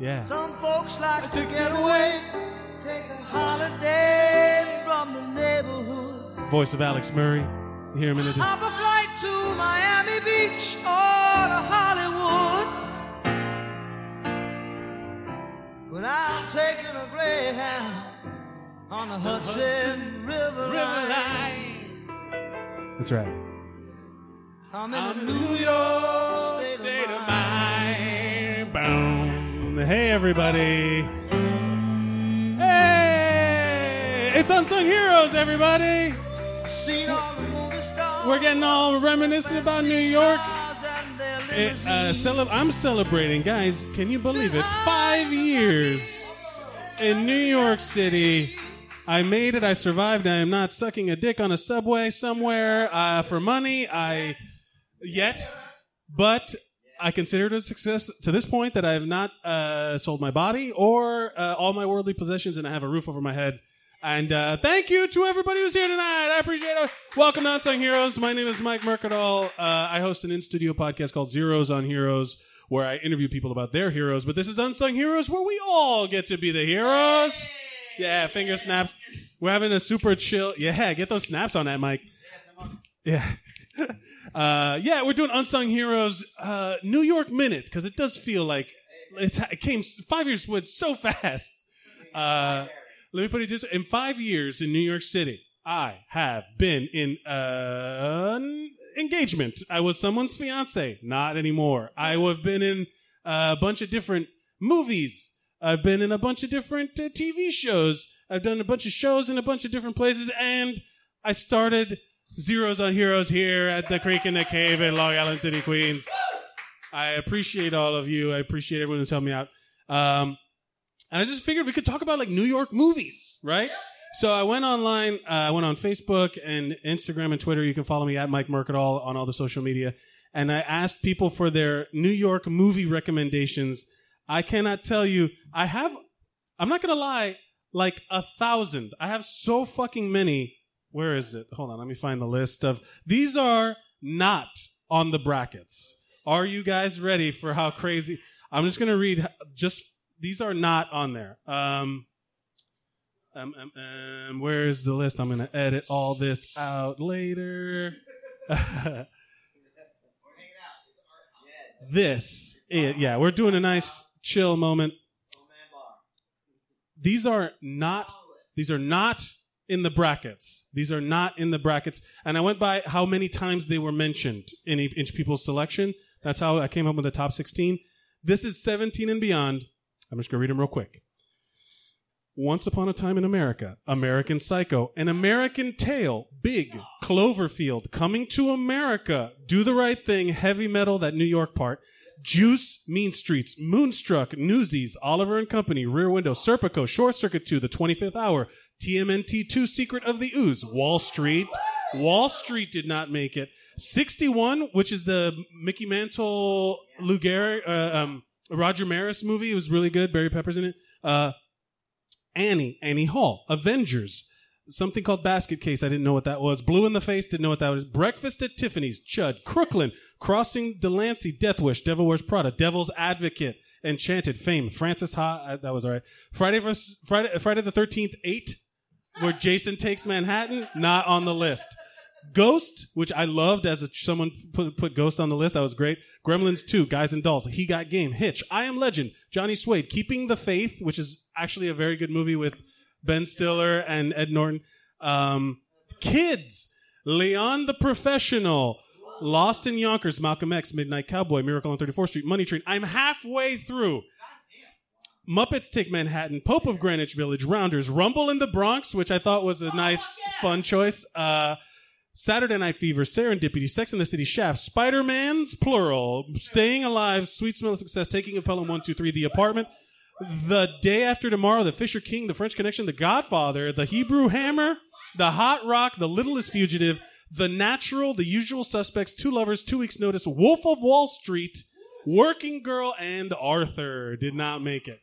Yeah. Some folks like to get away, take a holiday from the neighborhood. Voice of Alex Murray. You hear him in the Hop a flight to Miami Beach or to Hollywood. But I'm taking a Greyhound on the Hudson River, Line. That's right. I'm in a New York state, of mind. Boom. Hey, everybody. Hey! It's Unsung Heroes, everybody. Seen all the movie stars. We're getting all reminiscent about New York. and their It, uh, limousines. cele- I'm celebrating, guys. Can you believe it? Five years in New York City. I made it. I survived. I am not sucking a dick on a subway somewhere uh, for money. I yet, but I consider it a success to this point that I have not uh, sold my body or uh, all my worldly possessions, and I have a roof over my head. And uh, thank you to everybody who's here tonight. I appreciate it. Welcome to Unsung Heroes. My name is Mike Mercadal. Uh, I host an in-studio podcast called Zeros on Heroes, where I interview people about their heroes. But this is Unsung Heroes, where we all get to be the heroes. Yeah, finger snaps. We're having a super chill. Yeah, get those snaps on that, Mike. Yeah. Uh, yeah, we're doing Unsung Heroes uh, New York Minute because it does feel like it's, it came five years went so fast. Uh, let me put it this in five years in New York City, I have been in uh, an engagement. I was someone's fiance, not anymore. I have been in a bunch of different movies. I've been in a bunch of different uh, TV shows. I've done a bunch of shows in a bunch of different places, and I started Zeros on Heroes here at the Creek in the Cave in Long Island City, Queens. I appreciate all of you. I appreciate everyone who's helped me out. Um, and I just figured we could talk about like New York movies, right? So I went online. Uh, I went on Facebook and Instagram and Twitter. You can follow me at Mike Mercadal on all the social media. And I asked people for their New York movie recommendations. I cannot tell you. I have. I'm not gonna lie. Like a thousand. I have so fucking many. Where is it? Hold on. Let me find the list of these are not on the brackets. Are you guys ready for how crazy? I'm just gonna read. h- Just these are not on there. Um, um, um, um, where's the list? I'm gonna edit all this out later. this, i- yeah, we're doing a nice chill moment. These are not. These are not in the brackets. These are not in the brackets. And I went by how many times they were mentioned in each- each people's selection. That's how I came up with the top 16. This is 17 and beyond. I'm just going to read them real quick. Once Upon a Time in America, American Psycho, An American Tale, Big, Cloverfield, Coming to America, Do the Right Thing, Heavy Metal, that New York part, Juice, Mean Streets, Moonstruck, Newsies, Oliver and Company, Rear Window, Serpico, Short Circuit 2, The 25th Hour, TMNT 2, Secret of the Ooze, Wall Street. Wall Street did not make it. 61, which is the Mickey Mantle, Lou Gehrig, uh, um, Roger Maris movie. It was really good. Barry Pepper's in it. Uh, Annie, Annie Hall, Avengers, something called Basket Case. I didn't know what that was. Blue in the Face, didn't know what that was. Breakfast at Tiffany's, Chud, Crooklyn, Crossing Delancey, Death Wish, Devil Wears Prada, Devil's Advocate, Enchanted, Fame, Francis Ha. I- that was all right. Friday versus, Friday, Friday the Thirteenth, Eight, where Jason takes Manhattan, not on the list. Ghost, which I loved as a, someone put, put Ghost on the list. That was great. Gremlins 2, Guys and Dolls, He Got Game, Hitch, I Am Legend, Johnny Suede, Keeping the Faith, which is actually a very good movie with Ben Stiller and Ed Norton. Um, Kids, Leon the Professional, Lost in Yonkers, Malcolm X, Midnight Cowboy, Miracle on 34th Street, Money Train. I'm halfway through. Muppets Take Manhattan, Pope of Greenwich Village, Rounders, Rumble in the Bronx, which I thought was a nice, fun choice. Uh, Saturday Night Fever, Serendipity, Sex in the City, Shaft, Spider Man's plural, Staying Alive, Sweet Smell of Success, Taking a Pelham, One Two Three, The Apartment, The Day After Tomorrow, The Fisher King, The French Connection, The Godfather, The Hebrew Hammer, The Hot Rock, The Littlest Fugitive, The Natural, The Usual Suspects, Two Lovers, Two Weeks Notice, Wolf of Wall Street, Working Girl, and Arthur did not make it.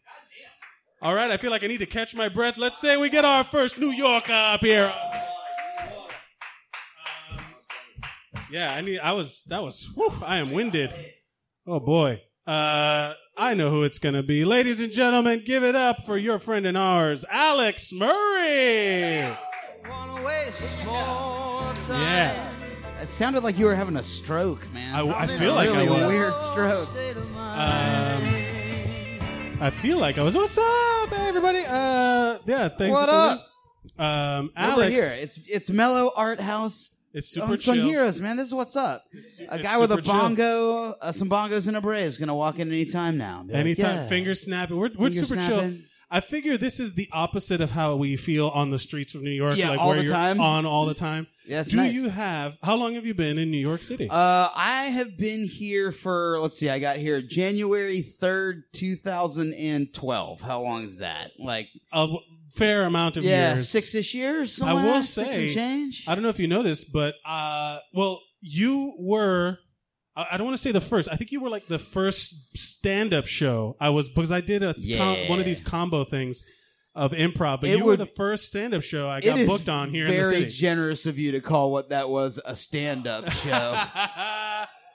All right, I feel like I need to catch my breath. Let's say we get our first New Yorker up here. Um, Yeah, I need. I was. That was. Whew, I am winded. Oh boy. Uh, I know who it's gonna be. Ladies and gentlemen, give it up for your friend and ours, Alex Murray. Wanna waste more time. Yeah. It sounded like you were having a stroke, man. I- I That feel like I really was. weird stroke. State of mind. Um, I feel like I was. What's up, everybody? Uh, yeah, thanks. What for up? coming. Um, Over Alex, here, it's it's mellow art house. It's on super Some chill. heroes, man. This is what's up. A it's guy with a super chill. bongo, uh, some bongos and a bray is gonna walk in any time now. and be like, anytime yeah. finger snapping, we're, we're Finger super chill. snapping. I figure this is the opposite of how we feel on the streets of New York. Yeah, like all where the you're time. On all the time. Yeah, it's Do nice. you have? How long have you been in New York City? Uh, I have been here for let's see, I got here January third, two thousand and twelve. How long is that? Like a fair amount of yeah, years. six ish years. I somewhere? will six say, and change. I don't know if you know this, but uh, well, you were. I I don't want to say the first. I think you were like the first stand-up show I was because I did a com- Yeah. one of these combo things of improv, but It you would- were the first stand-up show I It got is booked on here in the very city. generous of you to call what that was a stand-up show.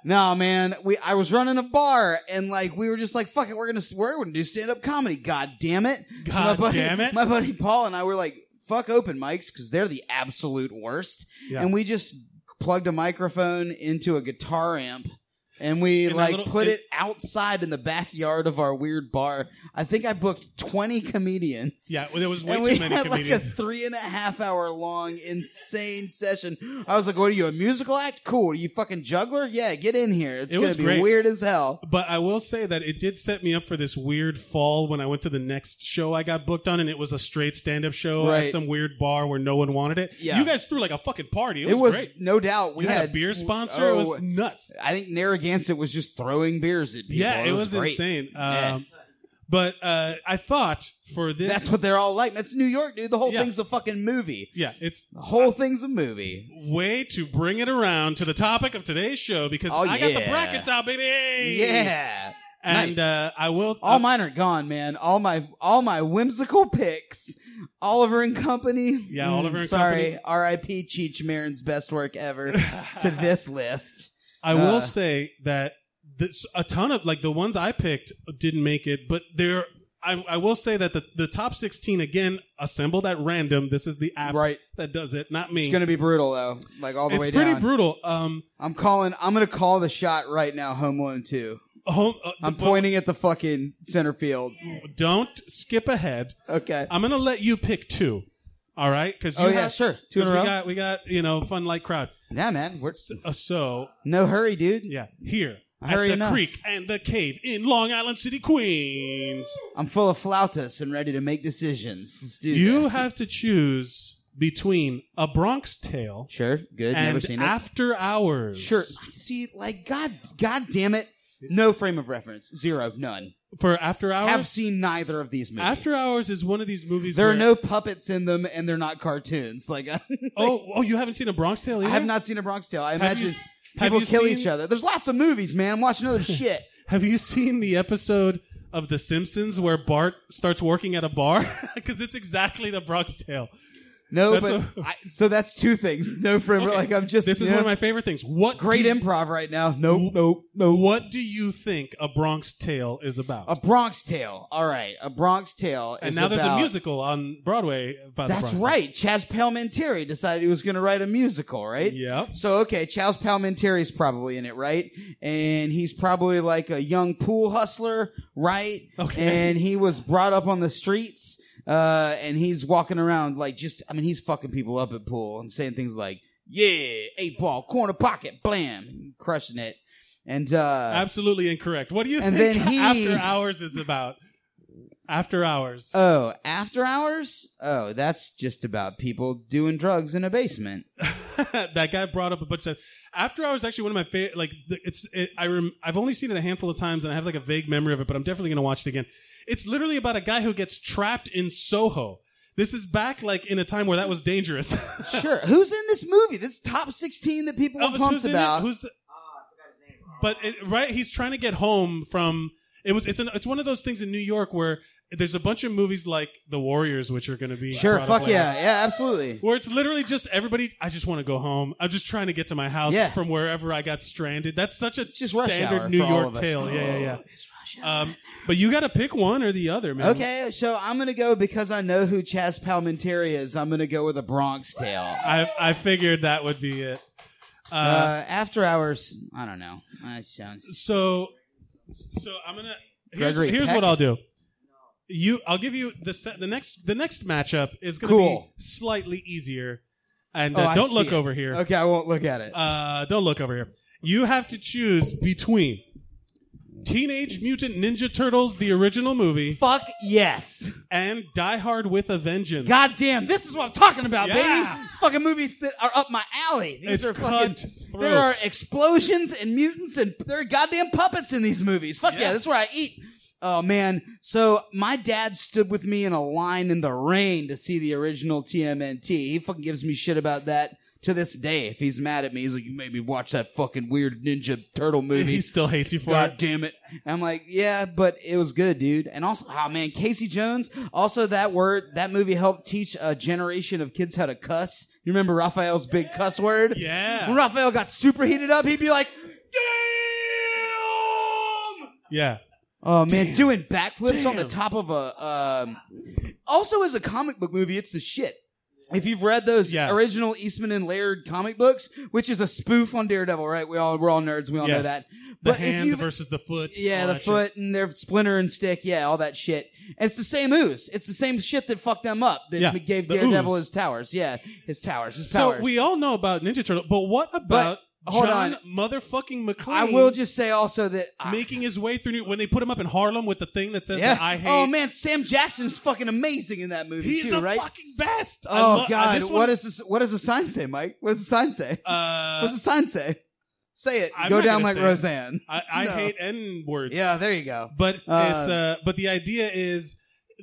No, man, we I was running a bar and like we were just like, fuck it, we're gonna we're gonna do stand up comedy. God damn it! So God buddy, damn it. My buddy Paul and I were like, fuck open mics because they're the absolute worst. Yeah. And we just plugged a microphone into a guitar amp. And we In a like little- put in- it outside in the backyard of our weird bar. I think I booked twenty comedians. yeah, well, there was way and too we many had like comedians. a three and a half hour long insane session. I was like, "What are you, a musical act? Cool. Are you fucking juggler? Yeah, get in here. It's It gonna was be great. weird as hell." but I will say that it did set me up for this weird fall when I went to the next show I got booked on, and it was a straight stand-up show at Right. some weird bar where no one wanted it. Yeah. You guys threw like a fucking party. It was, It was, great. no doubt we We had, a beer sponsor. it oh, was nuts. I think Narragansett was just throwing beers at people. Yeah, it was, was, great. insane. Um, Yeah. But uh, I thought for this, That's what they're all like. That's New York, dude. The whole Yeah. thing's a fucking movie. yeah, it's The whole thing's a movie. way to bring it around to the topic of today's show because Oh, I got the yeah. brackets out, baby. Yeah. and Nice. uh, I will. All uh, mine are gone, man. All my all my whimsical picks. Oliver and Company. Mm, Yeah, Oliver and sorry. R.I.P. Cheech Marin's best work ever to this list. I will uh, say that this, a ton of like the ones I picked didn't make it, but there. I, I will say that the, the top 16 again assembled at random. This is the app Right. that does it, not me. It's gonna be brutal though. Like all the It's way pretty down. brutal. Um, I'm calling. I'm gonna call the shot right now. Home Alone Two. home, uh, I'm but pointing at the fucking center field. Don't skip ahead. Okay. I'm gonna let you pick two. All right, because you Oh, have, yeah, sure. Two in 'cause a we row. got we got you know fun light crowd. yeah, man. We're Uh, so no hurry, dude. yeah, here at Hurry the enough. creek and the cave in Long Island City, Queens. I'm full of flautas and ready to make decisions. Let's do You this. have to choose between a Bronx Tale sure. Good. Never and seen it. After Hours. Sure. I See, like, God, God damn it. No frame of reference. Zero. None. for After Hours. Have seen neither of these movies. After Hours is one of these movies. there are where, no puppets in them, and they're not cartoons. Like, I, Oh, oh, you haven't seen a Bronx Tale I either. have not seen a Bronx Tale. I Have you- imagine have people you kill seen- each other. There's lots of movies, man. I'm watching other shit. Have you seen the episode of The Simpsons where Bart starts working at a bar? Because it's exactly the Bronx Tale. No, That's but a- I, so that's two things. No frame. Okay. Like, I'm just This is you one of know, my favorite things. What great do you, improv right now. Nope. Wh- Nope. Nope. What do you think a Bronx Tale is about? A Bronx Tale. All right. A Bronx Tale. and is now there's a about- musical on Broadway about the That's Bronx right. Chaz Palminteri decided he was going to write a musical, right? Yep. So okay, Chaz Palminteri's probably in it, right? And he's probably like a young pool hustler, right? Okay. And he was brought up on the streets, uh, and he's walking around like just, I mean, he's fucking people up at pool and saying things like, "Yeah, eight ball, corner pocket, blam," crushing it, and uh, Tale. Absolutely incorrect. What do you And think then he- After Hours is about? After Hours. Oh, after hours? Oh, that's just about people doing drugs in a basement. that guy brought up a bunch of after hours actually one of my favorite like the, it's it, i rem- i've only seen it a handful of times and i have like a vague memory of it but i'm definitely going to watch it again it's literally about a guy who gets trapped in soho this is back like in a time where that was dangerous Sure. Who's in this movie? This is top 16 that people were Elvis, pumped who's in it? about. Who's- but it, right he's trying to get home from it was it's an, it's one of those things in new york where there's a bunch of movies like The Warriors, which are going to be Sure, brought up fuck later, yeah, yeah, absolutely. Where it's literally just everybody. I just want to go home. I'm just trying to get to my house Yeah. from wherever I got stranded. That's such a just rush standard hour New for all York of us. Oh, tale. Yeah, yeah, yeah. Um, but you got to pick one or the other, man. Okay, so I'm gonna go because I know who Chaz Palminteri is. I'm gonna go with a Bronx Tale. I I figured that would be it. Uh, Uh, after hours, I don't know. That sounds so so I'm gonna. Here's, Gregory here's Peck? what I'll do. You, I'll give you the set, the next the next matchup is going to Cool. be slightly easier, and Oh, uh, I don't see look it. over here. okay. I won't look at it. Uh, don't look over here. You have to choose between Teenage Mutant Ninja Turtles, the original movie, Fuck yes. and Die Hard with a Vengeance. God damn, this is what I'm talking about, Yeah. baby. It's fucking movies that are up my alley. These It's are fucking. cutthroat. There are explosions and mutants and there are goddamn puppets in these movies. Fuck yeah, Yeah. that's where I eat. Oh man, so my dad stood with me in a line in the rain to see the original TMNT. He fucking gives me shit about that to this day. If he's mad at me, he's like, "You made me watch that fucking weird Ninja Turtle movie." He still hates you for God it. damn it. I'm like, yeah, but it was good, dude. And also, oh man, Casey Jones. Also, that word, that movie helped teach a generation of kids how to cuss. You remember Raphael's big cuss word? Yeah. When Raphael got super heated up, he'd be like, damn! Yeah. Oh man, doing backflips on the top of a. Um, also, as a comic book movie, it's the shit. If you've read those Yeah. original Eastman and Laird comic books, which is a spoof on Daredevil, right? We all we're all nerds. We all know Yes. that. The But if hand you've- versus the foot. yeah, all the that shit. foot and their splinter and stick. Yeah, all that shit. And it's the same ooze. It's the same shit that fucked them up. That Yeah, gave the Daredevil ooze. his towers. Yeah, his towers, his So powers. we all know about Ninja Turtle, but what about hold John on. motherfucking McClane? I will just say also that I- making his way through New- when they put him up in Harlem with the thing that says yeah. that I hate. Oh man, Sam Jackson's fucking amazing in that movie he's too, the right? fucking best. I oh lo- uh, god, this what one- is this? What does the sign say, Mike? What does the sign say? Uh, what does the sign say? Say it. I'm Go not down gonna like say it. Roseanne. I, I No. hate n words. Yeah, there you go. But it's Uh, uh, but the idea is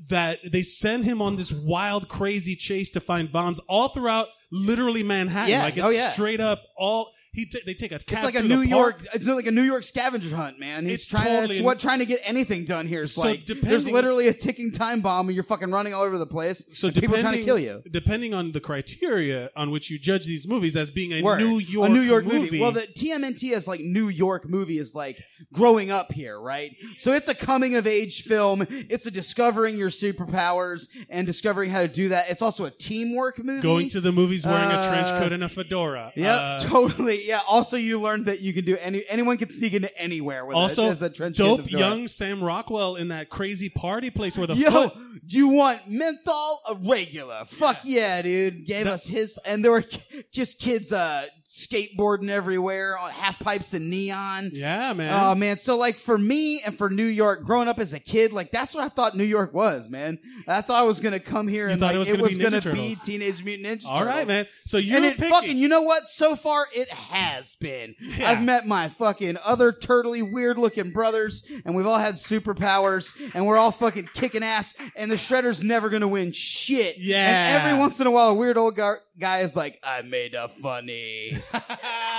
that they send him on this wild, crazy chase to find bombs all throughout literally Manhattan. Yeah, Like it's oh, yeah. straight up all. He t- they take a cab It's like a through the New park. York. It's like a New York scavenger hunt, man. He's It's trying. totally- to, it's what trying to get anything done here is So like. There's depending- literally a ticking time bomb, and you're fucking running all over the place. So and people are trying to depending- kill you. Depending on the criteria on which you judge these movies as being a Word. New York a New York movie. movie. Well, the TMNT is like New York movie is like growing up here, right? So it's a coming of age film. It's a discovering your superpowers and discovering how to do that. It's also a teamwork movie. going to the movies wearing a Uh, trench coat and a fedora. Yeah, Uh, totally. Yeah. Also, you learned that you can do any. Anyone can sneak into anywhere with a, also, as a trench coat dope and a fedora. young Sam Rockwell in that crazy party place where the Yo, foot do you want menthol or regular? Fuck yeah, dude. Gave us his, and there were ki- just kids uh, skateboarding everywhere on half pipes and neon. yeah, man. Oh man, so like for me and for New York, growing up as a kid, like that's what I thought New York was, man. I thought I was gonna come here and thought like it was it gonna be was Ninja gonna be Turtles. Teenage Mutant Ninja Turtles. All right, man. So you're and it picking. fucking, you know what? So far, it has been. Yeah. I've met my fucking other turtly, weird looking brothers, and we've all had superpowers, and we're all fucking kicking ass, and the Shredder's never gonna win shit. Yeah. And every once in a while, a weird old gar- guy is like, I made a funny.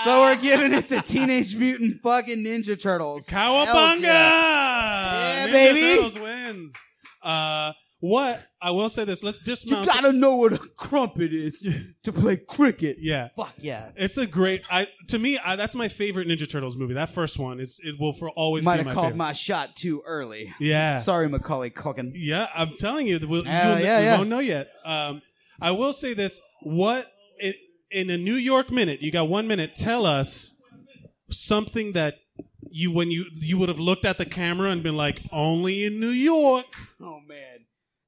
so we're giving it to Teenage Mutant fucking Ninja Turtles. Hells Cowabunga! yeah. Yeah, Uh, Ninja baby. Turtles wins. Uh, what I will say this: Let's You dismount. gotta know what a crumpet is to play cricket. yeah, Fuck yeah. it's a great. I to me, I, that's my favorite Ninja Turtles movie. That first one is it will for always Might be have my called favorite. my shot too early. yeah, Sorry, Macaulay Culkin. yeah. I'm telling you, we'll, Yeah, you'll- yeah, we yeah. won't know yet. Um, I will say this: What in, in a New York minute? You got one minute. Tell us something that you when you you would have looked at the camera and been like, only in New York. Oh man.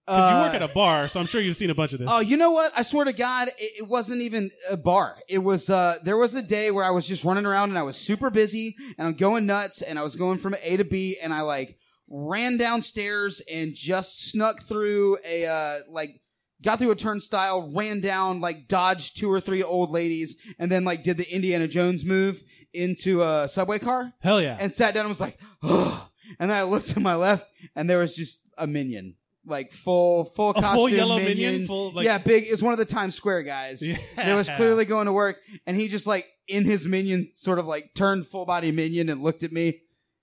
Uh, Because you work at a bar, so I'm sure you've seen a bunch of this. Oh, you know what? I swear to God, it, it wasn't even a bar. It was uh there was a day where I was just running around and I was super busy and I'm going nuts and I was going from A to B and I like ran downstairs and just snuck through a uh like got through a turnstile, ran down, like dodged two or three old ladies, and then like did the Indiana Jones move into a subway car Hell yeah. and sat down and was like, oh. And then I looked to my left and there was just a minion. Like full, full full costume yellow minion, full, like- yeah, big. It's one of the Times Square guys. Yeah. That was clearly going to work, and he just like in his minion, sort of like turned full body minion and looked at me,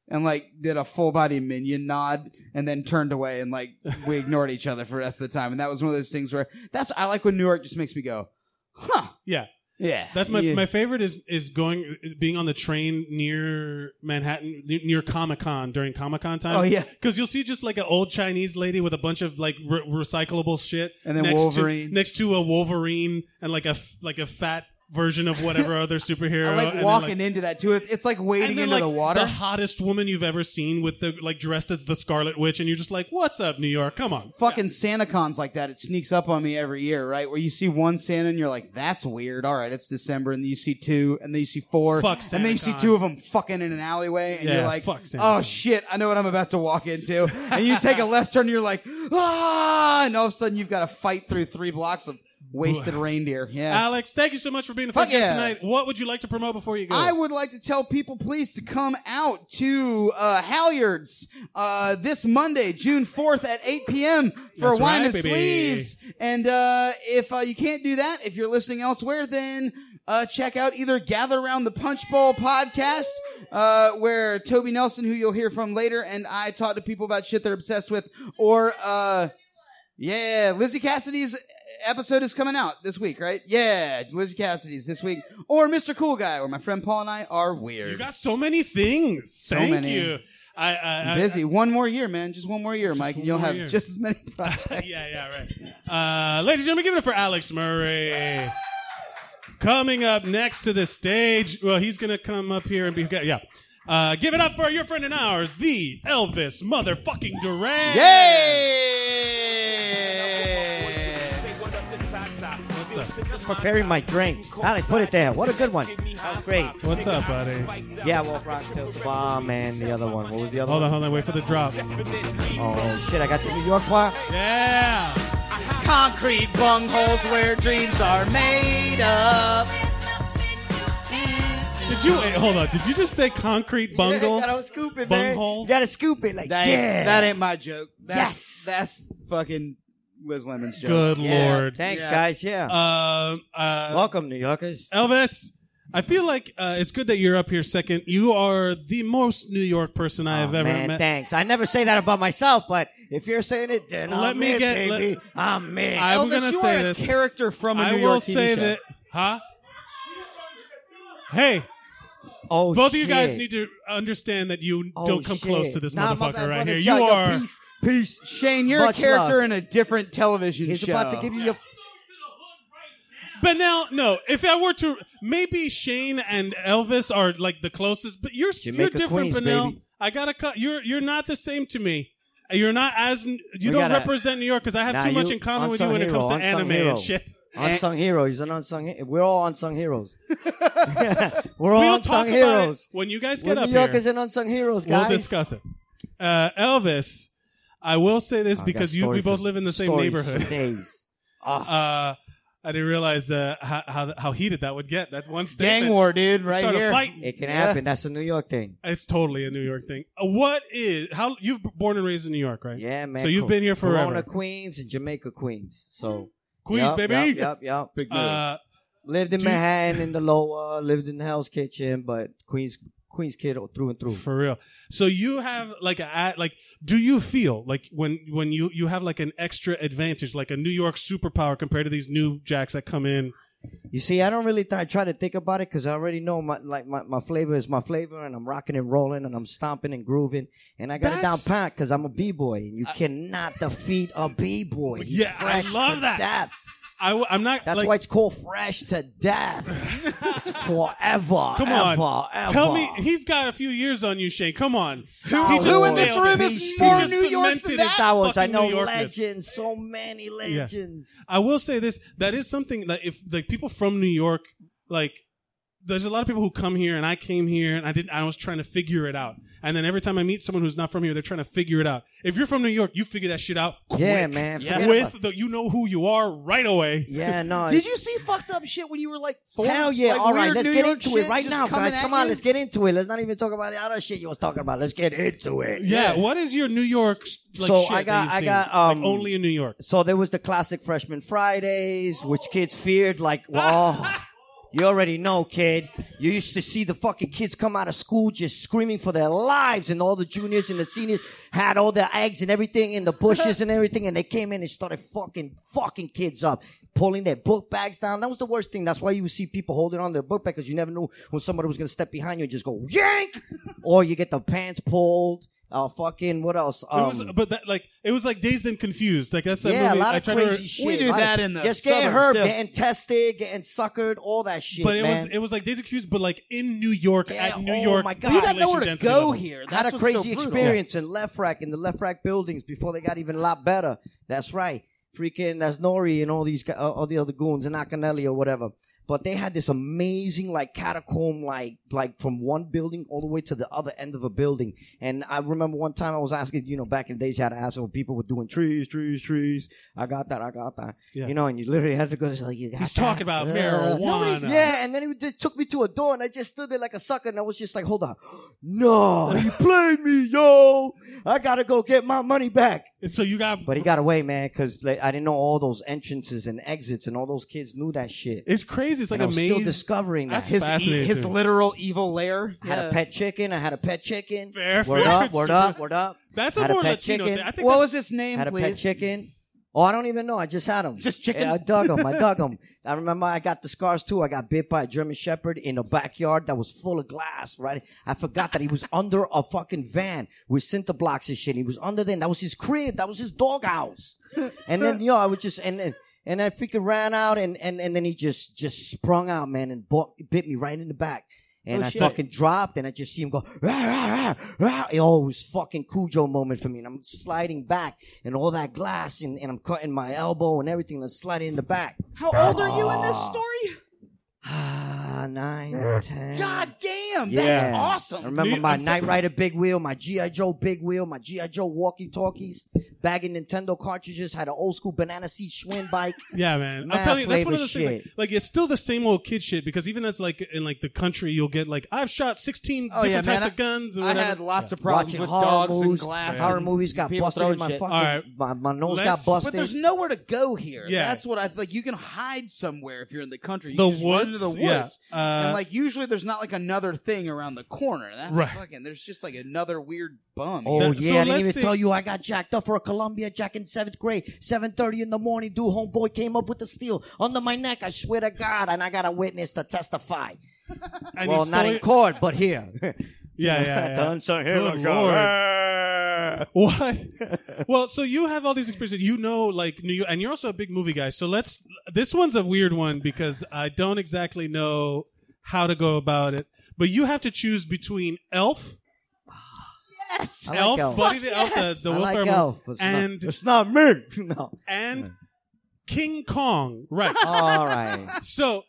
and like did a full body minion nod and then turned away and like we ignored each other for the rest of the time. And that was one of those things where that's I like when New York just makes me go, huh? Yeah. Yeah. That's my yeah. my favorite is is going being on the train near Manhattan near Comic Con during Comic Con time. Oh yeah. Because you'll see just like an old Chinese lady with a bunch of like re- recyclable shit, And then next Wolverine. to, next to a Wolverine and like a f- like a fat version of whatever other superhero. I and like then, walking like- into that too. It- It's like wading and into then, like, the water. hottest woman you've ever seen with the like dressed as the Scarlet Witch, and you're just like, "What's up, New York? Come on!" Fucking SantaCon's like that. It sneaks up on me every year, right? Where you see one Santa and you're like, "That's weird." All right, it's December, and then you see two, and then you see four, Fuck and then you see SantaCon. two of them fucking in an alleyway, and Yeah, you're like, fuck "Oh SantaCon." shit, I know what I'm about to walk into." and you take a left turn, and you're like, "Ah!" And all of a sudden, you've got to fight through three blocks of wasted reindeer. Yeah. Alex, thank you so much for being the Fuck first guest yeah. tonight. What would you like to promote before you go? I would like to tell people, please, to come out to uh, Halyards uh, this Monday, June 4th at 8 p.m. for Wine That's right, and baby. Sleeves. And uh, if uh, you can't do that, if you're listening elsewhere, then uh, check out either Gather Around the Punch Bowl podcast, uh, where Toby Nelson, who you'll hear from later, and I talk to people about shit they're obsessed with, or. Uh, yeah, Lizzie Cassidy's episode is coming out this week, right? Yeah, Lizzie Cassidy's this week. Or Mr. Cool Guy, where my friend Paul and I are weird. You got so many things. Thank many. you. I, I, I Busy. one more year, man. Just one more year, Mike, and one you'll more have year. just as many projects. yeah, yeah, right. Uh, ladies and gentlemen, give it up for Alex Murray. Coming up next to the stage, well, he's gonna come up here and be, yeah. Uh, give it up for your friend and ours, the Elvis motherfucking Duran. Yay! Preparing my drink. Alec, put it there. What a good one. That was great. What's up, buddy? Yeah, well, Bronx Tales Bomb and the other one. What was the other Hold on, one? hold on, wait for the drop. Oh, shit. I got the New York bar. Yeah. Concrete bungholes where dreams are made Mm. of. Did you, wait, hold on, did you just say concrete bungles? You gotta scoop it, man. Bungholes? You gotta scoop it. Like, That, yeah. that ain't my joke. Yes. That's, That's fucking Liz Lemon's joke. Good Yeah. lord. Thanks, Yeah. guys. Yeah. Um, uh, Welcome, New Yorkers. Elvis, I feel like uh, it's good that you're up here second. You are the most New York person I have Oh, ever man, met. thanks. I never say that about myself, but if you're saying it, then Let I'm me in, get- let- baby. I'm in. I- I'm Elvis, gonna you say are this. a character from a I New will York TV say show. that, huh? Hey, oh, both of you shit. guys need to understand that you Oh, don't come shit. close to this Nah, my motherfucker bad, right brother. here. You Yo, yo, are. Peace. Peace. Shane, you're Much a character love. in a different television He's show. about to give you your But now, no. If I were to, maybe Shane and Elvis are like the closest. But you're you're Jamaica different, Queens, Benel. baby. I gotta cut. You're you're not the same to me. You're not as you We don't gotta- represent New York because I have Nah, too much you- in common with you unsung when it hero, comes to unsung anime hero. and shit. Unsung hero. He's an unsung. He- We're all unsung heroes. We're all We'll unsung talk heroes. about it when you guys We're get up New Yorkers here. and unsung heroes, We'll guys. discuss it. Uh, Elvis, I will say this I got because you, we stories both Ah, for- live in the same stories for neighborhood. Days. Ah, Uh, I didn't realize uh, how, how how heated that would get. That one statement. gang war, dude, right Start a here. fight. it can Yeah. happen. That's a New York thing. It's totally a New York thing. Uh, What is how you've b- born and raised in New York, right? Yeah, man. So you've Co- been here forever. Corona Queens and Jamaica Queens. So Queens, yup, baby. Yup, yup, yup. Big move. Uh, lived in do you- Manhattan in the lower, lived in Hell's Kitchen, but Queens Queens kid through and through. for real. So you have like a a- like. Do you feel like when when you you have like an extra advantage, like a New York superpower compared to these new jacks that come in? You see, I don't really th- I try to think about it because I already know my like my, my flavor is my flavor, and I'm rocking and rolling, and I'm stomping and grooving, and I got it down That's- pat because I'm a b boy, and you cannot defeat a b boy. Yeah, I love to that. Death. I w- I'm not. That's like, why it's called fresh to death. It's forever. Come on. ever, ever. Tell me, he's got a few years on you, Shane. Come on. Star He just Who in this nailed room it. is He more just New York than cemented that? his Star Wars. I fucking know New Yorkness. legends. So many legends. I will say this: that is something that if like people from New York, like there's a lot of people who come here, and I came here, and I didn't. I was trying to figure it out, and then every time I meet someone who's not from here, they're trying to figure it out. If you're from New York, you figure that shit out. Quick. Yeah, man. Forget about With the, you know who you are right away. Yeah, no. Did you see fucked up shit when you were like four? Hell yeah! Like, All right, weird let's New get York into it shit right just now, coming guys. at Come on, you? let's get into it. Let's not even talk about the other shit you was talking about. Let's get into it. Yeah, what is your New York like So shit I that got- you've I seen? got, um, Like, only in New York. So there was the classic freshman Fridays, which kids feared, like, well, You already know, kid. You used to see the fucking kids come out of school just screaming for their lives, and all the juniors and the seniors had all their eggs and everything in the bushes and everything, and they came in and started fucking, fucking kids up, pulling their book bags down. That was the worst thing. That's why you would see people holding on to their book bag because you never knew when somebody was gonna step behind you and just go yank, or you get the pants pulled. Uh, fucking what else? Um, it was, but that, like it was like dazed and confused. Like that's that yeah, movie. a lot I of tried crazy to, shit. We do Like, that in the just getting suburbs, hurt, too. getting tested, getting suckered, all that shit. But it man. was it was like dazed and confused, but like in New York Yeah, at New oh York. my God. You got nowhere population to density go levels. here. That's had a what's crazy so brutal. experience in left rack in the left rack buildings before they got even a lot better. That's right. Freaking that's Nori and all these gu- uh, all the other goons and Acanelli or whatever. But they had this amazing like catacomb like like from one building all the way to the other end of a building. And I remember one time I was asking, you know, back in the days you had to ask what people were doing trees, trees, trees. I got that, I got that. Yeah. You know, and you literally had to go it's like you got He's that? talking about marijuana. nobody's- Yeah, and then he just took me to a door, and I just stood there like a sucker, and I was just like, "Hold on, no, he played me, yo! I gotta go get my money back." And so you got. But he got away, man, because like, I didn't know all those entrances and exits, and all those kids knew that shit. it's crazy. It's like and I'm a maze. still discovering that. That's His, e- Fascinating. his literal evil lair. I had a pet chicken. I had a pet chicken. Fair, word fair. up, word up, word up. that's a Had a more pet Latino chicken. thing. I think What that's- was its name, had a pet please? chicken. Oh, I don't even know. I just had them. Just chicken? I dug them. I dug them. I remember I got the scars too. I got bit by a German Shepherd in a backyard that was full of glass, right? I forgot that he was under a fucking van with cinder blocks and shit. He was under there. And that was his crib. That was his doghouse. And then, you know, I was just, and then, and I freaking ran out and, and, and then he just, just sprung out, man, and bought, bit me right in the back. And Oh, I shit. fucking dropped, and I just see him go, rah, rah, rah, rah. Oh, it was fucking Cujo moment for me. And I'm sliding back, and all that glass, and, and I'm cutting my elbow and everything, and I'm sliding in the back. How old are you in this story? Ah, nine, ten. God damn, Yeah. that's awesome. I remember Dude, my I'm Knight Rider big wheel, my G.I. Joe big wheel, my G.I. Joe walkie talkies, bagging Nintendo cartridges, had an old school banana seat Schwinn bike. Yeah, man. Mad I'm telling you, that's one of flavor those things. shit. Like, like, it's still the same old kid shit because even as like in like the country, you'll get like I've shot 16 Oh, yeah, different man, types of guns and I whatever. had lots of problems Watching with horror dogs and movies, glass. horror and movies got people busted throwing in my shit. fucking, All right. my, my nose Let's- got but busted. But there's nowhere to go here. Yeah. That's what I like. You can hide somewhere if you're in the country. You The can just run into the woods, yeah. woods. Uh, and like usually there's not like another thing around the corner. That's Right. fucking there's just like another weird bum. Oh That- yeah, so I didn't let's even say- tell you I got jacked up for a Columbia jack in seventh grade. Seven thirty in the morning, dude. Homeboy came up with the steel under my neck. I swear to God, and I got a witness to testify. and well, he not stole in it- court, but here. Yeah, yeah, yeah. The unsung hero Good show. What? well, so you have all these experiences. You know, like New York, and you're also a big movie guy. So let's. This one's a weird one because I don't exactly know how to go about it. But you have to choose between Elf, yes. I like Elf, Elf. Buddy Fuck the Elf, yes! the, the I Will like Ferrell Elf. movie, It's and not, it's not me. no. and King Kong. Right. All right. so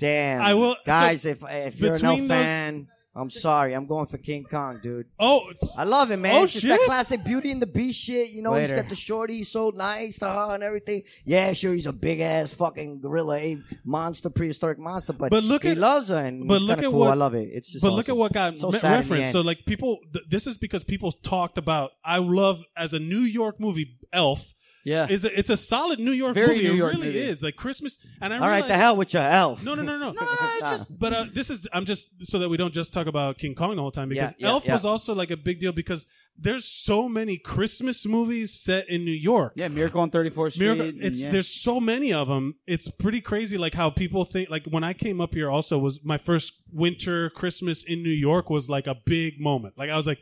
Damn. I will- so, guys. if if you're an Elf between those- fan, I'm sorry. I'm going for King Kong, dude. oh, it's- I love it, man. Oh, it's just that shit. classic Beauty and the Beast shit. You know, he's Later. got the shorty, he's so nice to her and everything. Yeah, sure, he's a big ass fucking gorilla, ape monster, prehistoric monster, but, But look he at- loves her and but it's look kinda at cool. what- I love it. It's just but look at awesome. what got So me- sad in the referenced. end. So like people, th- this is because people talked about. I love as a New York movie, Elf. Yeah. Is a, it's a solid New York Very movie. New it York really movie. is like Christmas. And I All right, realized- the hell with your elf. No, no, no, no. no, no, it's just But uh, this is I'm just so that we don't just talk about King Kong the whole time because Yeah, yeah, Elf yeah. was also like a big deal because there's so many Christmas movies set in New York. Yeah, Miracle on 34th Street. Miracle, and it's yeah. there's so many of them. It's pretty crazy, like how people think. Like when I came up here, also was my first winter Christmas in New York was like a big moment. Like I was like,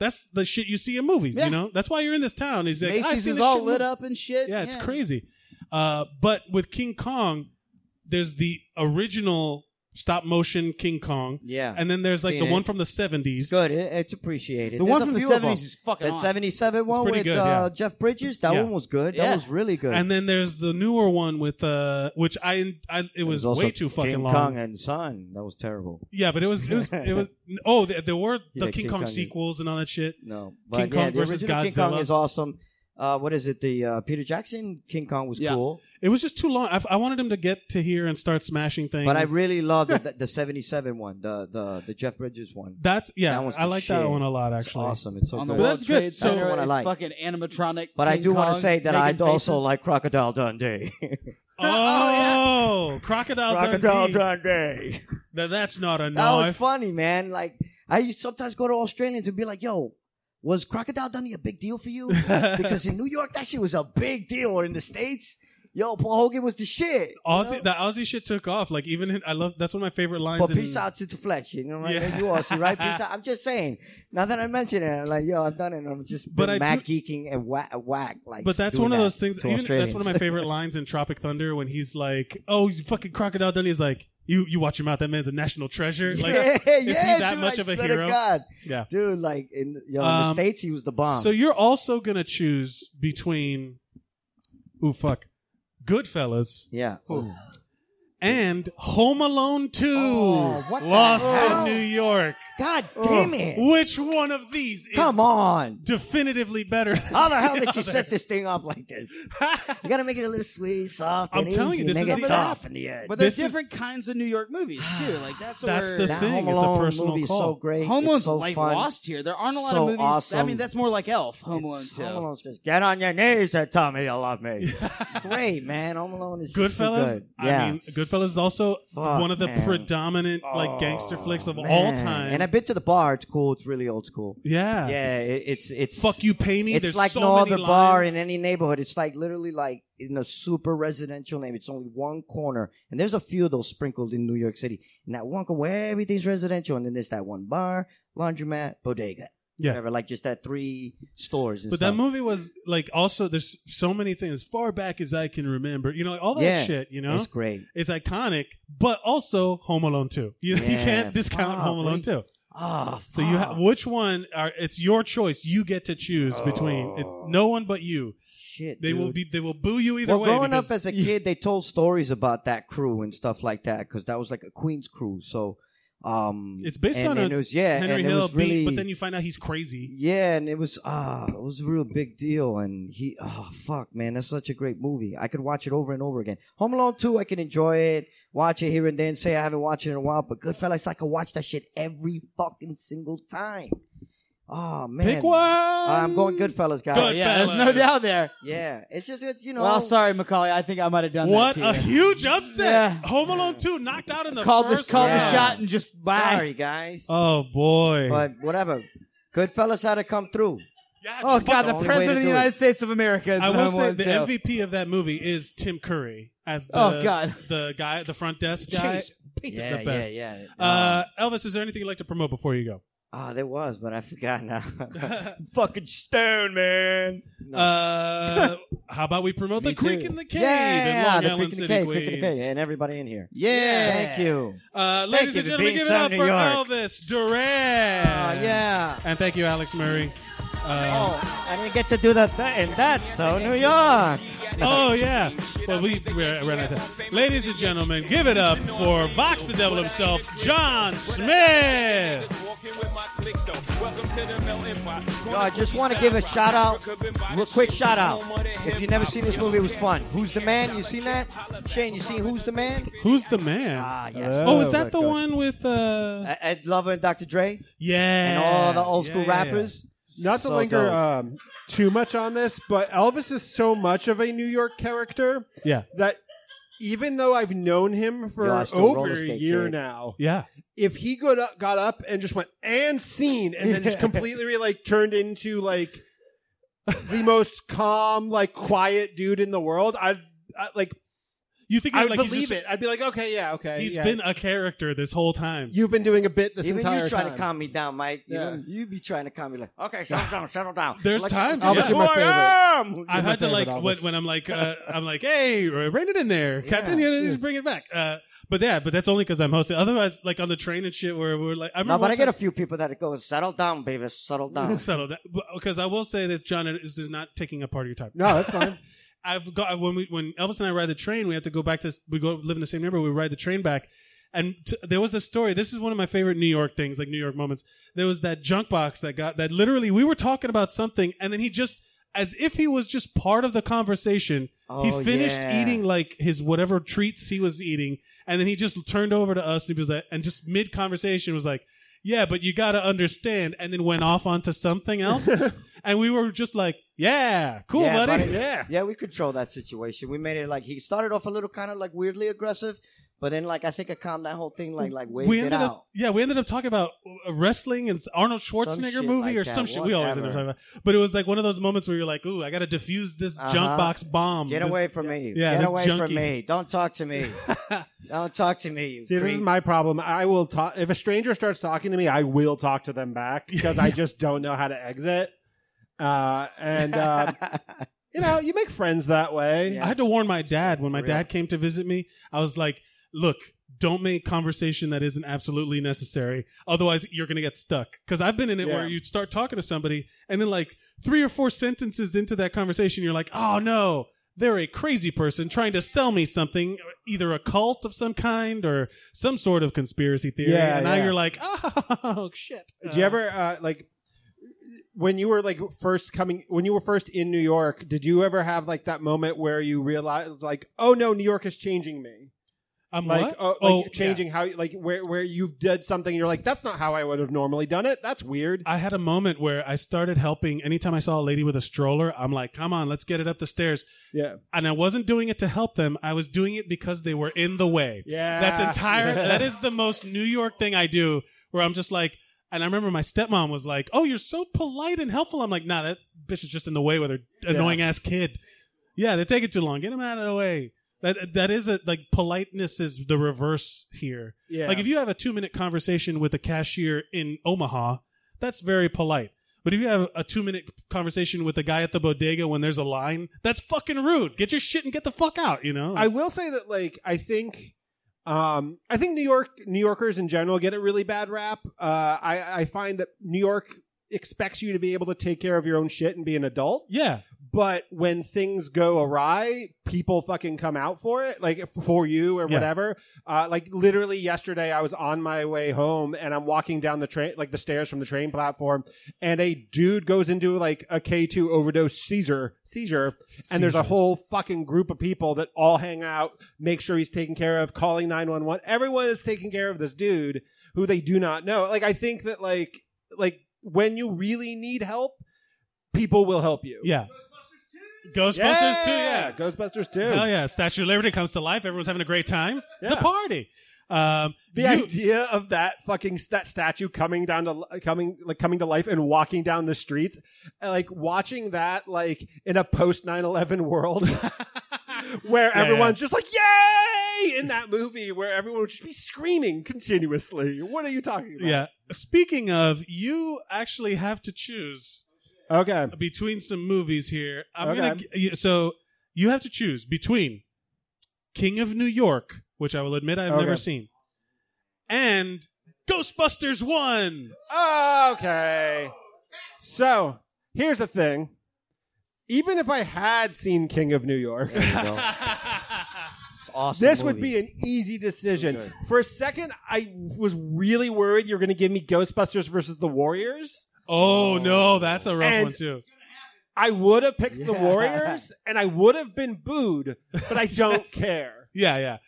that's the shit you see in movies. Yeah. You know, that's why you're in this town. Is like, "I Macy's see is this all shit in lit movies." up and shit. Yeah, it's crazy. Uh, but with King Kong, there's the original stop motion King Kong. Yeah. And then there's like Seen the it. one from the 70s. It's good. It, it's appreciated. The There's one a from the few of 70s them. is fucking That awesome. 77 one pretty with good, uh, yeah. Jeff Bridges, that Yeah. one was good. Yeah. That was really good. And then there's the newer one with uh which I, I it was There's also way too fucking King long. Kong and Son. That was terrible. Yeah, but it was it was it was oh there, there were the Yeah, King, King Kong, Kong. sequels and all that shit. No, but King yeah, Kong the versus original King Kong Godzilla. is awesome. Uh, what is it? The uh, Peter Jackson King Kong was Yeah. cool, It was just too long. I, I wanted him to get to here and start smashing things. but I really loved the, the '77 one, the the the Jeff Bridges one. that's yeah. That one's I the like shit. that one a lot It's actually. awesome. It's so On the good. But World that's good. Trade So- That's the Center, one I like. Fucking animatronic. But I King do want to Kong say that I making also faces. like Crocodile Dundee. Oh, crocodile, Crocodile Dundee. Dundee. Now, that's not a That was knife. funny, man. Like I used to sometimes go to Australians and be like, "Yo, was Crocodile Dundee a big deal for you?" because in New York, that shit was a big deal, or in the states, yo, Paul Hogan was the shit. you know? Aussie, the Aussie shit took off. Like even in, I love that's one of my favorite lines. But in, peace out to the flesh, you know, right? Yeah. You Aussie, right? Peace out. I'm just saying. Now that I mention it, I'm like, yo, I've done it. I'm just But been I mad geeking and whack, whack like. But that's doing one of that those things. to Even, that's one of my Australians. favorite lines in Tropic Thunder when he's like, "Oh, you fucking crocodile Dundee is like, you you watch him out. That man's a national treasure. Like, yeah, is yeah, he that dude, much I of a swear to hero? God. Yeah. dude. Like in, yo, in the Um, states, he was the bomb. So you're also gonna choose between, ooh fuck, Goodfellas yeah. and Home Alone Two, Oh, what the Lost hell? in New York. God damn it! Oh. Which one of these is Come on. definitively better? than How the hell the did you other? set this thing up like this? You gotta make it a little sweet, soft, I'm and easy. telling you, this make is it the- tough in the end. But there's This is- Ah, different kinds of New York movies too. Like that's what That's we're, the that thing, Home it's a Alone personal movie is call. so great. Home it's Alone's so like fun. lost here. There aren't a lot So of movies. I awesome. mean, that's more like Elf, Home Alone It's- too. Home Alone's just get on your knees and tell me you love me. it's great, man. Home Alone is just so Goodfellas. good. Yeah. I mean, Goodfellas is also Fuck, one of the man. Oh, predominant like gangster flicks of all Man. time. And I've been to the bar. It's cool. It's really old school. yeah. Yeah, it, it's it's Fuck you, pay me. It's There's like so no many other bar lines. in any neighborhood. It's like literally like in a super residential name. It's only one corner, and there's a few of those sprinkled in New York City. And that one corner where everything's residential, and then there's that one bar, laundromat, bodega, Yeah. whatever. Like just that three stores. And But stuff. that movie was like also there's so many things as far back as I can remember. You know, like, all that Yeah. shit. You know, it's it's, great. iconic. But also Home Alone Two. You you Yeah. can't discount Fuck, Home Alone what Two. Ah, So you fuck. have which one? Are it's your choice. You get to choose between it, no one but you. Oh. shit. They will dude. be they will boo you either well, way. growing up as because- a kid, they told stories about that crew and stuff like that because that was like a Queens crew. So. Um, It's based and- on and a it was, yeah, Henry and it Hill was really, beat, but then you find out he's crazy. Yeah, and it was ah, it was a real big deal. And he, oh fuck, man, that's such a great movie. I could watch it over and over again. Home Alone two, I can enjoy it, watch it here and then. Say I haven't watched it in a while, but Goodfellas, I can watch that shit every fucking single time. Oh man, Pick one. I'm going Goodfellas, guys. Good. Yeah, yeah, there's no Goodfellas. doubt there. yeah, it's just it's you know. Well, sorry, Macaulay. I think I might have done What a that to you. huge upset! Yeah. Home Alone Two knocked out in the Call the first call the round. shot and just bye. sorry, guys, Oh boy! but whatever. Goodfellas had to come through. yeah, Oh fuck God, the it. the only way president to of do the it. United States of America is I will Home say Alone the too. MVP of that movie is Tim Curry as the Oh, God. the guy the front desk guy. Chase Bates. Yeah, the best. yeah, yeah. Uh, Elvis, is there anything you'd like to promote before you go? Ah, there was, but I forgot now. Fucking stone, man. No. Uh, how about we promote Me the Creek too. in the Cave Yeah, in yeah, Long the Island Creek in the City, Cave, Queens? Creek in the Cave, and everybody in here. Yeah. Thank you. Uh, ladies you for and gentlemen, being give it so up New for York. Elvis Duran. Oh, yeah. and thank you, Alex Murray. Uh, Oh, I didn't get to do that, th- and that's so New York. Oh yeah. Well, we we're, we're not time. Ladies and gentlemen, give it up for Vox the Devil himself, John Smith. Yo, I just want to give a shout out, real quick shout out. If you never seen this movie, it was fun. Who's the Man? You seen that? Shane, you seen Who's the Man? Who's the man? Ah, yes. Oh, is Oh, my that the God. one with uh? Ed- Ed Lover and Dr. Dre Yeah. and all the old school Yeah, yeah, yeah. rappers. Not to So linger dope. um, too much on this, but Elvis is so much of a New York character Yeah. that even though I've known him for Yo, I still over roller a skate, year kid. now, Yeah. if he got up, got up and just went and scene and then just completely like turned into like the most calm, like quiet dude in the world, I'd I, like You think I you're would like he's believe just- it. I'd be like, okay, yeah, okay. He's yeah. been a character this whole time. You've been doing a bit this Even entire you try time. to calm me down, Mike. Yeah. Even you be trying to calm me like, okay, settle down, settle down. There's like, times, this yeah. is You're my who I am. I've my had to like favorite when, Elvis. when I'm like uh, I'm like, hey, rein it in there, Captain. You just bring it back. Uh, but yeah, but that's only because I'm hosting. Otherwise, like on the train and shit, where we're like, I remember No, but one I get a time- few people that go, settle down, baby, settle down. settle that because I will say this, John. This is not taking a part of your time. No, that's fine. I've got when we when Elvis and I ride the train, we have to go back to we go live in the same neighborhood. We ride the train back, and t- there was a story. This is one of my favorite New York things, like New York moments. There was that junk box that got that. Literally, we were talking about something, and then he just as if he was just part of the conversation. Oh, he finished yeah. eating like his whatever treats he was eating, and then he just turned over to us and he was like, and just mid conversation was like. Yeah, but you got to understand, and then went off onto something else, and we were just like, Yeah, cool, Yeah, buddy. buddy. Yeah. Yeah, we control that situation. We made it like he started off a little kind of like weirdly aggressive, but then like I think I calmed that whole thing like like waved we it ended out. up, yeah, we ended up talking about uh, wrestling and Arnold Schwarzenegger shit movie like or that, some shit. We always end up talking whatever. about, but it was like one of those moments where you're like, "Ooh, I got to defuse this jump Uh-huh. box bomb." Get This- away from me. yeah, Get this away junkie. from me. Don't talk to me. Don't talk to me. You See, this is creep. my problem. I will talk if a stranger starts talking to me. I will talk to them back because I just don't know how to exit. Uh, and um, you know, you make friends that way. I had to warn my dad when my Real. dad came to visit me. I was like, "Look, don't make conversation that isn't absolutely necessary. Otherwise, you're gonna get stuck." Because I've been in it where Yeah. you start talking to somebody, and then like three or four sentences into that conversation, you're like, "Oh no." They're a crazy person trying to sell me something, either a cult of some kind or some sort of conspiracy theory. Yeah, and now yeah. you're like, oh shit. Did you ever uh, like when you were like first coming when you were first in New York? Did you ever have like that moment where you realized like, oh no, New York is changing me, I'm like, what? oh, like Oh, yeah. changing how like where where you've did something, and you're like, that's not how I would have normally done it. That's weird. I had a moment where I started helping. Anytime I saw a lady with a stroller, I'm like, come on, let's get it up the stairs. Yeah, And I wasn't doing it to help them. I was doing it because they were in the way. yeah. That's entire, that is the most New York thing I do where I'm just like, and I remember my stepmom was like, oh, you're so polite and helpful. I'm like, nah, that bitch is just in the way with her annoying ass kid. Yeah, they take it too long. Get him out of the way. That, that is a, like, politeness is the reverse here. Yeah. Like if you have a two minute conversation with a cashier in Omaha, that's very polite. But if you have a two minute conversation with a guy at the bodega when there's a line, that's fucking rude. Get your shit and get the fuck out, you know? I will say that like I think um I think New York New Yorkers in general get a really bad rap. Uh I I find that New York expects you to be able to take care of your own shit and be an adult, yeah. but when things go awry, people fucking come out for it, like f- for you or Yeah. whatever. Uh like literally yesterday I was on my way home and I'm walking down the train like the stairs from the train platform and a dude goes into like a K2 overdose seizure seizure and there's a Seizure. whole fucking group of people that all hang out, make sure he's taken care of, calling 911. Everyone is taking care of this dude who they do not know. Like I think that like like when you really need help, people will help you. Yeah. Ghostbusters 2. Ghostbusters 2, yeah. Ghostbusters 2. Hell yeah. Statue of Liberty comes to life. Everyone's having a great time. It's a Yeah. party. Um, The you- idea of that fucking that statue coming down to coming like coming to life and walking down the streets, and, like watching that like in a post 9/11 world where Yeah, everyone's just like yay in that movie where everyone would just be screaming continuously. What are you talking about? yeah. Speaking of, you actually have to choose Okay. between some movies here. I'm Okay. gonna you- so you have to choose between King of New York, which I will admit I've Okay. never seen, and Ghostbusters One. Okay. So here's the thing. Even if I had seen King of New York, There you go. It's awesome. This would be an easy decision. Okay. For a second, I was really worried you were going to give me Ghostbusters versus the Warriors. oh no, that's a rough And- one too. I would have picked the Yeah. Warriors, and I would have been booed, but I don't care. Yeah, yeah.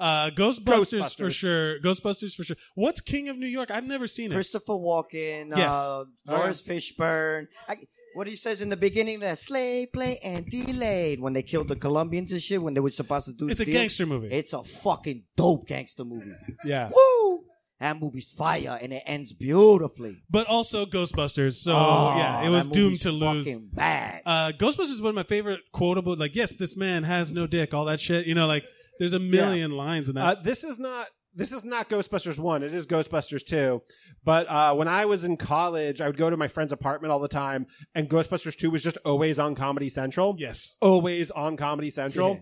Uh, Ghostbusters, for Ghostbusters. sure. Ghostbusters for sure. What's King of New York? I've never seen it. Christopher Walken, Yes. uh, Lawrence Fishburne. I, what he says in the beginning there, slay, play, and delayed. When they killed the Colombians and shit, when they were supposed to do it's the a deal. gangster movie. It's a fucking dope gangster movie. yeah, Woo! That movie's fire, and it ends beautifully. but also Ghostbusters. So Oh, yeah, it that was doomed movie's to lose. Fucking bad. uh, Ghostbusters is one of my favorite quotable. Like, yes, this man has no dick. All that shit. You know, like there's a million lines in Uh, that. this is not. This is not Ghostbusters 1. It is Ghostbusters 2. But uh, when I was in college, I would go to my friend's apartment all the time, and Ghostbusters 2 was just always on Comedy Central. yes. always on Comedy Central.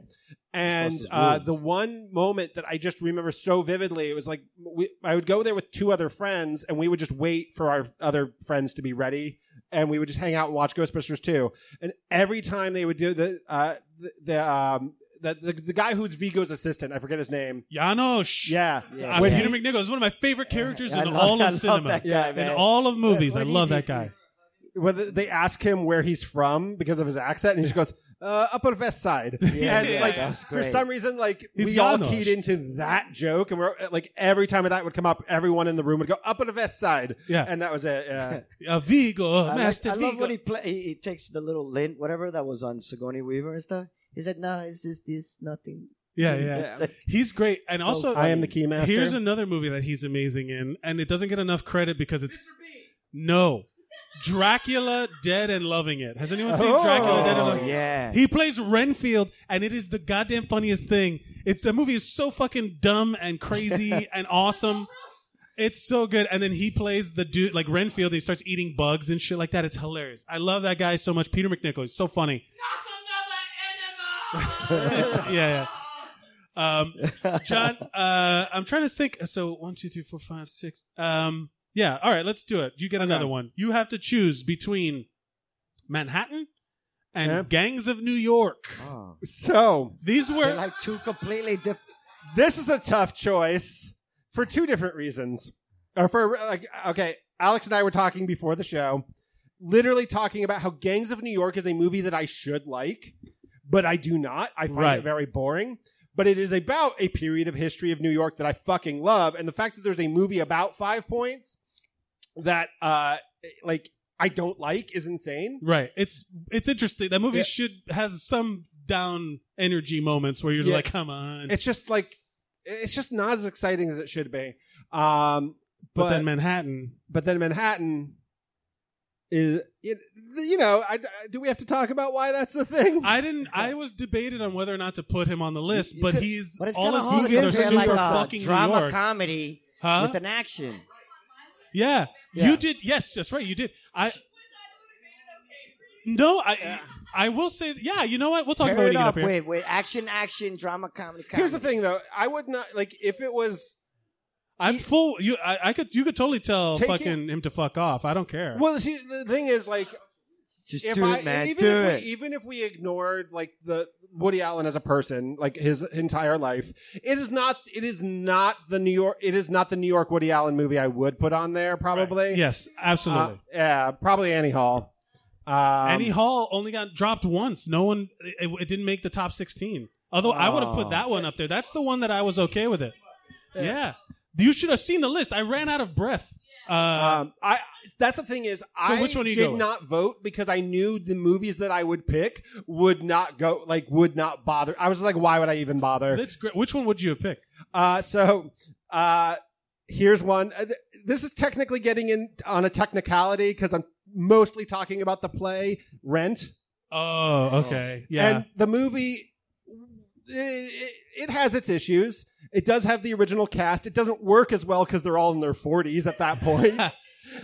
And Ghostbusters uh, rules. the one moment that I just remember so vividly, it was like we, I would go there with two other friends, and we would just wait for our other friends to be ready, and we would just hang out and watch Ghostbusters 2. And every time they would do the uh, the, the um the, the the guy who's Vigo's assistant, I forget his name. Janosch. Yeah, Yeah. When he- Peter McNichol is one of my favorite characters I in love- all I of love cinema. that guy, Yeah. in man. all of movies, What- I what love is he? that guy. whether they ask him where he's from because of his accent, and he just goes, uh, up on West Side. Yeah, and yeah, like that's for great. some reason, like He's we Janos. all keyed into that joke, and we're uh, like every time that would come up, everyone in the room would go up on the West Side. Yeah. and that was it. Yeah. A Vigo, I, like, Oh, Master I love Vigo. when he, play, he he takes the little lint, whatever that was on Sigourney Weaver and stuff. He said, "No, it's just this nothing." yeah, yeah. It's like- He's great. And So also, I am the key master. Here's another movie that he's amazing in, and it doesn't get enough credit because it's no Dracula Dead and Loving It. Has anyone seen Oh, Dracula Dead and Oh Loving It? yeah. He plays Renfield, and it is the goddamn funniest thing. It's the movie is so fucking dumb and crazy and awesome. It's so good. And then he plays the dude like Renfield. And he starts eating bugs and shit like that. It's hilarious. I love that guy so much. Peter McNichol. He's so funny. yeah, yeah. Um, John, uh, I'm trying to think. So one, two, three, four, five, six. Um, yeah. All right, let's do it. You get another one. You have to choose between Manhattan and Yeah. Gangs of New York. Oh. So These They're were like two completely different. this is a tough choice for two different reasons. Or for like, okay, Alex and I were talking before the show, literally talking about how Gangs of New York is a movie that I should like, but I do not. I find Right. it very boring. But it is about a period of history of New York that I fucking love, and the fact that there's a movie about Five Points that, uh, like, I don't like is insane. right. It's it's interesting. That movie Yeah. should has some down energy moments where you're Yeah. like, come on. It's just like, it's just not as exciting as it should be. Um, but, then Manhattan. but then Manhattan is it, you know I, I- do we have to talk about why that's the thing? I didn't. I was debated on whether or not to put him on the list, You but could- he's But it's all kind his of hard to movies are compare super like a fucking New drama York. comedy huh? with an action. Yeah. Yeah. You did. Yes, that's right. You did. I. No, I. I will say. Yeah. You know what? We'll talk Pair about it it when you get up up here. with, with action, action, drama, comedy, comedy. Here's the thing though, I would not like if it was I'm full. You. I, I could. You could totally tell Take fucking him to fuck off. I don't care. well. See, the thing is like Just if do I it, man. even Do if it. we even if we ignored like the Woody Allen as a person, like his entire life, it is not it is not the New York it is not the New York Woody Allen movie I would put on there probably. Yes. Uh, Absolutely. yeah, probably Annie Hall. Um, Annie Hall only got dropped once. No one. It, it didn't make the top sixteen. Although I would have put Oh. that one up there. That's the one that I was okay with it. Yeah. You should have seen the list. I ran out of breath. Uh, Um, I that's the thing is I which one are you did going? not vote because I knew the movies that I would pick would not go like would not bother. I was like, why would I even bother? that's great. Which one would you have picked? Uh, so uh, here's one. Uh, th- This is technically getting in on a technicality because I'm mostly talking about the play Rent, Oh, okay. Yeah. and the movie. It, it has its issues. It does have the original cast. It doesn't work as well because they're all in their 40s at that point.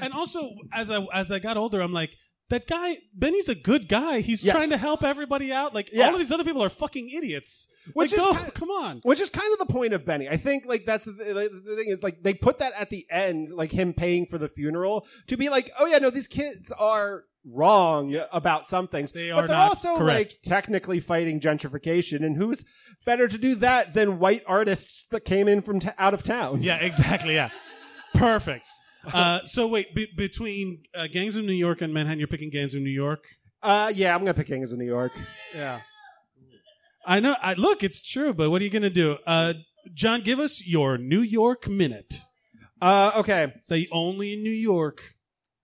and also as I as I got older, I'm like that guy Benny's a good guy. He's Yes. trying to help everybody out. Like all Yes. of these other people are fucking idiots. Which Like, is go- ki- come on. Which is kind of the point of Benny. I think like that's the, the, the thing is like they put that at the end, like him paying for the funeral to be like, oh yeah, no, these kids are wrong about some things. They but are they're not also correct. like technically fighting gentrification, and who's better to do that than white artists that came in from t- out of town? Yeah, exactly. Yeah, perfect. Uh, so wait, be- between uh, Gangs of New York and Manhattan, you're picking Gangs of New York. Uh, yeah, I'm gonna pick Gangs of New York. Yeah, I know. I look, it's true. But what are you gonna do, uh, John? Give us your New York minute. Uh, okay. They only in New York.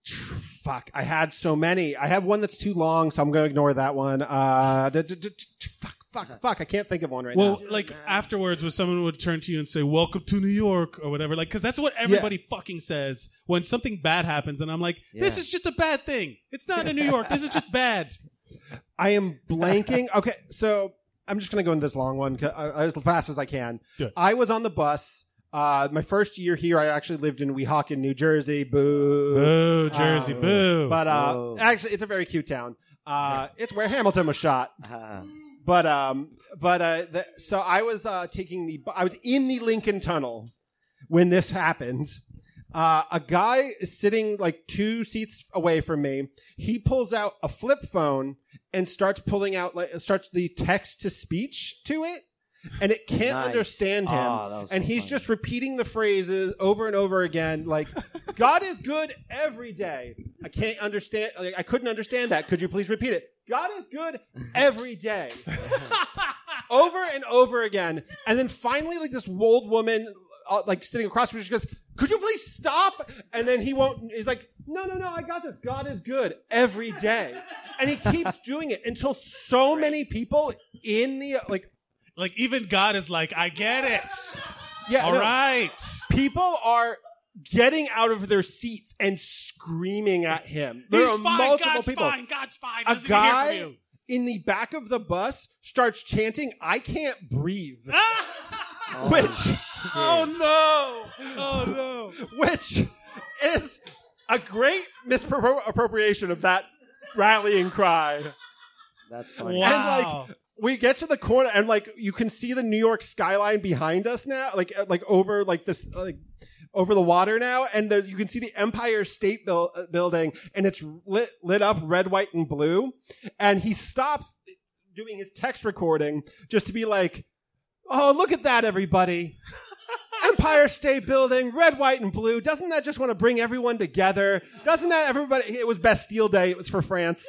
Tr- Fuck, I had so many. I have one that's too long, so I'm gonna ignore that one. Uh, d- d- d- d- fuck, fuck, fuck. I can't think of one right now. Well, like afterwards, when someone would turn to you and say "Welcome to New York" or whatever, like because that's what everybody fucking says when something bad happens, and I'm like, "This Yeah. is just a bad thing. It's not in New York. This is just bad." I am blanking. okay, so I'm just going to go into this long one 'cause- uh, as fast as I can. Do it. I was on the bus. Uh, my first year here, I actually lived in Weehawken, New Jersey. Boo. Boo, Jersey, Uh, boo. But uh, Whoa. actually, it's a very cute town. Uh, it's where Hamilton was shot. Ah. But um, but uh, the, so I was uh, taking the bu- I was in the Lincoln Tunnel when this happened. Uh, a guy is sitting like two seats away from me. He pulls out a flip phone and starts pulling out like starts the text to speech to it, and it can't Nice. understand him. Ah, that was so and he's funny. just repeating the phrases over and over again, like "God is good every day." I can't understand. Like, I couldn't understand that. Could you please repeat it? God is good every day. over and over again. And then finally, like this old woman, uh, like sitting across from her, she goes, Could you please stop? And then he won't, he's like, No, no, no, I got this. God is good every day. And he keeps doing it until so many people in the, like, Like even God is like, I get it. yeah, All no, right. people are getting out of their seats and screaming at him. There He's are fine. multiple God's people. fine. God's fine. A Doesn't even hear from guy- you. in the back of the bus starts chanting, I can't breathe. which, Oh no! Oh no! which is a great misappropriation of that rallying cry. That's funny. Wow! We get to the corner and like you can see the New York skyline behind us now, like uh, like over like this like over the water now, and there's you can see the Empire State Buil- uh, Building, and it's lit lit up red, white, and blue. And he stops doing his text recording just to be like, "Oh, look at that, everybody! Empire State Building, red, white, and blue. Doesn't that just want to bring everyone together? Doesn't that everybody? It was Bastille Day. It was for France,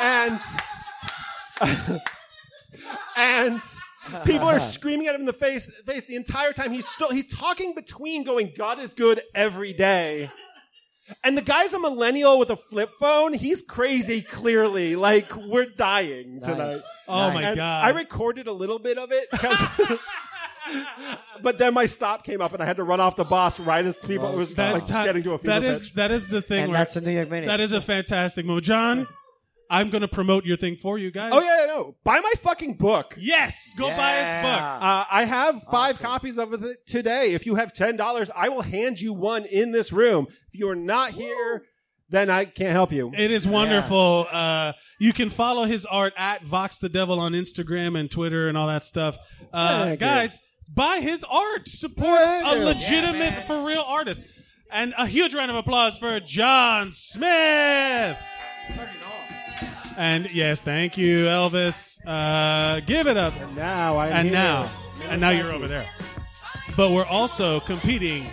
and and." People are screaming at him in the face, face the entire time. He's still he's talking between going, "God is good every day," and the guy's a millennial with a flip phone. He's crazy, clearly. Like we're dying Nice. tonight. Oh Nice. my And god! I recorded a little bit of it, 'cause- but then my stop came up and I had to run off the bus right as people it was That's like ti- getting to a fever that is pitch. that is the thing And where that's a New York minute. that is a fantastic moment, John. I'm gonna promote your thing for you guys. Oh yeah, yeah, no! Buy my fucking book. Yes, go buy his book. Uh, I have five copies of it today. If you have ten dollars, I will hand you one in this room. If you are not here, then I can't help you. It is wonderful. Uh, you can follow his art at Vox the Devil on Instagram and Twitter and all that stuff. Uh, Thank you. guys, buy his art. Support Thank a you. legitimate, for real artist. And a huge round of applause for John Smith. And yes, thank you, Elvis. Uh, give it up. Now I'm And here. now, and now you're over there. But we're also competing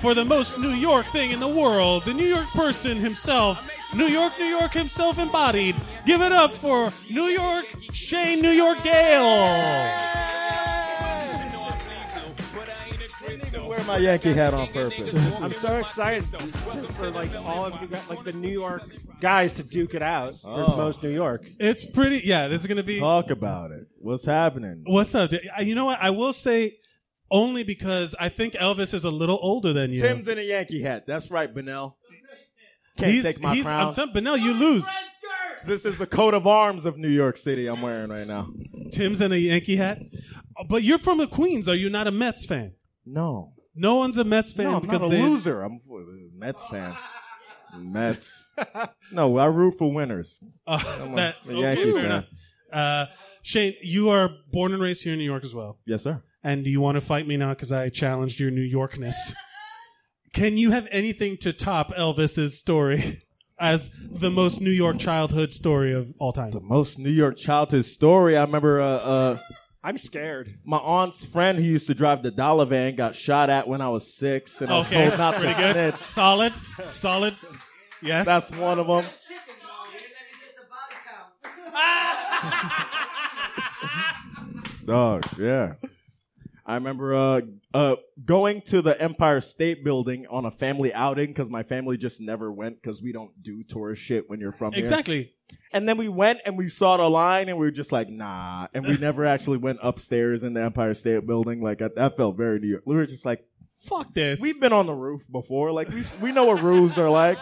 for the most New York thing in the world. The New York person himself, New York, New York himself embodied. Give it up for New York Shane, New York Gale. Wear my Yankee hat on purpose. I'm so excited for like all of you guys, like the New York guys to duke it out for Oh. most New York. It's pretty. Yeah, this is gonna be. Talk about it. What's happening? What's up? dude? You know what? I will say only because I think Elvis is a little older than you. Tim's in a Yankee hat. That's right, Benel. Can't he's, take my he's, crown. I'm telling, but no, you lose. this is the coat of arms of New York City I'm wearing right now. Tim's in a Yankee hat, but you're from the Queens. Are you not a Mets fan? No. No one's a Mets fan no, I'm because not a they, loser. I'm a Mets fan. Mets. No, I root for winners. Uh, I'm a- that, a okay, Yankee fair fan. enough. Uh, Shane, you are born and raised here in New York as well. Yes, sir. And do you want to fight me now because I challenged your New Yorkness? Can you have anything to top Elvis's story as the most New York childhood story of all time? The most New York childhood story. I remember uh, uh, I'm scared. my aunt's friend who used to drive the dollar van got shot at when I was six, and I was Okay, told not pretty to good. snitch. Solid, solid. Yes. That's one of them. Dog, yeah. I remember uh, uh, going to the Empire State Building on a family outing because my family just never went because we don't do tourist shit when you're from here. exactly. And then we went and we saw the line and we were just like, nah. And we never actually went upstairs in the Empire State Building. Like I, that felt very New York. We were just like, Fuck this. we've been on the roof before. Like we we know what roofs are like.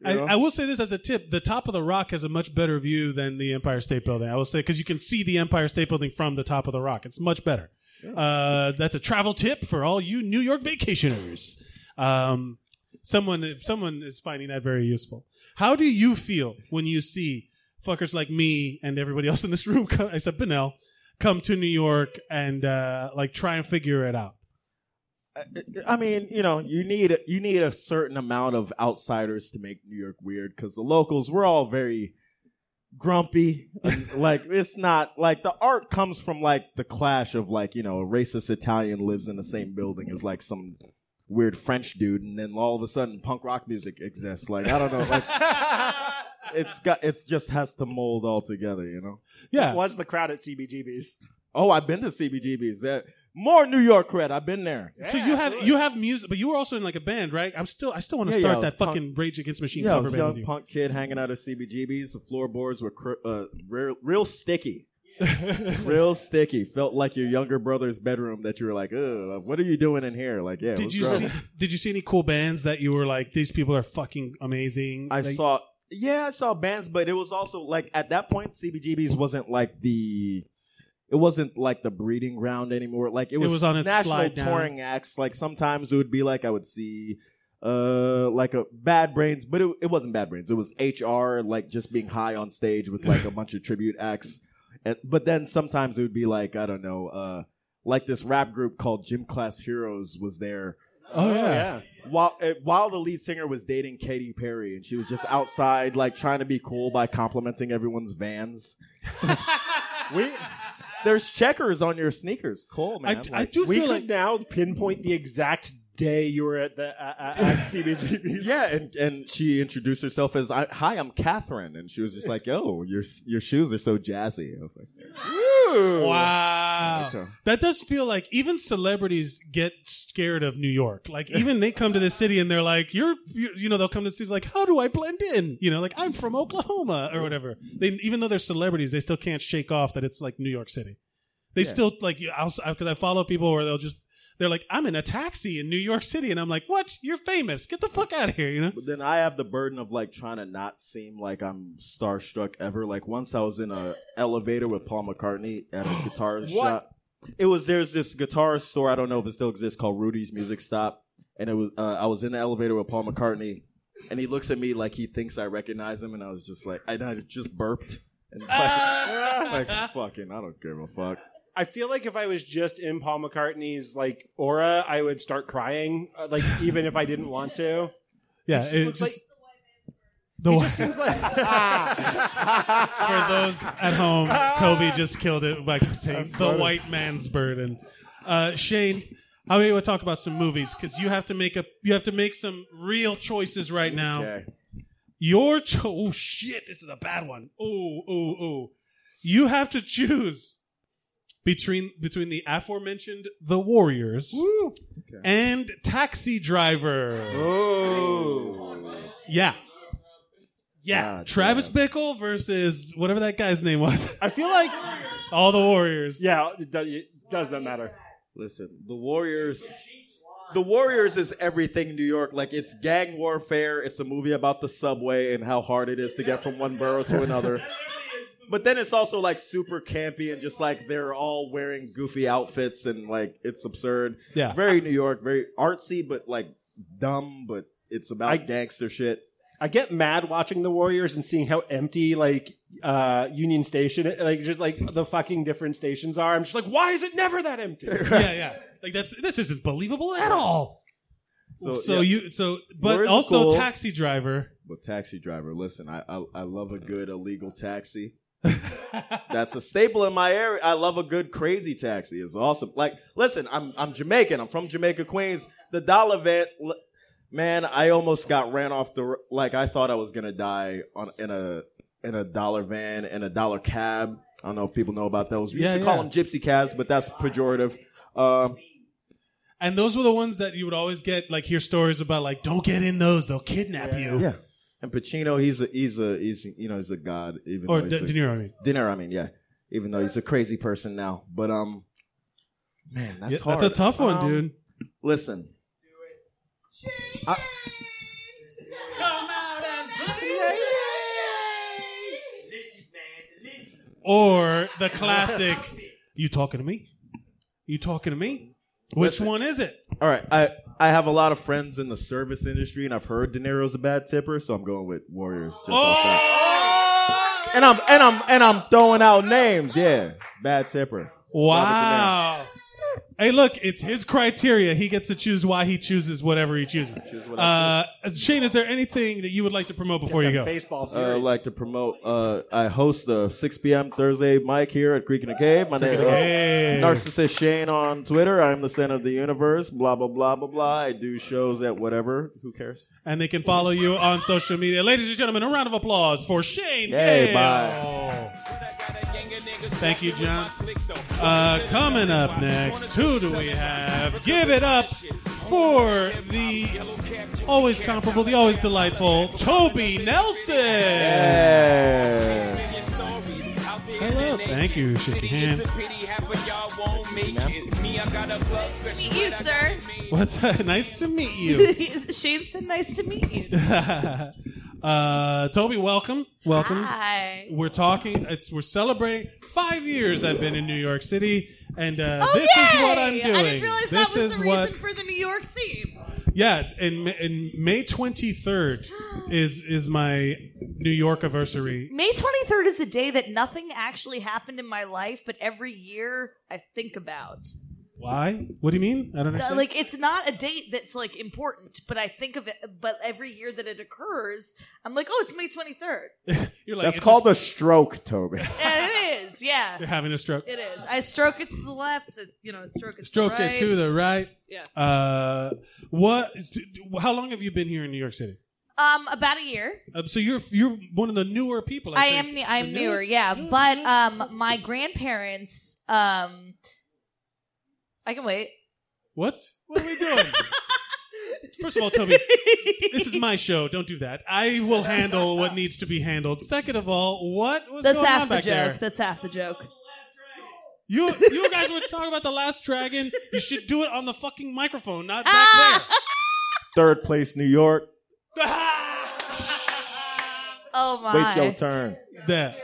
You I, know? I will say this as a tip: the top of the Rock has a much better view than the Empire State Building. I will say because you can see the Empire State Building from the top of the Rock. It's much better. Uh, that's a travel tip for all you New York vacationers. Um, someone, if someone is finding that very useful. How do you feel when you see fuckers like me and everybody else in this room, come, except Benel, come to New York and uh, like try and figure it out? I mean, you know, you need you need a certain amount of outsiders to make New York weird because the locals we're all very grumpy. And, like it's not like the art comes from like the clash of like you know a racist Italian lives in the same building as like some weird French dude, and then all of a sudden punk rock music exists. Like I don't know, like it's got it's just has to mold all together, you know. Yeah. was the crowd at CBGB's. Oh, I've been to CBGBs. That Uh, more New York cred. I've been there. so you have you have music, but you were also in like a band, right? I'm still I still want to Yeah, yeah, I start was that punk- fucking Rage Against the Machine Yeah, I cover was a band with young you. punk kid hanging out at CBGBs. The floorboards were cr- uh, real, real sticky. real sticky. Felt like your younger brother's bedroom that you were like, Ugh, what are you doing in here? Like, yeah. it Did was you gross. see Did you see any cool bands that you were like these people are fucking amazing? I Like- saw, yeah, I saw bands, but it was also like at that point, CBGBs wasn't like the, it wasn't like the breeding ground anymore. Like it was, was on its national slide down. touring acts. Like sometimes it would be like I would see, uh, like a Bad Brains, but it, it wasn't Bad Brains. It was HR, like just being high on stage with like a bunch of tribute acts. And, but then sometimes it would be like I don't know, uh, like this rap group called Gym Class Heroes was there Oh yeah. while uh, while the lead singer was dating Katy Perry, and she was just outside like trying to be cool by complimenting everyone's vans. we there's checkers on your sneakers. Cool, I, man. I Like, do We feel could like now pinpoint the exact day you were at the uh, uh, at CBGB's. yeah, and, and she introduced herself as I, "Hi, I'm Catherine," and she was just like, "Yo, your s- your shoes are so jazzy." I was like, Wow. Okay. That does feel like even celebrities get scared of New York. Like even they come to the city and they're like, "You're, you, you know," they'll come to the city like, "How do I blend in?" You know, like I'm from Oklahoma or whatever. They even though they're celebrities, they still can't shake off that it's like New York City. They still like you- I'll because I follow people where they'll just they're like, "I'm in a taxi in New York City," and I'm like, "What? You're famous? Get the fuck out of here!" You know. But then I have the burden of like trying to not seem like I'm starstruck ever. Like once I was in a elevator with Paul McCartney at a guitarist What? shop. It was there's this guitarist store I don't know if it still exists called Rudy's Music Stop, and it was uh, I was in the elevator with Paul McCartney, and he looks at me like he thinks I recognize him, and I was just like and I just burped and like, like fucking I don't give a fuck. I feel like if I was just in Paul McCartney's like aura, I would start crying, uh, like even if I didn't want to. Yeah. It looks just- like- the He wa- just seems like For those at home, Toby just killed it by saying the white man's burden. Uh, Shane, how about we talk about some movies? Because you have to make a you have to make some real choices right now. Okay. Your cho- oh shit, this is a bad one. Oh oh oh, you have to choose between between the aforementioned The Warriors and Taxi Driver. Oh. Yeah. Yeah, Ah, Travis Bickle versus whatever that guy's name was. I feel like All the Warriors. yeah, it, does, it doesn't matter. Listen, the Warriors. The Warriors is everything New York. Like it's gang warfare. It's a movie about the subway and how hard it is to get from one borough to another. But then it's also like super campy and just like they're all wearing goofy outfits and like it's absurd. Yeah. Very New York, very artsy but like dumb, but it's about I- gangster shit. I get mad watching the Warriors and seeing how empty like uh Union Station, like just like the fucking different stations are. I'm just like, why is it never that empty? yeah, yeah. Like that's this isn't believable at all. So, So, yeah. you so but Warriors are also cool. taxi driver. But taxi driver, listen, I, I I love a good illegal taxi. That's a staple in my area. I love a good crazy taxi. It's awesome. Like, listen, I'm I'm Jamaican. I'm from Jamaica, Queens. The dollar van, l- man. I almost got ran off the. r- Like, I thought I was gonna die on in a in a dollar van and a dollar cab. I don't know if people know about those. We used Yeah, to call yeah. them gypsy cabs, but that's pejorative. Um, And those were the ones that you would always get like hear stories about like don't get in those, they'll kidnap you. yeah. And Pacino, he's a he's a he's you know he's a god. Even Or though De, he's a- De Niro, I mean. dinner. I mean, yeah. Even though he's a crazy person now, but um, man, that's Yeah, hard. That's a tough one, Um, dude. Listen, Or the classic You talking to me? You talking to me? Which one is it? all right, I I have a lot of friends in the service industry, and I've heard De Niro's a bad tipper, so I'm going with Warriors. Just off that. Oh! And I'm and I'm and I'm throwing out names. Yeah, bad tipper. Wow. Hey, look, it's his criteria. He gets to choose why he chooses whatever he chooses. Uh, Shane, is there anything that you would like to promote before you go? Baseball Uh, I'd like to promote. Uh, I host the 6 p.m. Thursday mic here at Creek in the Cave. My name is Narcissist Shane on Twitter. I'm the center of the universe. Blah blah blah blah blah. I do shows at whatever. Who cares? And they can follow you on social media. Ladies and gentlemen, a round of applause for Shane. Hey, Gale. bye. Thank you, John. Uh, coming up next, who do we have? Give it up for the always comparable, the always delightful Toby Nelson. Hello. Thank you. Shake your hand. Meet you, sir. What's up? Nice to meet you. Shane said, "Nice to meet you." uh, Toby, welcome. Welcome. Hi. We're talking. It's we're celebrating five years. I've been in New York City, and uh, Oh, this yay! is what I'm doing. I didn't realize this that was is the what. reason for the New York theme. yeah, and Ma- and May 23rd is is my New York anniversary. May 23rd is a day that nothing actually happened in my life, but every year I think about. Why? What do you mean? I Uh, don't understand. Like it's not a date that's like important, but I think of it. But every year that it occurs, I'm like, oh, it's May 23rd. You're like That's it's called a stroke, Toby. And it is, yeah, just- you're having a stroke. it is. I stroke it to the left, I- you know, stroke it. Stroke to the right. it to the right. Yeah. Uh, what? How long have you been here in New York City? Um, about a year. Um, so you're you're one of the newer people. I, I think. am. ne- I am The newer. newest? Yeah, but um, my grandparents. Um, I can wait. What? What are we doing? First of all, Toby, this is my show. Don't do that. I will handle what needs to be handled. Second of all, what was That's going half on the back joke. there? That's half the joke. You you guys were talking about the last dragon. You should do it on the fucking microphone, not back Ah! Third place, New York. Oh my. Wait your turn. there.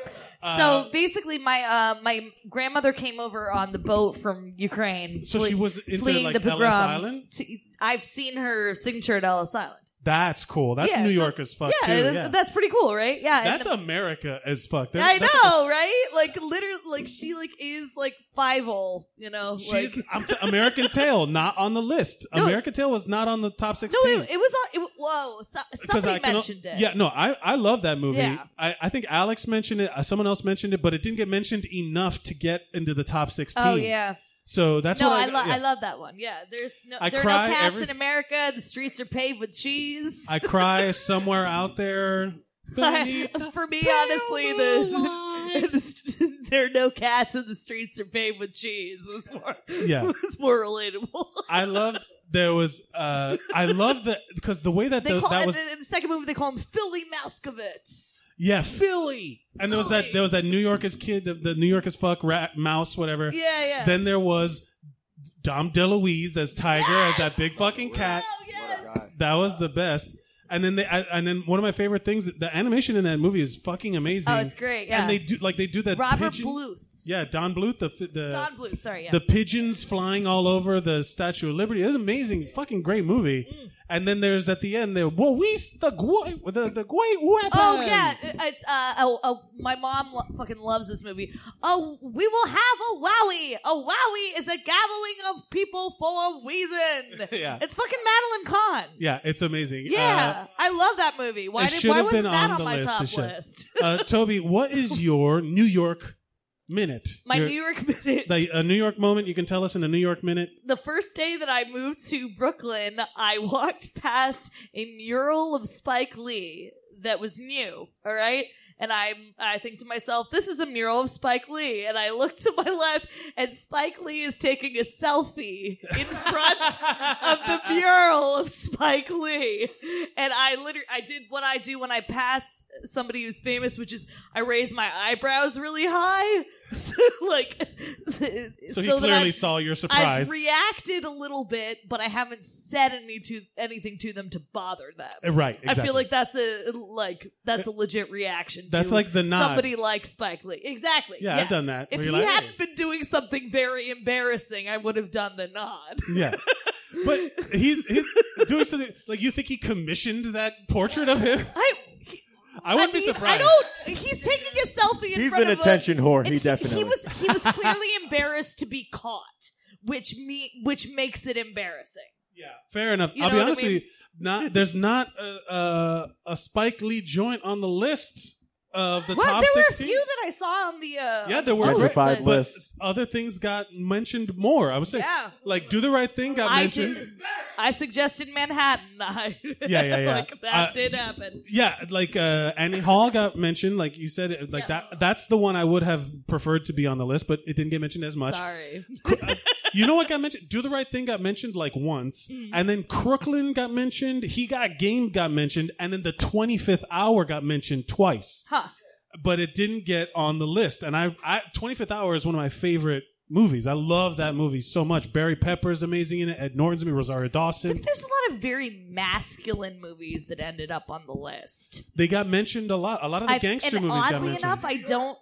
there. So basically, my uh, my grandmother came over on the boat from Ukraine. So fle- she was into, fleeing like, the Ellis pogroms. Island? to- I've seen her signature at Ellis Island. That's cool. That's Yeah, New so- York as fuck yeah, too. that's, yeah. that's pretty cool, right? Yeah, That's and- America as fuck. That- I that's know, right? Like literally, like she like is like five hole, you know. She's like, I'm t- American Tail not on the list. No. American Tail was not on the top no, sixteen. it, it was on. It, wa- whoa, so, 'Cause somebody I can o- mentioned it. Yeah, no, I, I love that movie. Yeah. I, I think Alex mentioned it. uh, Someone else mentioned it, but it didn't get mentioned enough to get into the top 16. Oh yeah. So that's no, what I, I, love. yeah. I love that one. Yeah. There's no. I there cry are no cats every- in America. The streets are paved with cheese. I cry somewhere out there. beneath the For me, honestly, the, the st- there are no cats and the streets are paved with cheese was more Yeah. was more relatable. I loved there was uh I love that because the way that They the, call that in was the, in the second movie they call him Philly Mouskovitz. yeah Philly and there was that Philly. there was that New York as kid the, the New York as fuck rat mouse whatever Yeah, yeah. then there was Dom DeLuise as Tiger as that big fucking cat oh yes. That was the best. And then they, I, and then one of my favorite things, the animation in that movie is fucking amazing. Oh, it's great. Yeah. And they do like they do that. Robert pigeon, Bluth. Yeah, Don Bluth. The fi- the Don Bluth. Sorry. Yeah. the pigeons flying all over the Statue of Liberty. It was amazing. Fucking great movie. Mm. And then there's at the end there. Well, we s- the guay the the guay weapon. Oh yeah, it's uh oh, oh my mom lo- fucking loves this movie. Oh, we will have a wowie. A wowie is a gathering of people for a reason. Yeah. It's fucking Madeline Kahn. Yeah, it's amazing. Yeah, I love that movie. Why it did should why have been wasn't that on on, the my list. It top should. list? Uh, uh, Toby, what is your New York minute? My Your- New York minute. the, a New York moment. You can tell us in a New York minute. the first day that I moved to Brooklyn, I walked past a mural of Spike Lee that was new, all right? And I I think to myself, this is a mural of Spike Lee. And I look to my left and Spike Lee is taking a selfie in front of the mural of Spike Lee. And I literally I did what I do when I pass somebody who's famous, which is I raise my eyebrows really high. So, like so So he that clearly I- saw your surprise. I've reacted a little bit, but I haven't said any to anything to them to bother them. Uh, Right. I exactly. Uh, feel like that's a like that's a legit reaction. That's to like the nod. somebody like Spike Lee. Exactly. Yeah, I've done that. If Where he you're like, hadn't been doing something very embarrassing, I would have done the nod. "Hey." yeah. But he's, he's doing something like you think he commissioned that portrait of him. I. I wouldn't I mean, be surprised. I don't. He's taking a selfie. In He's front an of a- attention whore. and He definitely. He was. He was clearly embarrassed to be caught. which me which makes it embarrassing. Yeah, fair enough. You I'll know be what I honest mean? with you. Not there's not a, a, a Spike Lee joint on the list of the What? top there were sixteen. a few that I saw on the uh, yeah, there were Gentrified but but list. other things got mentioned more. I would say, Yeah. like "Do the Right Thing" got I mentioned. did. I suggested Manhattan. I, Yeah, yeah, yeah. like that Uh, did happen. Yeah, like uh, Annie Hall got mentioned. Like you said, it- like Yeah. that. That's the one I would have preferred to be on the list, but it didn't get mentioned as much. Sorry. You know what got mentioned? Do the right thing got mentioned like once, Hmm. and then Crooklyn got mentioned. He got game got mentioned, and then the twenty fifth hour got mentioned twice, Huh. but it didn't get on the list. And I, I twenty fifth hour is one of my favorite movies. I love that movie so much. Barry Pepper is amazing in it. Ed Norton's amazing. Rosario Dawson. But there's a lot of very masculine movies that ended up on the list. They got mentioned a lot. A lot of the I've- gangster and movies got oddly mentioned. enough, I don't.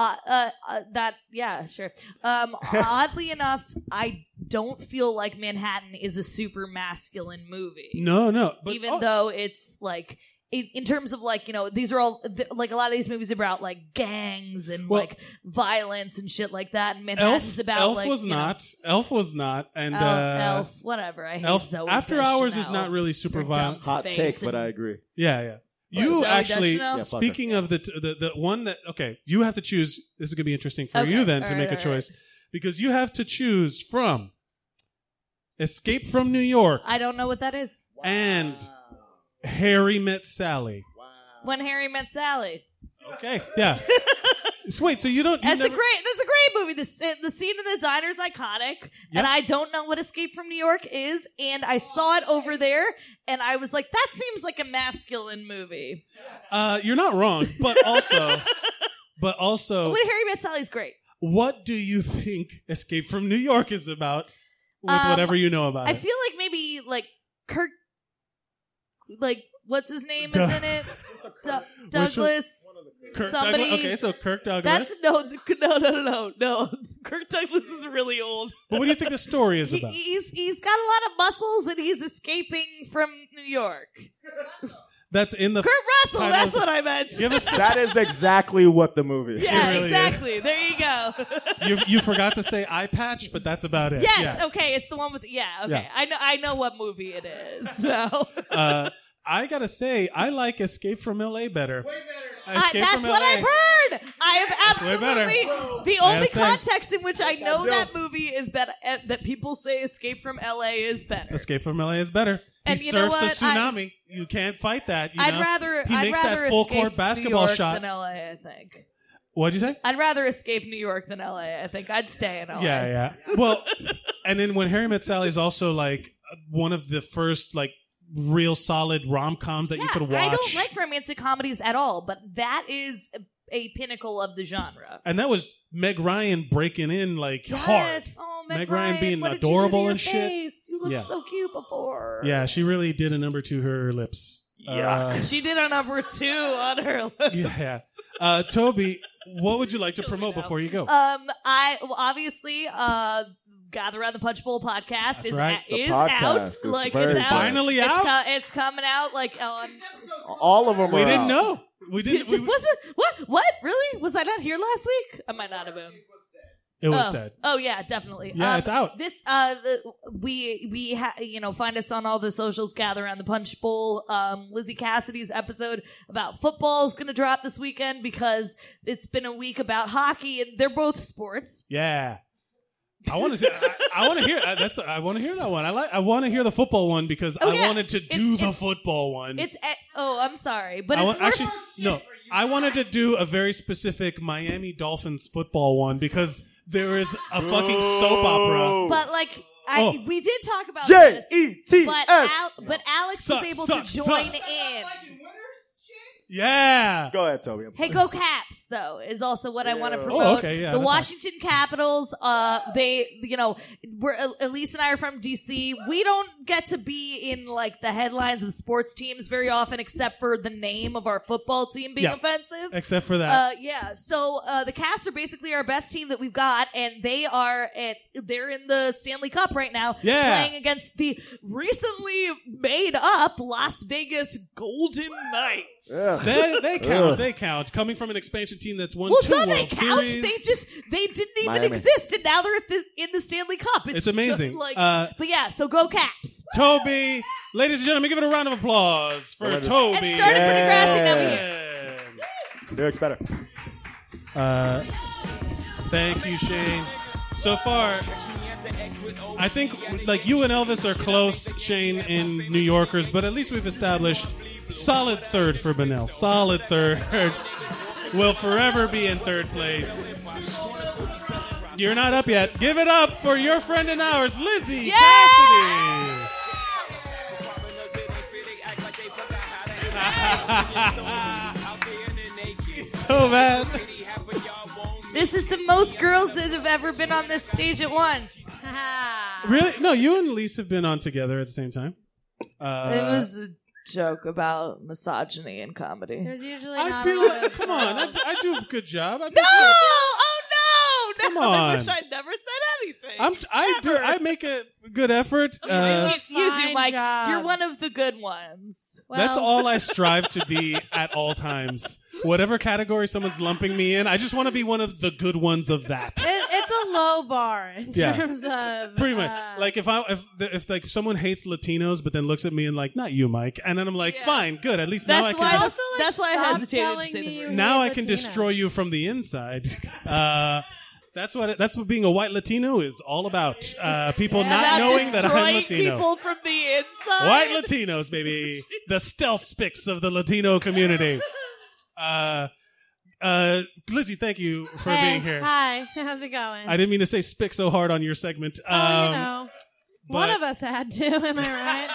Uh, uh, uh, that yeah, sure. Um, oddly enough, I don't feel like Manhattan is a super masculine movie. no, no. But even oh, though it's like in, in terms of like you know these are all th- like a lot of these movies are about like gangs and Well- like violence and shit like that and Manhattan's Elf, about Elf like was you know, not. Elf was not. And Elf, uh, Elf, whatever. I hate Elf- Zoe After Hours is Deschanel. not really super Her violent. dumb Hot face take, but and- I agree. Yeah, yeah. What, You Zoe actually Deschanel? Yeah, fuck her. speaking of the, the the one that okay, you have to choose. This is gonna be interesting for Okay, you then to alright, make a alright. choice because you have to choose from Escape from New York I don't know what that is. and Harry Met Sally. When Harry Met Sally. Okay, yeah. so wait, so you don't? You That's never, a great. That's a great movie. The s- the scene in the diner is iconic, and I don't know what Escape from New York is. And I saw it over there, and I was like, that seems like a masculine movie. uh, you're not wrong, but also, but also, When Harry Met Sally's great. what do you think Escape from New York is about? With Um, whatever you know about I it, feel like maybe like Kirk, like what's his name Doug- is in it, Du- Which one- Douglas. Kirk somebody- Douglas. Okay, so Kirk Douglas. That's no, no, no, no, no, no. Kirk Douglas is really old. but what do you think the story is He, about? he's he's got a lot of muscles and he's escaping from New York. That's in the Kurt Russell, Titles- that's what I meant. Give us. That is exactly what the movie. is. yeah, really is. exactly. There you go. You, you forgot to say eye patch, but that's about it. yes, Yeah. okay, it's the one with yeah, okay. Yeah. I know I know what movie it is. So Uh, I gotta say, I like Escape from L.A. better. Way better. I, Escape that's from what LA. I've heard. I have way better. absolutely the I only say- context in which I know that movie is that uh, that people say Escape from L.A. is better. Escape from L.A. is better. He And you know surfs a what? I- tsunami. you can't fight that. You I'd know? rather he I'd makes rather that full escape court basketball New York shot. than L.A. I think What'd you say? I'd rather escape New York than L.A. I think I'd stay in L.A. Yeah, yeah. Well, and then when Harry Met Sally is also like one of the first like real solid rom coms that you Yeah, could watch. I don't like romantic comedies at all, but that is a pinnacle of the genre. and that was Meg Ryan breaking in like hard. Yes. Oh, Meg, Meg Ryan being what did adorable you do to and your shit. face? You looked Yeah. so cute before. Yeah, she really did a number to her lips. Uh, She did a number two on her list. yeah, yeah. Uh, Toby, what would you like to promote now. before you go? Um, I well, obviously uh, Gather Around the Punch Bowl podcast That's is right. out- It's a is podcast. out. It's like very it's out. good. Finally It's, out? co- it's coming out like on. All of them. we are didn't out. know. We didn't. We, what, what? What? Really? Was I not here last week? I might not have been. it was oh. said. Oh yeah, definitely. Yeah, Um, it's out. This uh, the, we we ha- you know find us on all the socials. Gather around the punch bowl. Um, Lizzie Cassidy's episode about football is going to drop this weekend because it's been a week about hockey and they're both sports. Yeah. I want to. I, I want to hear. I, that's. I want to hear that one. I like. I want to hear the football one because Oh, I yeah. wanted to do It's- the it's- football one. It's a- oh, I'm sorry, but I it's want, worth- actually no. I wanted to do a very specific Miami Dolphins football one because there is a fucking soap opera. but like I Oh. we did talk about J this, E T but S. Al- but Alex Suck, was able suck, to suck. join in. Yeah. Go ahead, Toby. I'm Hey, go Caps! Though is also what I want to Yeah. promote. Oh, okay, yeah, the that's Washington Capitals. Uh, they, you know, we're Elise and I are from DC. We don't get to be in like the headlines of sports teams very often, except for the name of our football team being Yeah. offensive. Except for that. Uh, yeah. So uh, the Cavs are basically our best team that we've got, and they are at they're in the Stanley Cup right now, Yeah. playing against the recently made up Las Vegas Golden Knights. they, they count. They count. Coming from an expansion team that's won Well, two no, World they count. Series. They just they didn't even Miami. exist, and now they're at the, in the Stanley Cup. It's, It's amazing. just like, Uh, but yeah, so go Caps. Toby, ladies and gentlemen, give it a round of applause for Toby. And started for Degrassi. Now we here. Derek's better. Uh, thank you, Shane. So far, I think like you and Elvis are close, Shane, in New Yorkers, but at least we've established solid third for Benel. Solid third will forever be in third place. You're not up yet. Give it up for your friend and ours, Lizzie Yeah! Cassidy. so bad. This is the most girls that have ever been on this stage at once. it Really? No, you and Lise have been on together at the same time. Uh, was a joke about misogyny and comedy. There's usually I not feel a lot like, of- come on, I, I do a good job. I do No! good. Oh no! No! Come I wish on. I'd never said anything. I'm, I do. I make a good effort. Uh, It's a Oh, you do, fine Mike. job. You're one of the good ones. Well, that's all I strive to be at all times. Whatever category someone's lumping me in, I just want to be one of the good ones of that. It, it's a low bar in Yeah. terms of Pretty uh, much. Like if I if the- if like someone hates Latinos, but then looks at me and like, not you, Mike, and then I'm like, Yeah. fine, good. At least now I That's can. why. Also, like, that's why I stop hesitated to telling say the me word. you now I hate can Latinos. destroy you from the inside. Uh, that's what it, that's what being a white Latino is all about. Uh, people not About knowing that I'm destroying Latino. people from the inside. White Latinos, baby, the stealth spics of the Latino community. Uh, uh, Lizzie, thank you for Hey, being here. Hi, how's it going? I didn't mean to say spick so hard on your segment. Oh, um, you know, but- one of us had to. Am I right?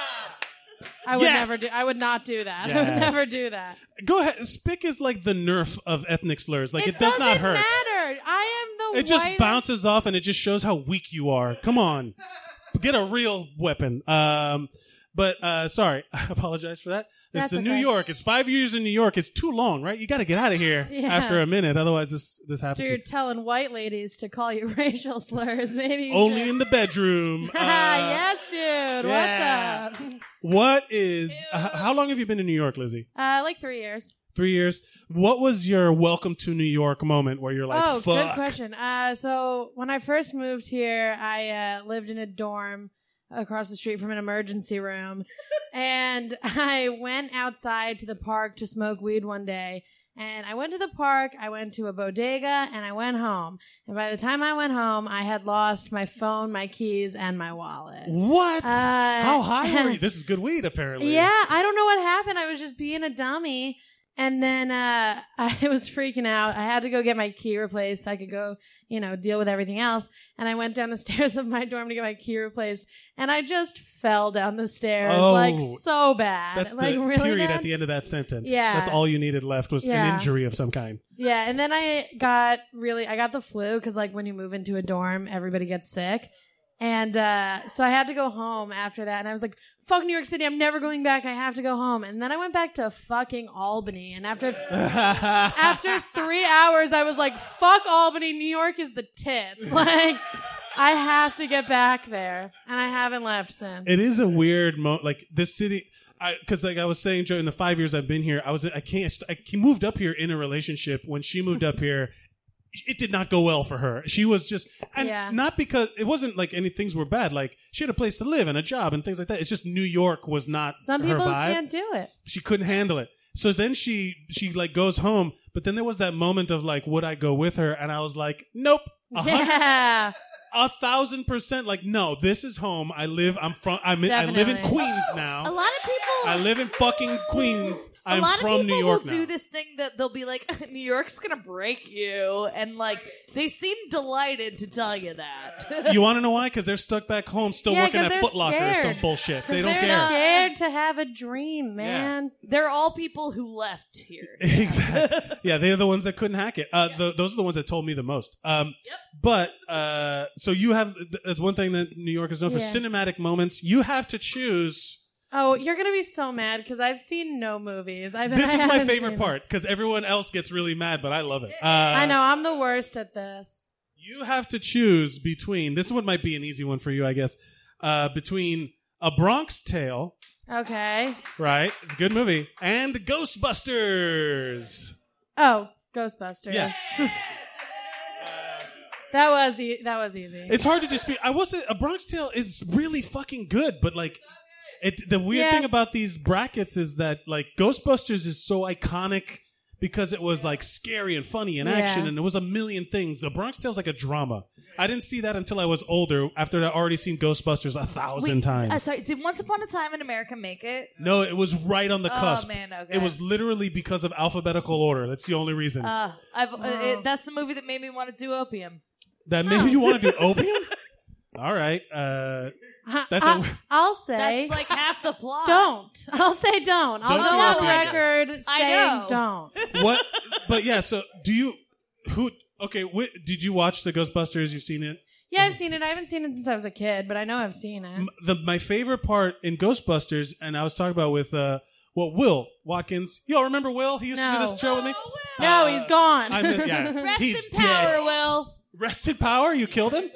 I would Yes! never do. I would not do that. I Yes. would never do that. Go ahead. Spick is like the nerf of ethnic slurs. Like it, does doesn't not hurt. matter. I am the. It just whitest- bounces off and it just shows how weak you are. Come on. Get a real weapon. Um, but uh, sorry, I apologize for that. It's That's the New okay. York. It's five years in New York. It's too long, right? You got to get out of here Yeah. after a minute. Otherwise, this this After happens. to you're telling white ladies to call you racial slurs, maybe you Only should- Ah, in the bedroom. Uh, yes, dude. yeah. What's up? What is? h- how long have you been in New York, Lizzie? Uh, like three years. Three years. What was your welcome to New York moment where you're like, oh, "Fuck"? good question. Uh, so when I first moved here, I uh, lived in a dorm across the street from an emergency room, and I went outside to the park to smoke weed one day. And I went to the park, I went to a bodega, and I went home. And by the time I went home, I had lost my phone, my keys, and my wallet. What? Uh, how high were you? This is good weed, apparently. Yeah, I don't know what happened. I was just being a dummy. And then uh, I was freaking out. I had to go get my key replaced so I could go, you know, deal with everything else. And I went down the stairs of my dorm to get my key replaced. And I just fell down the stairs, Oh, like so bad. That's like the really period bad. at the end of that sentence. Yeah. That's all you needed left was an Yeah. injury of some kind. Yeah, and then I got really I got the flu because like when you move into a dorm, everybody gets sick, and uh, so I had to go home after that. And I was like, "Fuck New York City, I'm never going back. I have to go home." And then I went back to fucking Albany, and after after three hours, I was like, "Fuck Albany, New York is the tits." Like, I have to get back there, and I haven't left since. It is a weird mo Like this city, because like I was saying, Joe, in the five years I've been here, I was I can't I moved up here in a relationship. When she moved up here, it did not go well for her. She was just and Yeah. not because it wasn't like any things were bad. Like she had a place to live and a job and things like that. It's just New York was not Some her people vibe. can't do it. she couldn't handle it. So then she she like goes home, but then there was that moment of like, would I go with her? And I was like, nope. A hundred- Yeah. a thousand percent like no this is home i live i'm from i'm in, i live in Definitely. queens A now lot of people. i live in fucking queens i'm a lot from of people new york will now do this thing that they'll be like, "New York's gonna break you," and like they seem delighted to tell you that. You want to know why? Because they're stuck back home still Yeah, working 'cause at they're Foot Locker or some scared. bullshit. They Because don't they're scared care. to have a dream, man. They're all people who left here. exactly. Yeah, they're the ones that couldn't hack it. Uh, tho- those are the ones that told me the most. Um, But uh, so you have th- that's one thing that New York is known Yeah. for cinematic moments. You have to choose. Oh, you're gonna be so mad because I've seen no movies. I've, This I is my haven't favorite seen- part because everyone else gets really mad, but I love it. Uh, I know I'm the worst at this. You have to choose between. This one might be an easy one for you, I guess. Uh, between a Bronx Tale, Okay. right? It's a good movie, and Ghostbusters. Oh, Ghostbusters. Yes. that was e- that was easy. It's hard to dispute. I wasn't. A Bronx Tale is really fucking good, but like, it. The weird Yeah. thing about these brackets is that like Ghostbusters is so iconic because it was like scary and funny and action, Yeah. and there was a million things. A Bronx Tale's like a drama. I didn't see that until I was older, after I'd already seen Ghostbusters a thousand Wait, times. Uh, sorry, did Once Upon a Time in America make it? No, it was right on the Oh, cusp. man, okay. It was literally because of alphabetical order. That's the only reason. Uh, I've, uh, it, that's the movie that made me want to do opium. that maybe you want to do opium? All right. Uh, that's I, a, I'll say That's like half the plot. don't. I'll say don't. I'll Don't go do on opium. record I saying know. don't. what? But yeah, so do you who okay, wh- did you watch the Ghostbusters? You've seen it? Yeah, I've seen it. I haven't seen it since I was a kid, but I know I've seen it. M- The my favorite part in Ghostbusters and I was talking about with uh well, Will Watkins. Y'all remember Will? He used to do No. this show with me. no, he's gone. I miss- yeah. Rest He's in power, dead. Will. Rest in power. You killed him.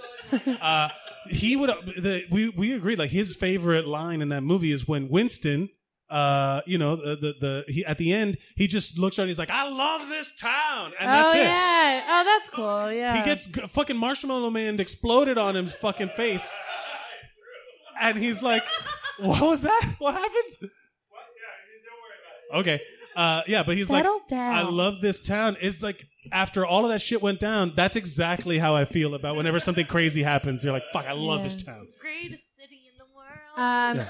Uh, he would. The, we we agreed. Like his favorite line in that movie is when Winston. Uh, you know the the, the he, at the end he just looks around. and He's like, I love this town, and oh that's it. yeah. Oh, that's cool. Yeah. He gets g- fucking Marshmallow Man exploded on his fucking face, and he's like, "What was that? What happened?" Okay, uh, yeah, but he's Settle like, down. "I love this town." It's like after all of that shit went down, that's exactly how I feel about whenever something crazy happens. You're like, "Fuck, I love Yeah. this town." Greatest city in the world. Um, yeah.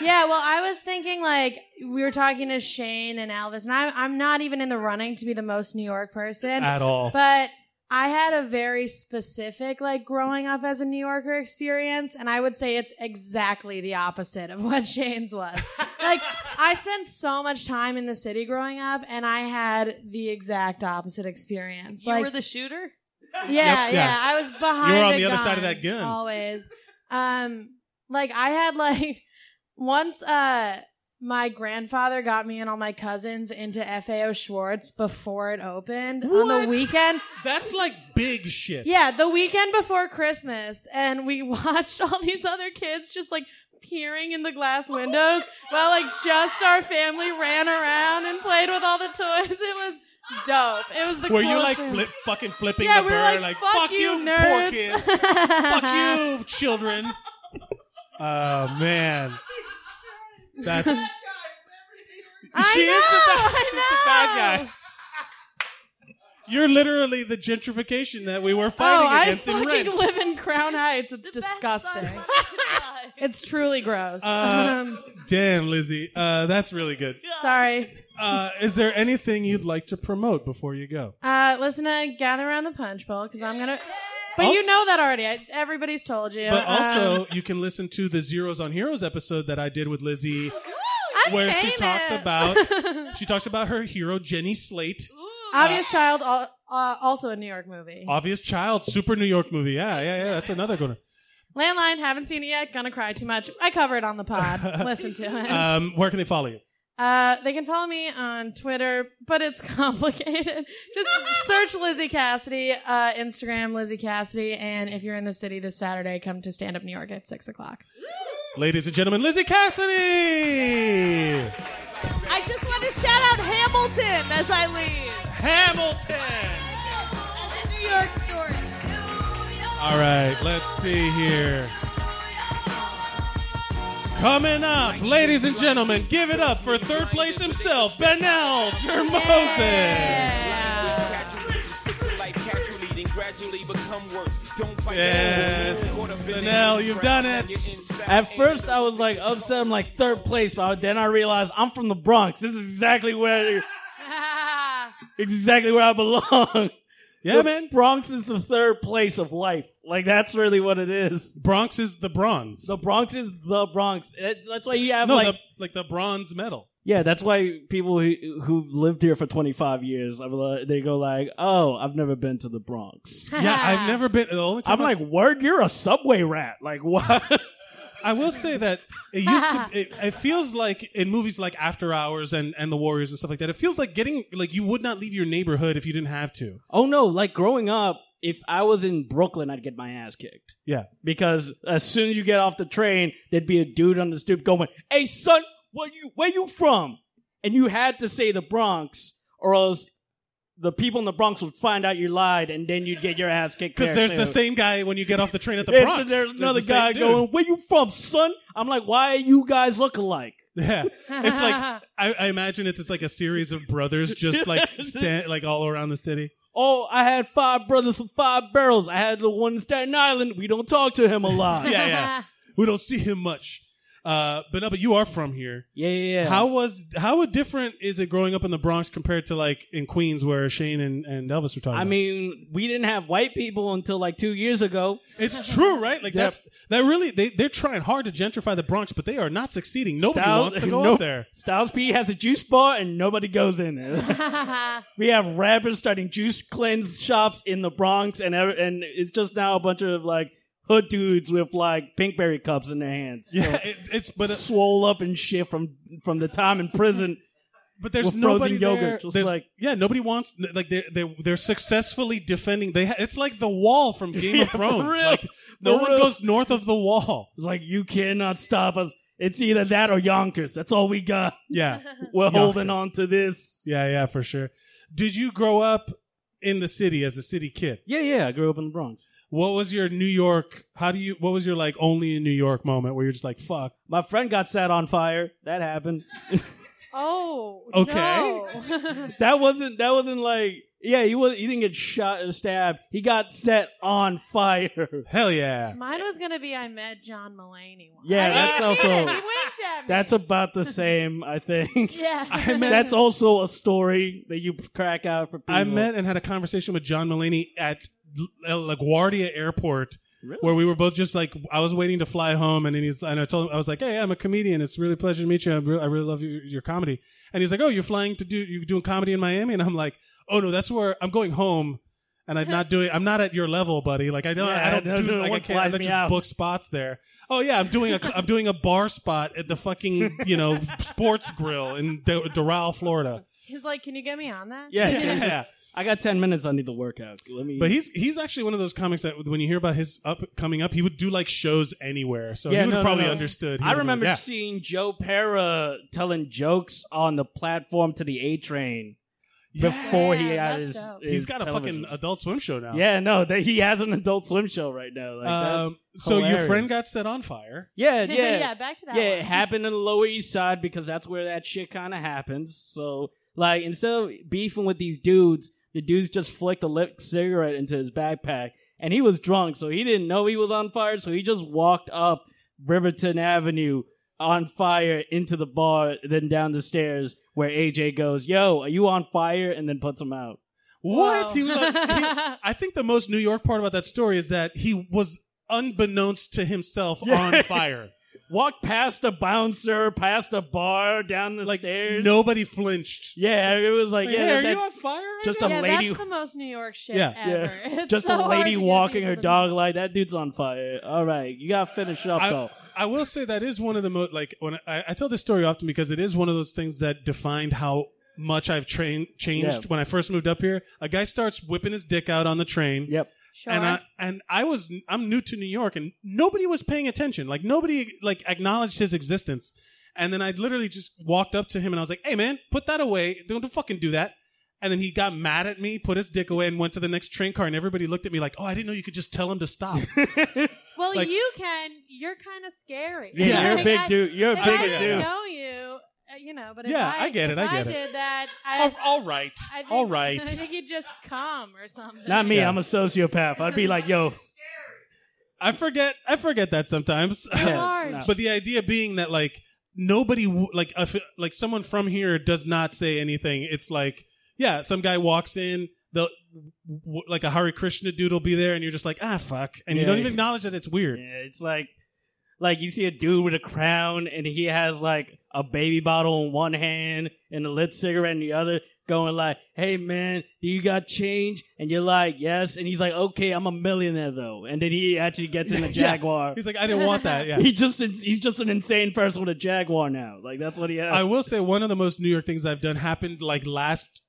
Yeah. well, I was thinking like we were talking to Shane and Elvis, and I'm I'm not even in the running to be the most New York person, At all. but I had a very specific like growing up as a New Yorker experience, and I would say it's exactly the opposite of what Shane's was. like I spent so much time in the city growing up, and I had the exact opposite experience. you like were the shooter? yeah, Yep, yeah, yeah. I was behind. You were on a the other gun, side of that gun. always. Um, like I had like once uh my grandfather got me and all my cousins into FAO Schwartz before it opened on the What? weekend. That's like big shit. Yeah, the weekend before Christmas, and we watched all these other kids just like peering in the glass windows while like just our family ran around and played with all the toys. It was dope. It was the Were you coolest like thing. flip, fucking flipping Yeah, the we bird? were like, fuck, you, nerds. poor kids. fuck you, children. Oh man, that's. I She is the bad- she's the know, I bad know. guy. You're literally the gentrification that we were fighting oh, against I in fucking Rent. live in Crown Heights. It's The best disgusting. son of a- It's truly gross. Uh, um, Damn, Lizzie, uh, that's really good. sorry. Uh, is there anything you'd like to promote before you go? Uh, listen to Gather Around the Punch Bowl because I'm gonna. But you Also- know that already. I, everybody's told you. But Um, also, you can listen to the Zeros on Heroes episode that I did with Lizzie, I'm where she famous. talks about she talks about her hero Jenny Slate, Obvious Child, al- uh, also a New York movie. obvious child, super New York movie. Yeah, yeah, yeah. That's another good one. Landline, haven't seen it yet. Gonna cry too much. I cover it on the pod. listen to it. Um, where can they follow you? Uh, they can follow me on Twitter, but it's complicated. Just search Lizzie Cassidy, uh, Instagram Lizzie Cassidy, and if you're in the city this Saturday, come to Stand Up New York at six o'clock. Ladies and gentlemen, Lizzie Cassidy! I just want to shout out Hamilton as I leave. Hamilton! As a New York story. All right, let's see here. Coming up, ladies and gentlemen, give it up for third place himself, Benel Germosis! Life casually, then gradually become worse. Don't fight Yes. Benel, you've done it. At first, I was like upset. I'm like third place, but then I realized I'm from the Bronx. This is exactly where, exactly where I belong. Yeah, The man. Bronx is the third place of life. Like that's really what it is. Bronx is the bronze. The Bronx is the Bronx. That- That's why you have no, like the, like the bronze medal. yeah. That's why people who who lived here for twenty five years, I'm like- they go like, oh, I've never been to the Bronx. Yeah, I've never been. The only time I'm like, word, you're a subway rat. Like what? I will say that it used to. It, it feels like in movies like After Hours and and The Warriors and stuff like that. It feels like getting like you would not leave your neighborhood if you didn't have to. oh no! Like growing up, if I was in Brooklyn, I'd get my ass kicked. Yeah. because as soon as you get off the train, there'd be a dude on the stoop going, "Hey, son, where you where you from?" And you had to say the Bronx, or else the people in the Bronx would find out you lied, and then you'd get your ass kicked. Because there, there's the too. same guy when you get off the train at the It's- Bronx. there's another the same guy dude. going, "Where you from, son?" I'm like, "Why are you guys look alike?" Yeah, it's like I, I imagine it's just like a series of brothers just like stand, like all around the city. Oh, I had five brothers with five barrels. I had the one in Staten Island. We don't talk to him a lot. Yeah, yeah. We don't see him much. Uh, but no, but you are from here. yeah, yeah. yeah. How was how different is it growing up in the Bronx compared to like in Queens where Shane and, and Elvis were talking? I about? mean, we didn't have white people until like two years ago. it's true, right? Like Yep. that's that really they they're trying hard to gentrify the Bronx, but they are not succeeding. Nobody Stiles- wants to go nope. up there. Styles P has a juice bar and nobody goes in there. we have rappers starting juice cleanse shops in the Bronx, and ev- and it's just now a bunch of like hood dudes with like pinkberry cups in their hands. Yeah, it, it's But but uh, swole up and shit from from the time in prison. but there's with frozen nobody yogurt, there. just There's- like- yeah, nobody wants like they they are they're successfully defending. They ha- it's like the wall from Game Yeah, of for Thrones. real. Like no For one real. goes north of the wall. It's like you cannot stop us. It's either that or Yonkers. That's all we got. Yeah, We're Yonkers. holding on to this. yeah, yeah, for sure. Did you grow up in the city as a city kid? Yeah, yeah. I grew up in the Bronx. What was your New York? How do you? What was your like only in New York moment where you're just like fuck? My friend got set on fire. That happened. Oh. Okay. no. That wasn't. That wasn't like. Yeah, he was. He didn't get shot or stabbed. He got set on fire. Hell yeah. Mine was gonna be I met John Mulaney. Once. Yeah, I didn't that's see also- him. He winked at me. That's about the same, I think. yeah. I met- That's also a story that you crack out for people. I met and had a conversation with John Mulaney at L- LaGuardia Airport. Where we were both just like, I was waiting to fly home, and then he's, and I told him, I was like, "Hey, I'm a comedian. It's really a pleasure to meet you. I really, I really love your, your comedy." And he's like, "Oh, you're flying to do, you're doing comedy in Miami?" And I'm like, "Oh no, that's where I'm going home, and I'm not doing. I'm not at your level, buddy. Like I don't, Yeah, I don't no, do, no, like I one can't I flies just me out. book spots there. Oh yeah, I'm doing a, I'm doing a bar spot at the fucking, you know, sports grill in Do- Doral, Florida. He's like, can you get me on that? Yeah, yeah. Yeah." I got ten minutes. I need to work out. Let me. But he's he's actually one of those comics that when you hear about his up coming up, he would do like shows anywhere, so Yeah, he would no, have no, probably no. understood. He I would've- remember yeah. seeing Joe Pera telling jokes on the platform to the A train before he Yeah, had that's his, dope. his he's got a television. fucking Adult Swim show now. Yeah, no, that he has an Adult Swim show right now. Like that. Um, so your Hilarious. friend got set on fire. Yeah, yeah, yeah. Back to that. yeah. one. It happened in the Lower East Side because that's where that shit kind of happens. So, like, instead of beefing with these dudes, the dudes just flicked a lit cigarette into his backpack, and he was drunk, so he didn't know he was on fire. So he just walked up Riverton Avenue on fire into the bar, then down the stairs where AJ goes, "Yo, are you on fire?" and then puts him out. What? Whoa. He was like, he- I think the most New York part about that story is that he was unbeknownst to himself on fire. Walked past the bouncer, past the bar, down the stairs. Nobody flinched. Yeah, it was like, Like, yeah, hey, are that- you on fire? Right just now? a yeah, lady- That's the most New York shit Yeah. Yeah. ever. It's just so a hard to lady get walking her people to- dog like that dude's on fire. All right, you gotta finish up I- though. I will say that is one of the most like when I, I tell this story often because it is one of those things that defined how much I've trained changed Yeah. when I first moved up here. A guy starts whipping his dick out on the train. Yep. Sure. And I and I was I'm new to New York and nobody was paying attention. Like nobody like acknowledged his existence. And then I literally just walked up to him and I was like, "Hey man, put that away. Don't fucking do that." And then he got mad at me, put his dick away, and went to the next train car. And everybody looked at me like, "Oh, I didn't know you could just tell him to stop." well, like- you can. You're kind of scary. Yeah, Yeah. you're a Like, big I- dude. You're a If big I dude. didn't know you, uh, you know, but if Yeah, I, I get it, if I get it. did that. Oh, I, all, all right, I think, all I right. think you'd just come or something. Not me. Yeah. I'm a sociopath. I'd be like, yo, I forget. I forget that sometimes. You're Yeah, large. no. but the idea being that like nobody w- like if, like someone from here does not say anything. It's like yeah, some guy walks in. the w- like a Hare Krishna dude will be there, and you're just like, ah, fuck, and you Yeah. don't even acknowledge that it's weird. Yeah, it's like like you see a dude with a crown and he has like a baby bottle in one hand and a lit cigarette in the other going like hey man do you got change and you're like yes and he's like okay i'm a millionaire though and then he actually gets in a jaguar He's like, I didn't want that. Yeah. He's just he's just an insane person with a jaguar now. Like that's what he has. I will say one of the most New York things I've done happened like last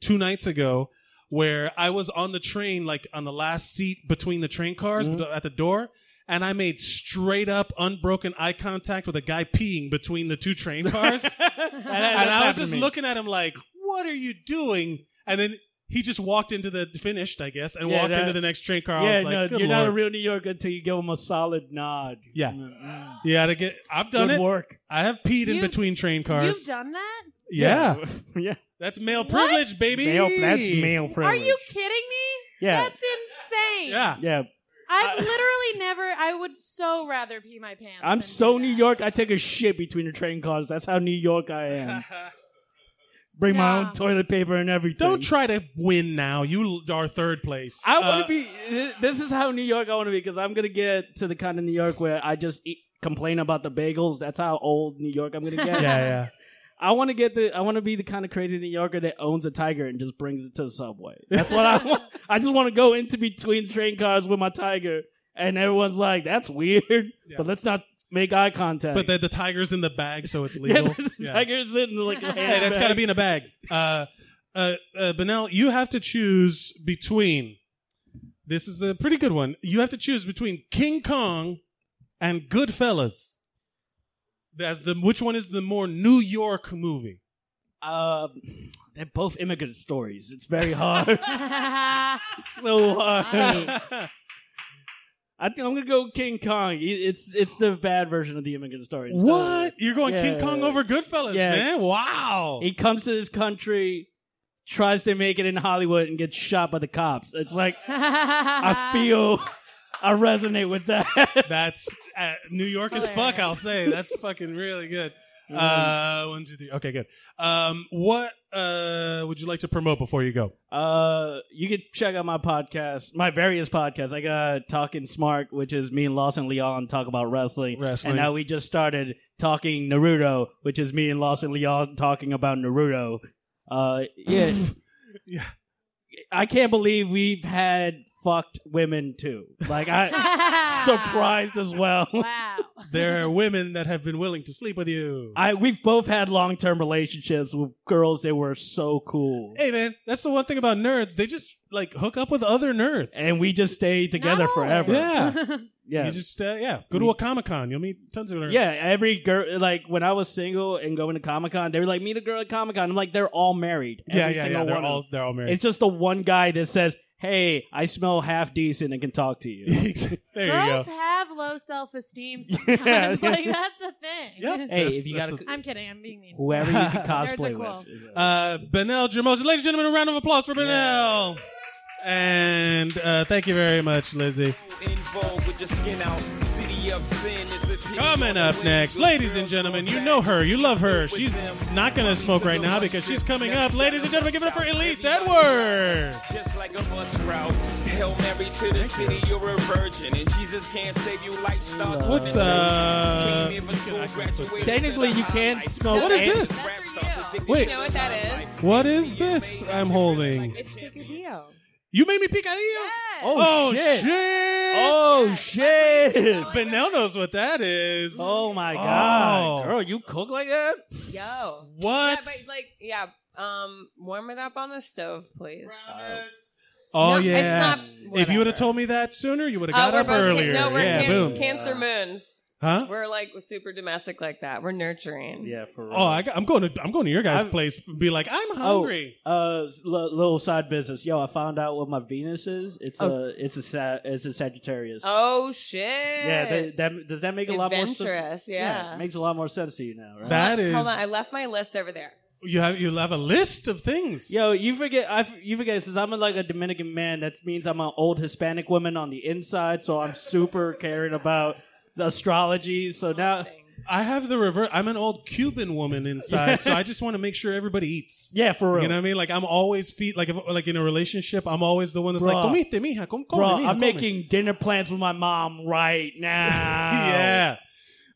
two nights ago, where I was on the train, like on the last seat between the train cars Mm-hmm. bet- at the door, and I made straight up unbroken eye contact with a guy peeing between the two train cars, and, and I was just looking at him like, "What are you doing?" And then he just walked into the finished, I guess, and Yeah, walked that- into the next train car. I Yeah, was like, no, "Good you're not a Lord." real New Yorker until you give him a solid nod. Yeah. Mm-mm. You gotta get. I've done Good it. work. I have peed in You've- between train cars. You've done that? yeah. yeah. That's male privilege, baby. Male, that's male Are privilege. you kidding me? Yeah. That's insane. Yeah. Yeah, I've literally never. I would so rather pee my pants. I'm than so do New that. York. I take a shit between the train cars. That's how New York I am. Bring my Nah. own toilet paper and everything. Don't try to win now. You l- are third place. I want to Uh, be. thi- This is how New York I want to be because I'm gonna get to the kind of New York where I just eat, complain about the bagels. That's how old New York I'm gonna Yeah, get. yeah. I want to get the. I want to be the kind of crazy New Yorker that owns a tiger and just brings it to the subway. That's what I want. I just want to go into between train cars with my tiger, and everyone's like, "That's weird," but let's not make eye contact. But the, the tiger's in the bag, so it's yeah, legal. the Yeah. tiger's in like a Hey, that's got to be in a bag. Uh, uh, uh, Benel, you have to choose between. This is a pretty good one. You have to choose between King Kong and Goodfellas. That's the which one is the more New York movie? Uh, they're both immigrant stories. It's very hard. it's so hard. I think I'm gonna go King Kong. It- It's it's the bad version of the immigrant story. It's what? You're going Yeah. King Kong over Goodfellas, Yeah. man? Wow. the- He comes to this country, tries to make it in Hollywood, and gets shot by the cops. It's like Uh-huh. I feel, I resonate with that. That's uh, New York as fuck. Hilarious. I'll say that's fucking really good. Uh, one, two, three. Okay, good. Um, what uh would you like to promote before you go? Uh, you can check out my podcast, my various podcasts. I got Talking Smart, which is me and Lawson Leon talk about wrestling. Wrestling. And now we just started Talking Naruto, which is me and Lawson Leon talking about Naruto. Uh, yeah. Yeah. I can't believe we've had fucked women too. Like, I surprised as well. Wow. There are women that have been willing to sleep with you. I we've both had long term relationships with girls that were so cool, hey, man, that's the one thing about nerds. They just like hook up with other nerds. and we just stayed together Not always. forever. yeah, yeah. you just uh, yeah, go to a comic con. You'll meet tons of nerds. Yeah, every girl, like when I was single and going to Comic Con, they were like, meet a girl at Comic Con. I'm like, they're all married. Every yeah, yeah, single yeah. They're one of all they're all them. married. It's just the one guy that says, hey, I smell half decent and can talk to you. there you go. Girls have low self esteem sometimes. like that's a thing. Yeah. hey, That's- if you that's got I'm kidding. I'm being mean. whoever you can Nerds are cosplay cool. with. Uh, Benel Germosa. Ladies and gentlemen, a round of applause for Benel. And uh, thank you very much, Lizzie. In vogue with your skin out. City of sin is the pity Coming up next, ladies and gentlemen, you know her, you love her. She's not going to smoke right now because she's coming up. Ladies and gentlemen, give it up for Elise Edwards. Just like a bus route. Hail Mary to the city, you're a virgin. And Jesus can't save you like stars. What's uh? Technically, you can't smoke. What is any- this? Wait. Wait. You know what that is? What is this I'm holding? It's picadillo. You made me picadillo. Oh, shit. Oh, shit. Benel knows what that is. Oh, my Oh. God. Girl, you cook like that? Yo. Yeah, What? but like, yeah. Um, warm it up on the stove, please. Oh No, it's yeah. not- if whatever. you would have told me that sooner, you would have Oh, got we're up both- earlier. No, we're yeah, can- boom. Cancer moons. Huh? We're like super domestic like that. We're nurturing. Yeah, for real. Oh, I got, I'm going to I'm going to your guys' I'm- place. and Be like, I'm Oh, hungry. uh, s- li- little side business. Yo, I found out what my Venus is. It's a, it's a, sa- it's a Sagittarius. Oh shit. Yeah. yeah. That, that- does that make a lot more sense? Adventurous. it yeah. makes a lot more sense to you now, right? that is. Hold on, I left my list over there. you have you have a list of things. Yo, you forget. I f- you forget. Since I'm like a Dominican man, that means I'm an old Hispanic woman on the inside. So I'm super caring about the astrology. So now, I have the reverse. I'm an old Cuban woman inside, so I just want to make sure everybody eats. Yeah, for real. You know what I mean? Like I'm always feed like if, like in a relationship, I'm always the one that's Bruh. like, "Comite, mija, come, come, Bro, mija, I'm come." making dinner plans with my mom right now. yeah,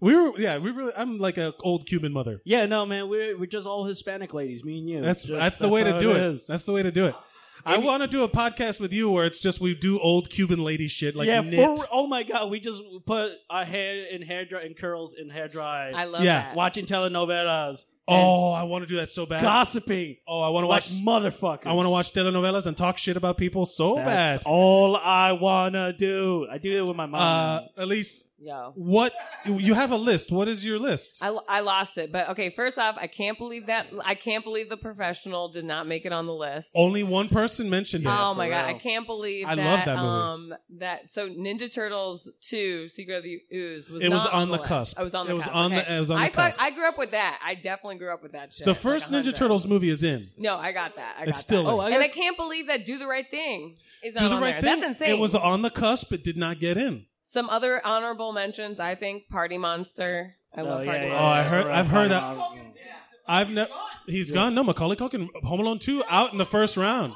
we were. Yeah, we really. I'm like an old Cuban mother. Yeah, no, man, we're we're just all Hispanic ladies, me and you. That's Just- that's the way how to do it. is. That's the way to do it. I want to do a podcast with you where it's just we do old Cuban lady shit like yeah, knit. for- oh my god, we just put our hair in hair dry and curls in hair dry. I love Yeah. that. watching telenovelas. oh, I want to do that so bad. and gossiping. Oh, I want to like watch. motherfuckers. I want to watch telenovelas and talk shit about people so bad. That's all I wanna do. I do it with my mom. Uh, Elise, Yo. what you have a list? What is your list? I, I lost it, but okay. First off, I can't believe that I can't believe the professional did not make it on the list. Only one person mentioned it. oh my god, I can't believe I that, love that um movie. that so Ninja Turtles 2 Secret of the Ooze was It was not on the list. cusp. I was on the It was cusp. on the- okay. it was on the I fuck- cusp. I grew up with that. I definitely grew up with that shit. The like first Ninja 100. Turtles movie is in. No, I got that. I got It's still that. in. Oh, I and got- I can't believe that Do the Right Thing is not Do the on right there. thing. That's insane. It was on the cusp. It did not get in. Some other honorable mentions, I think Party Monster. I love Oh, Party yeah, Oh, yeah, Monster. I heard. I've heard that. Mom. I've never. He's gone. No, Macaulay Culkin, Home Alone two, out in the first round.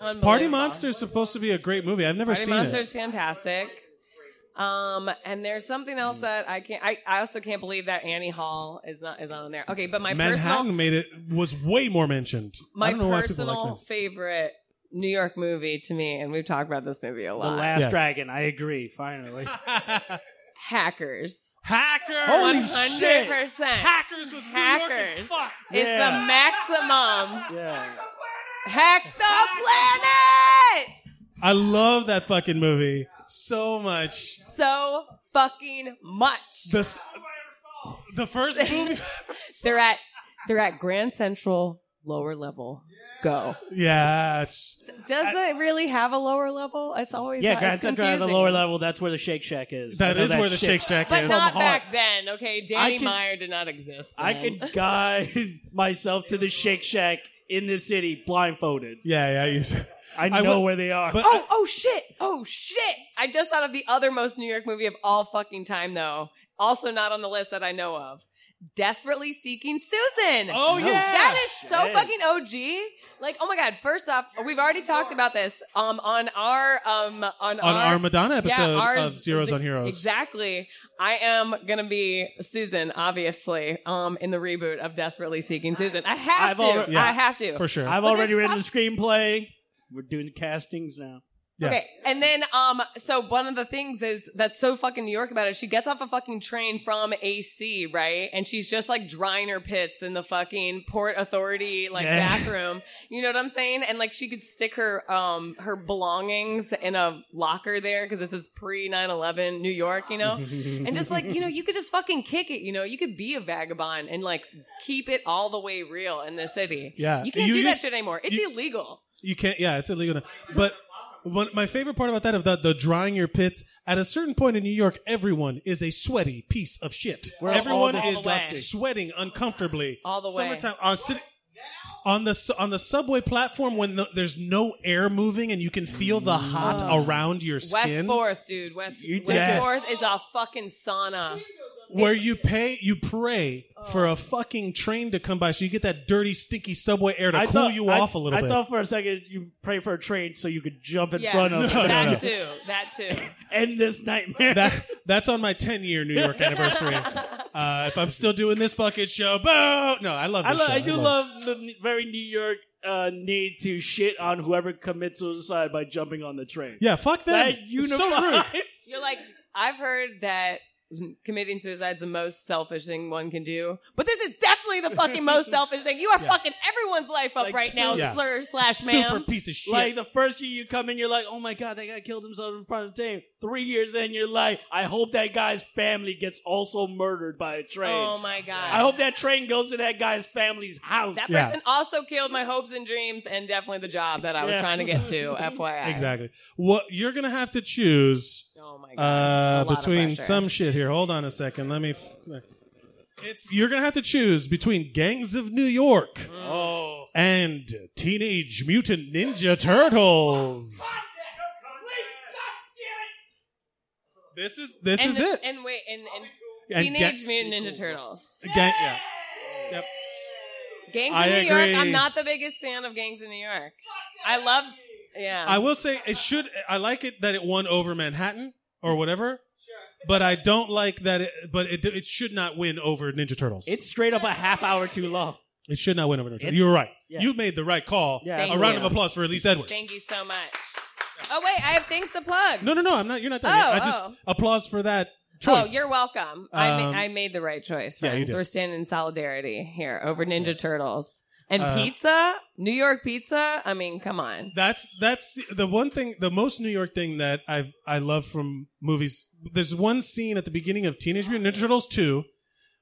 Unbelievable. Party Monster is supposed to be a great movie. I've never Party seen Monster's it. fantastic. Um, and there's something else Hmm. that I can't. I, I also can't believe that Annie Hall is not is on there. Okay, but my Manhattan personal made it was way more mentioned. I my don't know why people personal like that. favorite New York movie to me, and we've talked about this movie a The lot. Last Yes. Dragon. I agree. Finally, Hackers. Hacker. Holy Hundred shit! percent. Hackers was New York as Hackers fuck. is Yeah. the maximum. Yeah. Hack the planet. I love that fucking movie so much. So fucking much. The s- the first movie. They're at they're at Grand Central lower level. Go. yes. Does it really have a lower level? It's always uh, Yeah, it's Grand Central has a confusing. lower level. That's where the Shake Shack is. I That know is where the shit. Shake Shack But is. not From back then, okay? Danny I can- Meyer did not exist. I then. could guide myself to the Shake Shack in this city blindfolded. yeah, yeah. You, s- I know I would- where they are. but Oh, oh shit! Oh shit! I just thought of the other most New York movie of all fucking time, though. Also not on the list that I know of. Desperately Seeking Susan. oh yeah. That is so Shit. fucking OG. Like, oh my god! First off, we've already talked about this um on our um on, on our, Madonna episode ours of Zeros is- on Heroes. Exactly. I am gonna be Susan, obviously, um, in the reboot of Desperately Seeking Susan. I have I've to. alre- Yeah. I have to. For sure. I've But already there's written the screenplay. We're doing the castings now. Yeah. Okay, and then um, so one of the things is that's so fucking New York about it. She gets off a fucking train from AC, right? And she's just like drying her pits in the fucking Port Authority like Yeah. back room. You know what I'm saying? And like she could stick her um her belongings in a locker there because this is pre 9/11 New York, you know. and just like you know, you could just fucking kick it. You know, you could be a vagabond and like keep it all the way real in the city. Yeah. you can't You do that used- shit anymore. It's you- illegal. You can't. Yeah, it's illegal. Now. But one, my favorite part about that of the, the drying your pits. At a certain point in New York, everyone is a sweaty piece of shit. We're all everyone all is disgusting. sweating uncomfortably. All the way. Summertime on, city, on the su- on the subway platform when the, there's no air moving and you can feel the hot around your Mm. West skin. Fourth, dude. West, You West did. Fourth is a fucking sauna. where you pay you pray for a fucking train to come by so you get that dirty stinky subway air to cool you I- off a little I bit thought for a second you pray for a train so you could jump in Yeah, front of No, them. no, no. that too. That too. End this nightmare. that that's on my 10 year New York anniversary. uh, if I'm still doing this fucking show, boo! No, I love. I, This lo- show. I do it. love, the n- very New York uh, need to shit on whoever commits suicide by jumping on the train. Yeah, fuck them. That It's unifies. so rude. You're like, I've heard that committing suicide's the most selfish thing one can do, but this is definitely the fucking most selfish thing. You are fucking everyone's life up Like, right now, su- Yeah. slur slash Super ma'am. piece of shit. Like the first year you come in, you're like, "Oh my god, that guy killed himself in front of the team." Three years in, you're like, "I hope that guy's family gets also murdered by a train." Oh my god. I hope that train goes to that guy's family's house. that Yeah. person also killed my hopes and dreams and definitely the job that I was Yeah. trying to get to. FYI. exactly. What you're gonna have to choose Oh my god. uh, A lot of between pressure. some shit here. Hold on a second. Let me. F- it's you're gonna have to choose between Gangs of New York oh, and Teenage Mutant Ninja Turtles. This is this and is the- it. And wait, and, and And Teenage get- Mutant Ninja Turtles. Gang, yeah. Yep. Gangs I in New agree. York. I'm not the biggest fan of Gangs in New York. I love. Yeah. I will say it should. I like it that it won over Manhattan or whatever. But I don't like that. It, but it it should not win over Ninja Turtles. It's straight up a half hour too long. it should not win over Ninja Turtles. It's- You're right. yeah. You made the right call. Yeah, a Thank round you. of applause for Elise Edwards. Thank you so much. Oh wait, I have things to plug. No, no, no. I'm not. You're not done. yet. Oh, I just oh. applause for that choice. Oh, you're welcome. I, Um, ma- I made the right choice, yeah, you friends. did. We're standing in solidarity here over Ninja Turtles and Uh, pizza, New York pizza. I mean, come on. That's that's the one thing, the most New York thing that I I love from movies. There's one scene at the beginning of Teenage Mutant Ninja Turtles two,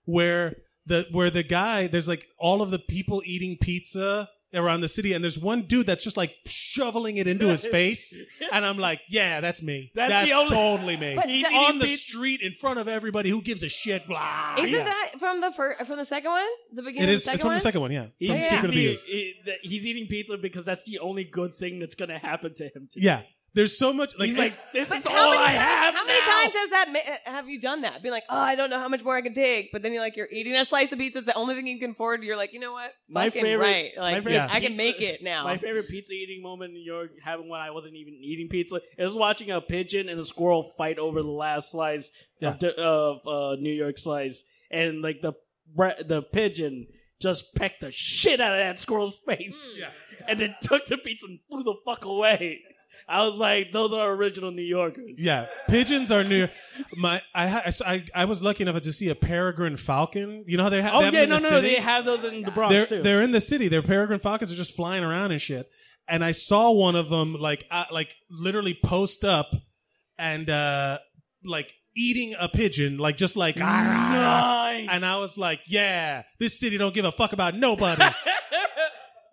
where the where the guy there's like all of the people eating pizza around the city, and there's one dude that's just like shoveling it into his face, and I'm like, yeah, that's me. That's That's, the only- totally me. But He's the- eating on the pizza. street in front of everybody who gives a shit. Blah. Isn't Ah, Yeah. that from the first, from the second one? The beginning. It is. Of the second It's from one? the second one. Yeah. He- From Yeah. Secret he- Abuse. he- that- he's eating pizza because that's the only good thing that's going to happen to him. Today. Yeah. There's so much. Like, he's like, this is But all I times, have. How many now." times has that? Ma- have you done that? Being like, oh, I don't know how much more I can take, but then you're like, you're eating a slice of pizza. It's the only thing you can afford. You're like, you know what? My Fucking favorite- right. Like, my favorite I can pizza- make it now. My favorite pizza eating moment in New York happened when I wasn't even eating pizza. It was watching a pigeon and a squirrel fight over the last slice Yeah. of, the- of uh, New York slice, and like the bre- the pigeon just pecked the shit out of that squirrel's face, Mm. Yeah. and then took the pizza and flew the fuck away. I was like, those are original New Yorkers. Yeah, pigeons are near. My, I, ha- I, I was lucky enough to see a peregrine falcon. You know how they have. Oh they have yeah, them no, in the no, no, city? they have those in the Bronx They're too. they're in the city. Their peregrine falcons are just flying around and shit. And I saw one of them like uh, like literally post up and uh like eating a pigeon, like just like nice. and I was like, yeah, this city don't give a fuck about nobody.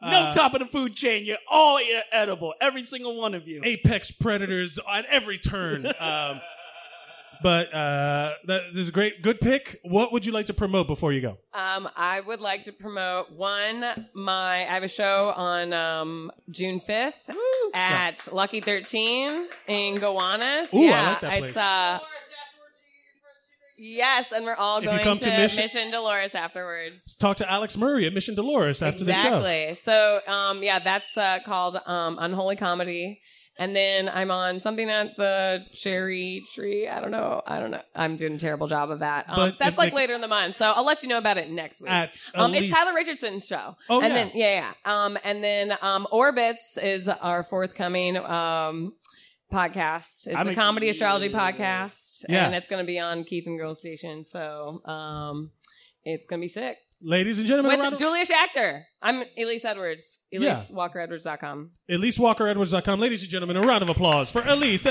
no Uh, top of the food chain. You're all e- edible, every single one of you. apex predators at every turn. Um, but uh, that, this is a great, good pick. What would you like to promote before you go? Um, I would like to promote one my I have a show on um June fifth at Lucky Thirteen in Gowanus. Ooh, I yeah, like that place. It's uh, yes, and we're all If you going come to, to Mission- Mission Dolores afterwards. Let's talk to Alex Murray at Mission Dolores after the show. exactly. So, um, yeah, that's uh, called um, Unholy Comedy. And then I'm on something at the cherry tree. I don't know. I don't know. I'm doing a terrible job of that. Um, But if that's like they- later in the month. So I'll let you know about it next week. At Um, Elise- it's Tyler Richardson's show. Oh, and yeah. Then, yeah, yeah. Um, and then um, Orbits is our forthcoming um, podcast. It's I'm a a- comedy astrology podcast, Yeah. and it's going to be on Keith and Girl Station. So um, it's going to be sick Ladies and gentlemen, a round with of- Julia Schachter. I'm Elise Edwards. Yeah. EliseWalkerEdwards.com. Elise WalkerEdwards.com. Ladies and gentlemen, a round of applause for Elise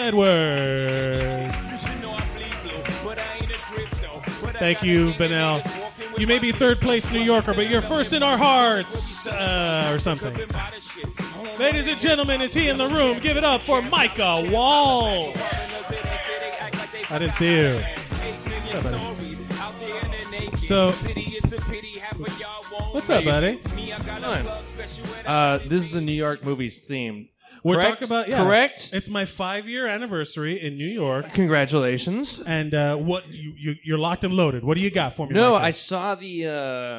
Edwards. You should know I bleed blue, but I ain't a crypto. But I Thank got a you, thing that Benel. niggas walking with You may my be third place New Yorker, but you're first in our hearts, uh, or something. f***ing body shit. Home Ladies and gentlemen, is he in the room? Give it up for Micah Wall. runners, it ain't fair, they act like they I didn't see you. Eight million stories out there in the naked So- city. It's a pity half of y'all won't What's up, make buddy? it. Me, I got a Fine. plug special and I Uh, this is the New York movies theme. We're Correct? talking about yeah. Correct? It's my five year anniversary in New York, Congratulations. and uh, what you, you you're locked and loaded. What do you got for me? No, Micah? I saw the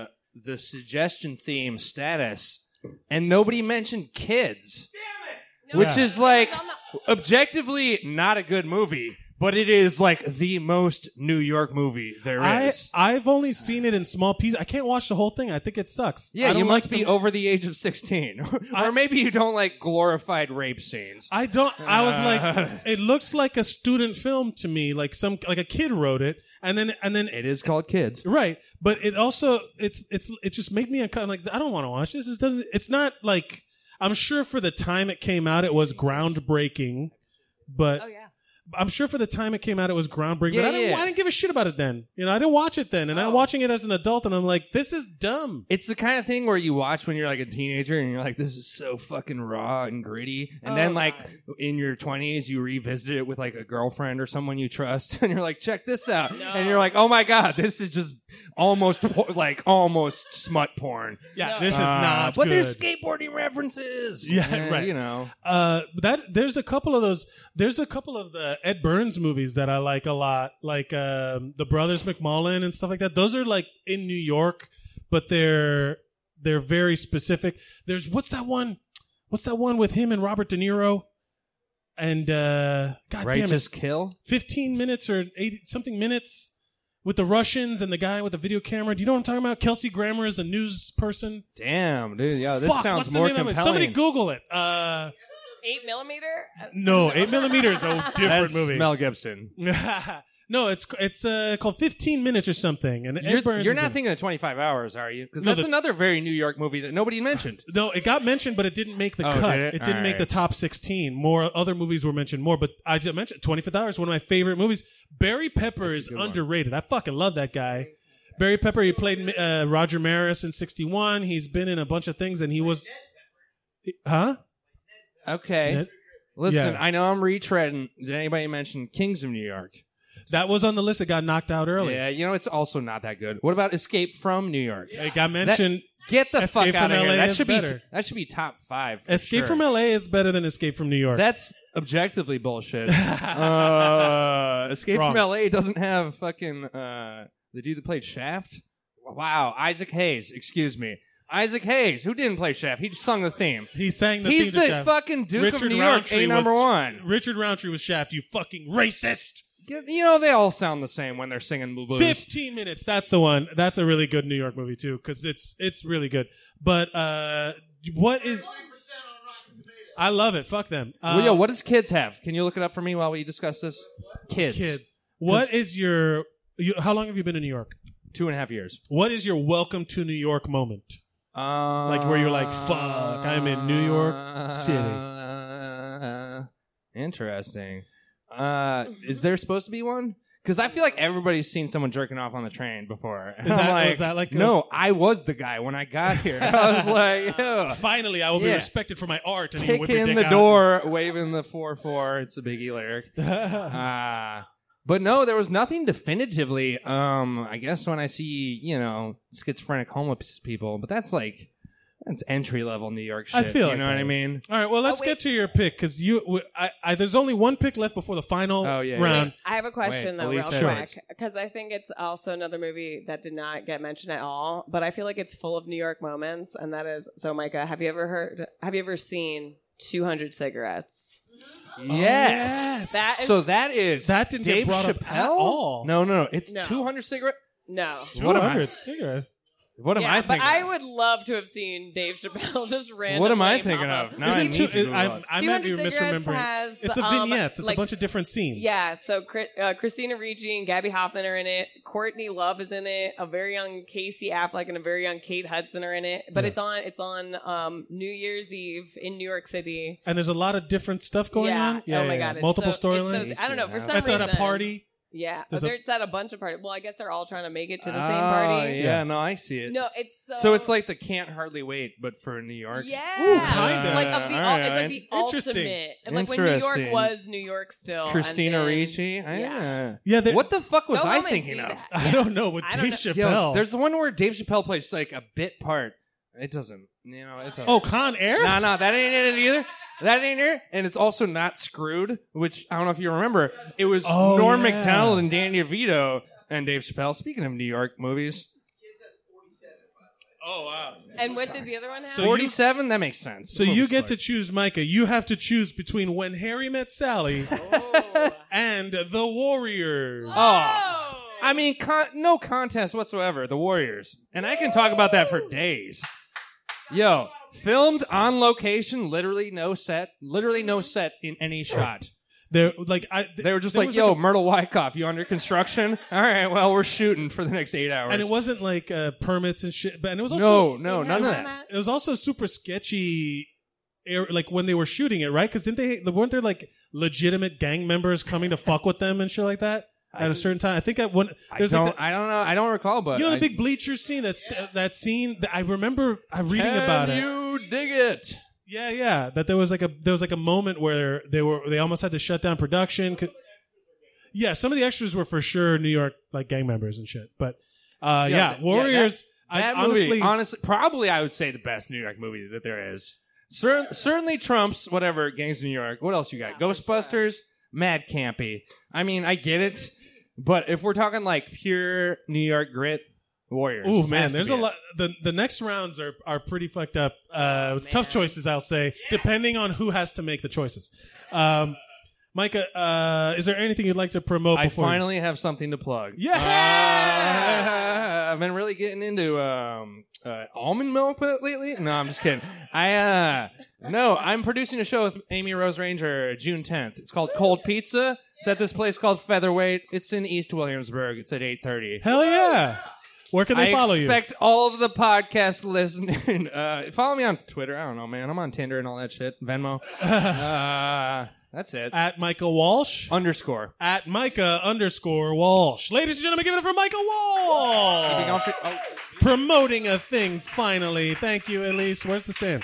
uh, the suggestion theme status, and nobody mentioned kids, which Yeah. is like it's on objectively not a good movie, but it is like the most New York movie there I is. I've only seen it in small pieces. I can't watch the whole thing. I think it sucks. I yeah, don't you like must the- be over the age of sixteen, or I- maybe you don't like glorified rape scenes. I don't. I was Uh. like, it looks like a student film to me. Like some like a kid wrote it, and then and then It is called Kids. right. But it also it's it's it just made me kind of like I don't want to watch this. It doesn't. It's not like I'm sure for the time it came out, it was groundbreaking. But Oh yeah. I'm sure for the time it came out, it was groundbreaking. Yeah, but I didn't, yeah. I didn't give a shit about it then. You know, I didn't watch it then, and I'm Oh. watching it as an adult, and I'm like, this is dumb. It's the kind of thing where you watch when you're like a teenager and you're like, this is so fucking raw and gritty. And Oh, then, like, God. in your 20s, you revisit it with like a girlfriend or someone you trust. And you're like, check this out. And you're like, oh my God, this is just almost por- like almost smut porn. Yeah, No. this is Uh, not. But good. there's skateboarding references. Yeah, Eh, right. You know, uh, that there's a couple of those. There's a couple of the uh, Ed Burns movies that I like a lot, like um the Brothers McMullen and stuff like that. Those are like in New York, but they're they're very specific. There's what's that one? What's that one with him and Robert De Niro? And uh, God Righteous damn it, Kill. Fifteen minutes or eighty something minutes with the Russians and the guy with the video camera. Do you know what I'm talking about? Kelsey Grammer is a news person. Damn, dude. Yeah, Uh, this Fuck, sounds what's the more name of it? compelling. Somebody Google it. Uh, Eight millimeter. no, eight millimeter is a different That's movie. Mel Gibson. no, it's it's uh, called 15 Minutes or something. And Ed You're, Burns you're is not in it. thinking of 25 hours, are you? Because No, that's the- another very New York movie that nobody mentioned. No, it got mentioned, but it didn't make the Oh, cut. did it? It, didn't make the Alright. top 16. More other movies were mentioned more, but I just mentioned 25th Hour is one of my favorite movies. Barry Pepper is underrated. I fucking love that guy. Barry Pepper, he played uh, Roger Maris in 61. He's been in a bunch of things and he was. Huh? Okay. Ned- Listen, Yeah. I know I'm retreading. Did anybody mention Kings of New York? That was on the list. It got knocked out early. Yeah, you know it's also not that good. What about Escape from New York? It got mentioned. get the fuck Escape out from of here. LA That is should better. be that should be top five. for Escape sure. from LA is better than Escape from New York. That's objectively bullshit. uh, Escape Wrong. from LA doesn't have fucking uh, the dude that played Shaft. Wow, Isaac Hayes. Excuse me, Isaac Hayes, who didn't play Shaft. He just sung the theme. He sang the He's theme to the Shaft. fucking Duke Richard of New Roundtree York, a number was- one. Richard Roundtree was Shaft. You fucking racist. You know they all sound the same when they're singing blues. 15 minutes. That's the one. That's a really good New York movie too cuz it's it's really good. But uh what is I love it. Fuck them. Uh, well, yo, what does kids have? Can you look it up for me while we discuss this? Kids. kids? What is your you, how long have you been in New York? Two and a half years. What is your welcome to New York moment? Uh, Like where you're like, "Fuck, I'm in New York City." Uh, interesting. Uh, is there supposed to be one? Because I feel like everybody's seen someone jerking off on the train before. Is that- I'm like, was that like a- no? I was the guy when I got here. I was like, yo, Finally, I will be Yeah. respected for my art and you whip kick your in dick the out. door, waving the four four. It's a biggie lyric. uh, but no, there was nothing definitively. Um, I guess when I see you know schizophrenic homeless people, but that's like that's entry level New York shit. I feel you like know what that. I mean. All right, well, Oh, let's get to your pick because you, w I I there's only one pick left before the final Oh, yeah, yeah. round. I have a question Wait, though, Elise real Edwards. quick, because I think it's also another movie that did not get mentioned at all, but I feel like it's full of New York moments, and that is so. Micah, have you ever heard? Have you ever seen Two Hundred Cigarettes? Mm-hmm. Oh, Yes. That is- so that is That didn't get Dave brought up Chappelle? at all. No, no, no. It's No. two hundred cigarette. No. What am I- 200 cigarettes. What am yeah, I but thinking? I would love to have seen Dave Chappelle just randomly. what am I thinking pop up. of? Now I Isn't need two- to Google I, it. I, I might be 200 Cigarettes misremembering. has, it's a um, vignettes. It's like- a bunch of different scenes. Yeah, so Chri- uh, Christina Ricci and Gabby Hoffman are in it. Courtney Love is in it. A very young Casey Affleck and a very young Kate Hudson are in it. But Yeah. it's on it's on um, New Year's Eve in New York City. And there's a lot of different stuff going Yeah. on. oh my god, it's Multiple so, storylines. It's so, I don't know for some That's reason. at a party. Yeah, There's a- they're- it's at a bunch of parties. Well, I guess they're all trying to make it to the oh, same party. Yeah, no, I see it. No, it's so. So it's like the can't hardly wait, but for New York. Yeah, Ooh, kinda. Like of the, All ul- it's like right. the Interesting. ultimate, and like when New York Interesting. was New York still. and Christina then- Ricci. Yeah. Yeah. Yeah, there- What the fuck was Go I home and thinking see of? that. I don't know with I don't Dave know. Yo, Chappelle. there's the one where Dave Chappelle plays like a bit part. It doesn't. You know, it's a, oh, Con Air. No, no, that ain't it either. That ain't it. And it's also not screwed, which I don't know if you remember. It was Oh, Norm yeah. McDonald and Danny DeVito and Dave Chappelle. Speaking of New York movies, Oh wow. And what did the other one have? So you- 47, that makes sense. So you get to choose, Micah. You have to choose between When Harry Met Sally Oh. and The Warriors. Oh. I mean, con- no contest whatsoever. The Warriors, and I can talk about that for days. Yo, filmed on location, literally no set, literally no set in any shot. They're like I, They were just there like, was, "Yo, a- Myrtle Wyckoff, you under construction? All right, well, we're shooting for the next eight hours." and it wasn't like uh, permits and shit. But and it was no, also no, Yeah, none of remember that. it was also super sketchy air, like when they were shooting it right because didn't they weren't there like legitimate gang members coming to fuck with them and shit like that at a certain time i think at one I there's don't, like that- I don't know, I don't recall, but you know the I- big bleacher scene that's that scene that i remember i reading Can about it You dig it? yeah yeah that there was like a there was like a moment where they were they almost had to shut down production 'cause- yeah some of the extras were for sure new york like gang members and shit but uh Yo, yeah, that- warriors Yeah, that, that i honestly movie, honestly, probably I would say the best New York movie that there is. Cer- certainly trumps whatever Gangs of New York. What else you got? Ghostbusters, mad campy. I mean, I get it, but if we're talking like pure New York grit, Warriors. Oh has man, to there's be a it. lot. The the next rounds are are pretty fucked up. Oh, Uh, tough choices, I'll say, depending on who has to make the choices. Um, Micah, uh, is there anything you'd like to promote? I before finally have something to plug. Yeah! Uh, I've been really getting into um, uh, almond milk lately. No, I'm just kidding. I uh, no, I'm producing a show with Amy Rose Ranger June 10th. It's called Cold Pizza. It's at this place called Featherweight. It's in East Williamsburg. It's at 8:30. Hell yeah! Where can they I follow you? expect all of the podcast listening. Uh, follow me on Twitter. I don't know, man. I'm on Tinder and all that shit. Venmo. uh, that's it. At Michael Walsh underscore. at Micah underscore Walsh. Ladies and gentlemen, give it up for Micah Walsh. Keeping on fi- Promoting a thing finally. Thank you, Elise. Where's the stand?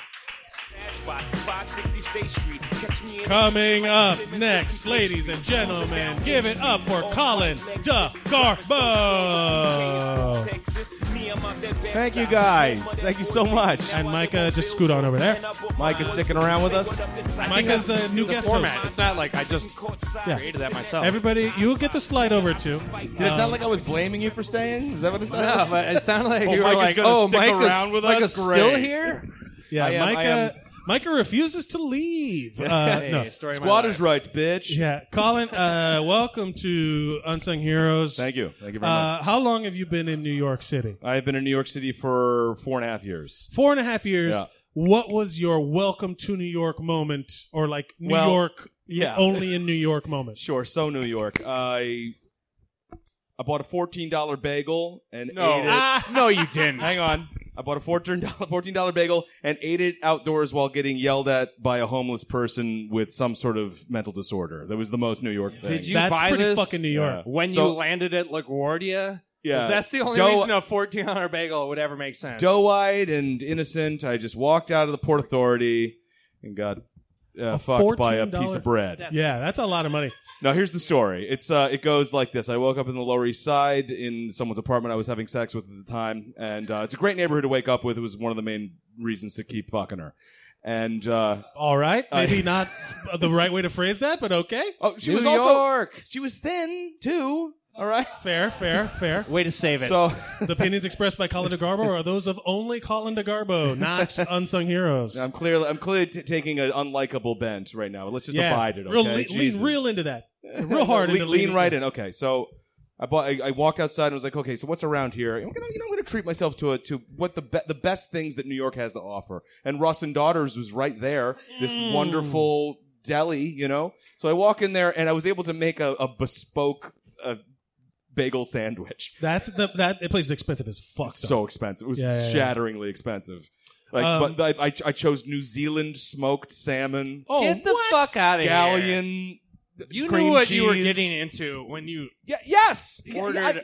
Spot, 560 State Street. Catch me in Coming up next, ladies and gentlemen, give it up for Colin DeGarbo. Thank you guys. Thank you so much. And Micah, just scoot on over there. Micah's sticking around with us. Micah's a new the guest format. host. It's not like I just Yeah. created that myself. Everybody, you'll get to slide over too. Did it Um, sound like I was blaming you for staying? Is that what it sounded No, like? but it sounded like Oh, you were Micah's like, gonna "Oh, stick Micah's, around with Micah's us? still Great." here." Yeah, I am- I Micah. Micah refuses to leave. Uh, Hey, no. story of my Squatters' life. rights, bitch. Yeah, Colin. Uh, welcome to Unsung Heroes. Thank you. Thank you very much. Uh, how long have you been in New York City? I've been in New York City for four and a half years. Four and a half years. Yeah. What was your welcome to New York moment, or like New Well, York? yeah. only in New York moment. Sure. So New York. I I bought a fourteen dollar bagel and No. ate it. Ah, no, you didn't. Hang on. I bought a fourteen dollar fourteen dollar bagel and ate it outdoors while getting yelled at by a homeless person with some sort of mental disorder. That was the most New York thing. Did you buy this when So- you landed at LaGuardia? Yeah. 'Cause that's the only Doe- reason a fourteen hundred bagel would ever make sense. doe-eyed and innocent. I just walked out of the Port Authority and got uh, fucked by a piece of bread. yeah, that's a lot of money. Now here's the story. It's uh, it goes like this. I woke up in the Lower East Side in someone's apartment I was having sex with at the time, and uh, it's a great neighborhood to wake up with. It was one of the main reasons to keep fucking her. And uh, All right, I- maybe not the right way to phrase that, but okay. Oh, she New was also York. she was thin too. All right, fair, fair, fair. Way to save it. So- the opinions expressed by Colin DeGarbo are those of only Colin DeGarbo, not unsung heroes. I'm clearly I'm clearly t- taking an unlikable bent right now. Let's just Yeah. abide it. Okay? Real, lean, Jesus. lean real into that. Real hard lean, into lean leaning right in. Okay, so I bought. I, I walked outside and was like, okay, so what's around here? I'm gonna, you know, I'm gonna treat myself to a, to what the be- the best things that New York has to offer. And Ross and Daughters was right there. This Mm. wonderful deli, you know. So I walk in there and I was able to make a, a bespoke uh, bagel sandwich. That's the that that place is expensive as fuck. though. So expensive. It was Yeah, yeah, yeah. shatteringly expensive. Like, Um, but I, I, I chose New Zealand smoked salmon. Oh, Get the what? fuck out of here. scallion. You cream knew what you were cheese. getting into when you Yeah, yes. Yeah, yeah, ordered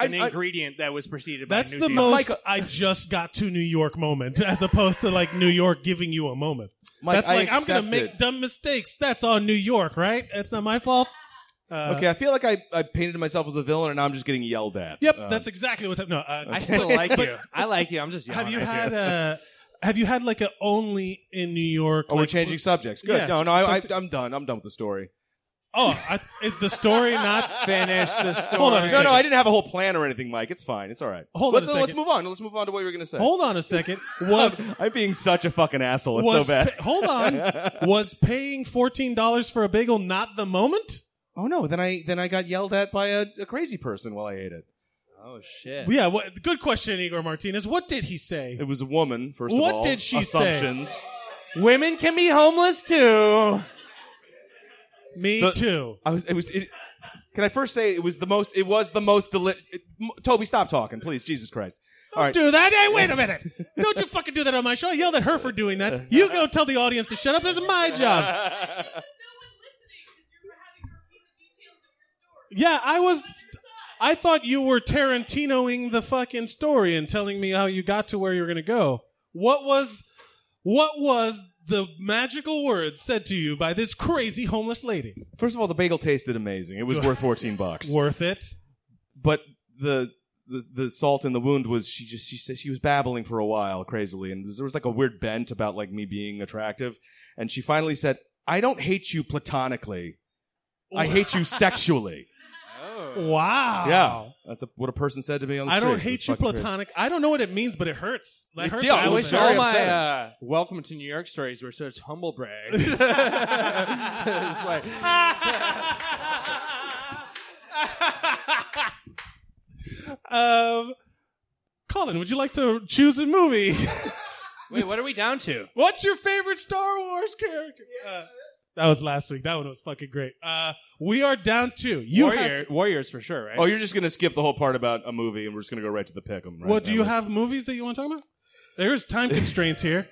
I- an I- ingredient that was preceded by That's New the Zealand. most I just got to New York moment, as opposed to like New York giving you a moment. Mike, That's I like I'm gonna accept make it. dumb mistakes. That's on New York, right? That's not my fault. Uh, okay, I feel like I, I painted myself as a villain, and I'm just getting yelled at. Yep, Um, that's exactly what's happening. No, uh, uh, I still like but you. I like you. I'm just yelling Have you at had uh Have you had like a only in New York? Oh, we're like- changing subjects. Good. Yeah, no, no, I, I, something- I'm done. I'm done with the story. oh, I, is the story not Finish the story. Hold on a No, second. no, I didn't have a whole plan or anything, Mike. It's fine. It's all right. Hold on let's, uh, a Let's second. move on. Let's move on to what you were going to say. Hold on a second. Was I'm being such a fucking asshole. It's was so bad. pa- hold on. Was paying fourteen dollars for a bagel not the moment? oh no! Then I then I got yelled at by a, a crazy person while I ate it. Oh shit. Yeah. What, good question, Igor Martinez. What did he say? It was a woman. First What of all, did she say? Assumptions. Women can be homeless too. Me The- too. I was. It was. It, can I first say it was the most? It was the most. Deli- it- M- Toby, stop talking, please. Jesus Christ! All right. Do that? Hey, wait a minute! Don't you fucking do that on my show. I yelled at her for doing that. You go tell the audience to shut up. That's my job. Yeah, I was. I thought you were Tarantinoing the fucking story and telling me how you got to where you were gonna go. What was, what was the magical words said to you by this crazy homeless lady? First of all, the bagel tasted amazing. It was worth fourteen bucks. Worth it. But the. The, the salt in the wound was she just she said she was babbling for a while crazily and there was like a weird bent about like me being attractive and she finally said I don't hate you platonically I hate you sexually. Wow. Yeah, that's a, what a person said to me on the I street. don't It was hate you, fucking crazy. platonic. I don't know what it means, but it hurts. That hurts. yeah, a it was thousand. very All my upsetting. uh, welcome to New York stories were such humble brag. It's like- um, Colin, would you like to choose a movie? Wait, what are we down to? What's your favorite Star Wars character? Uh, that was last week. That one was fucking great. Uh, we are down two. You have Warrior, Warriors for sure, right? Oh, you're just gonna skip the whole part about a movie, and we're just gonna go right to the pick 'em. Right well, do That you way- have movies that you want to talk about? There's time constraints here.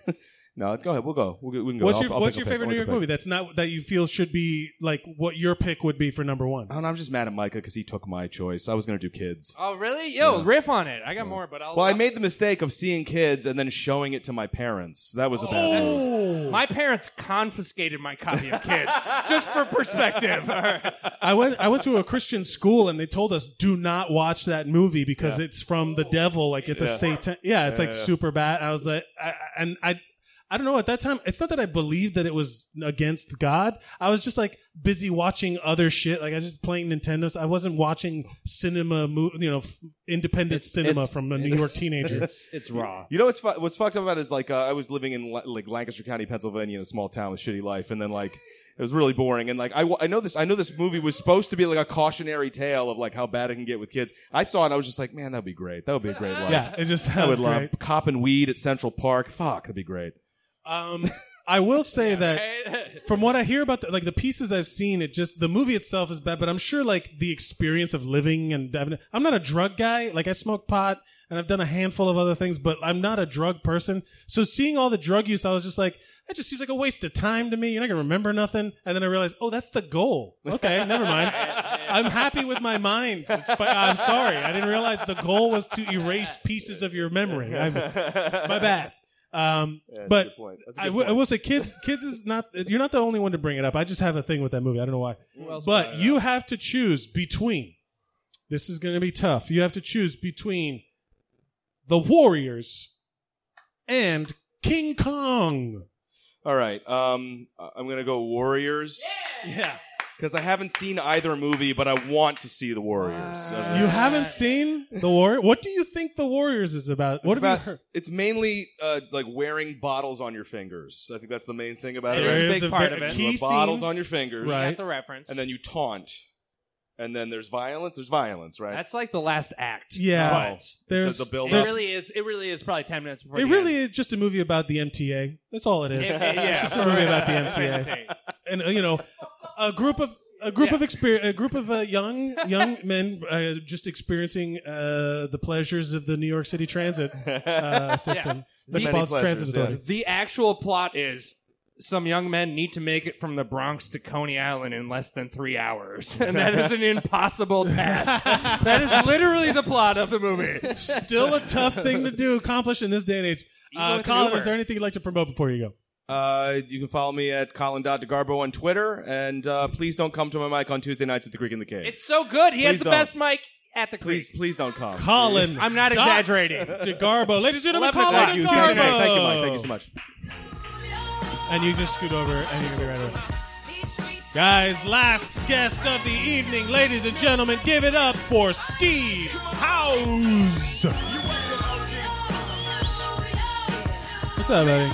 No, go ahead. We'll go. We'll go- we can go. what's I'll- your I'll What's pick a your pick. favorite I'll New pick York a pick. movie that's not that you feel should be like what your pick would be for number one? I don't know. I'm just mad at Micah because he took my choice. I was gonna do kids. Oh, really? Yo, Yeah. riff on it. I got more, but I'll. Well, I made the mistake of seeing kids and then showing it to my parents. That was a Oh. bad. move. That's- my parents confiscated my copy of Kids, just for perspective. All right. I went I went to a Christian school and they told us do not watch that movie because Yeah. it's from the devil. Like it's Yeah. a satan. Yeah, it's Yeah, like yeah. super bad. I was like, I, I- and I. I don't know. At that time, it's not that I believed that it was against God. I was just like busy watching other shit. Like I was just playing Nintendo. So I wasn't watching cinema, mo- you know, f- independent cinema it's- from a New it's- York teenager. it's- You know what's fu- what's fucked up about it is like uh, I was living in La- like Lancaster County, Pennsylvania, in a small town with shitty life, and then like it was really boring. And like I, wa- I know this I know this movie was supposed to be like a cautionary tale of like how bad it can get with kids. I saw it, and I was just like, man, that'd be great. That would be a great life. Yeah, it just I would sounds love great. copping weed at Central Park. Fuck, that'd be great. Um, I will say that from what I hear about the, like the pieces I've seen, it just the movie itself is bad, but I'm sure like the experience of living and having- I'm not a drug guy. Like I smoke pot and I've done a handful of other things, but I'm not a drug person. So seeing all the drug use, I was just like, that just seems like a waste of time to me. You're not gonna remember nothing. And then I realized, oh, that's the goal. Okay, never mind. I'm happy with my mind. It's fi- I'm sorry, I didn't realize the goal was to erase pieces of your memory. I'm- my bad. Um, Yeah, that's a but good point. That's a I, good w- I point. will say, kids, kids is not. You're not the only one to bring it up. I just have a thing with that movie. I don't know why. Who else brought But it you have to choose between. This is going to be tough. You have to choose between the Warriors and King Kong. All right, um, I- I'm gonna go Warriors. Yeah. Because I haven't seen either movie, but I want to see the Warriors. You haven't Uh, seen the Warrior. What do you think the Warriors is about? What It's have about- you heard? It's mainly uh, like wearing bottles on your fingers. I think that's the main thing about it. There right? is It's a big a part very of it. key You have bottles scene. on your fingers. Right. Got the reference. And then you taunt. And then there's violence. There's violence, right? That's like the last act. Yeah. But Wow. it's There's- the build there's- It really is. It really is probably ten minutes before. It the really end. is just a movie about the MTA. That's all it is. It- it- yeah. It's just a movie about the Right. MTA. and uh, you know, a group of a group of exper- a group of uh, young young men uh, just experiencing uh, the pleasures of the New York City transit uh, system. Yeah. The, Metropolitan Transit Authority. the actual plot is some young men need to make it from the Bronx to Coney Island in less than three hours, and that is an impossible task. that is literally the plot of the movie. Still a tough thing to do, accomplish in this day and age. Uh, with an Colin, Uber. is there anything you'd like to promote before you go? Uh, you can follow me at Colin.DeGarbo on Twitter. And uh, please don't come to my mic on Tuesday nights at the Creek in the Cave. It's so good. He has Please the don't. best mic at the creek. please, please don't come. Colin, I'm not Doc exaggerating. DeGarbo, ladies and gentlemen, Eleven Colin o'clock Thank you, thank DeGarbo. you, thank you, Mike. Thank you so much. And you just scoot over and you're going to be right over. Guys, last guest of the evening, ladies and gentlemen, give it up for Steve House. What's up, buddy?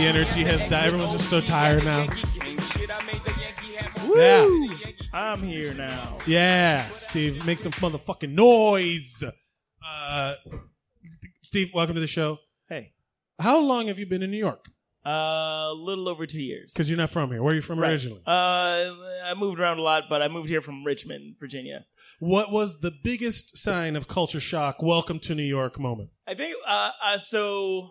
The energy has died. Everyone's just so tired now. Woo! I'm here now. Yeah, Steve, make some motherfucking noise. Uh, Steve, welcome to the show. Hey. How long have you been in New York? Uh, a little over two years. Because you're not from here. Where are you from Right. originally? Uh, I moved around a lot, but I moved here from Richmond, Virginia. What was the biggest sign of culture shock, welcome to New York moment? I think uh, uh so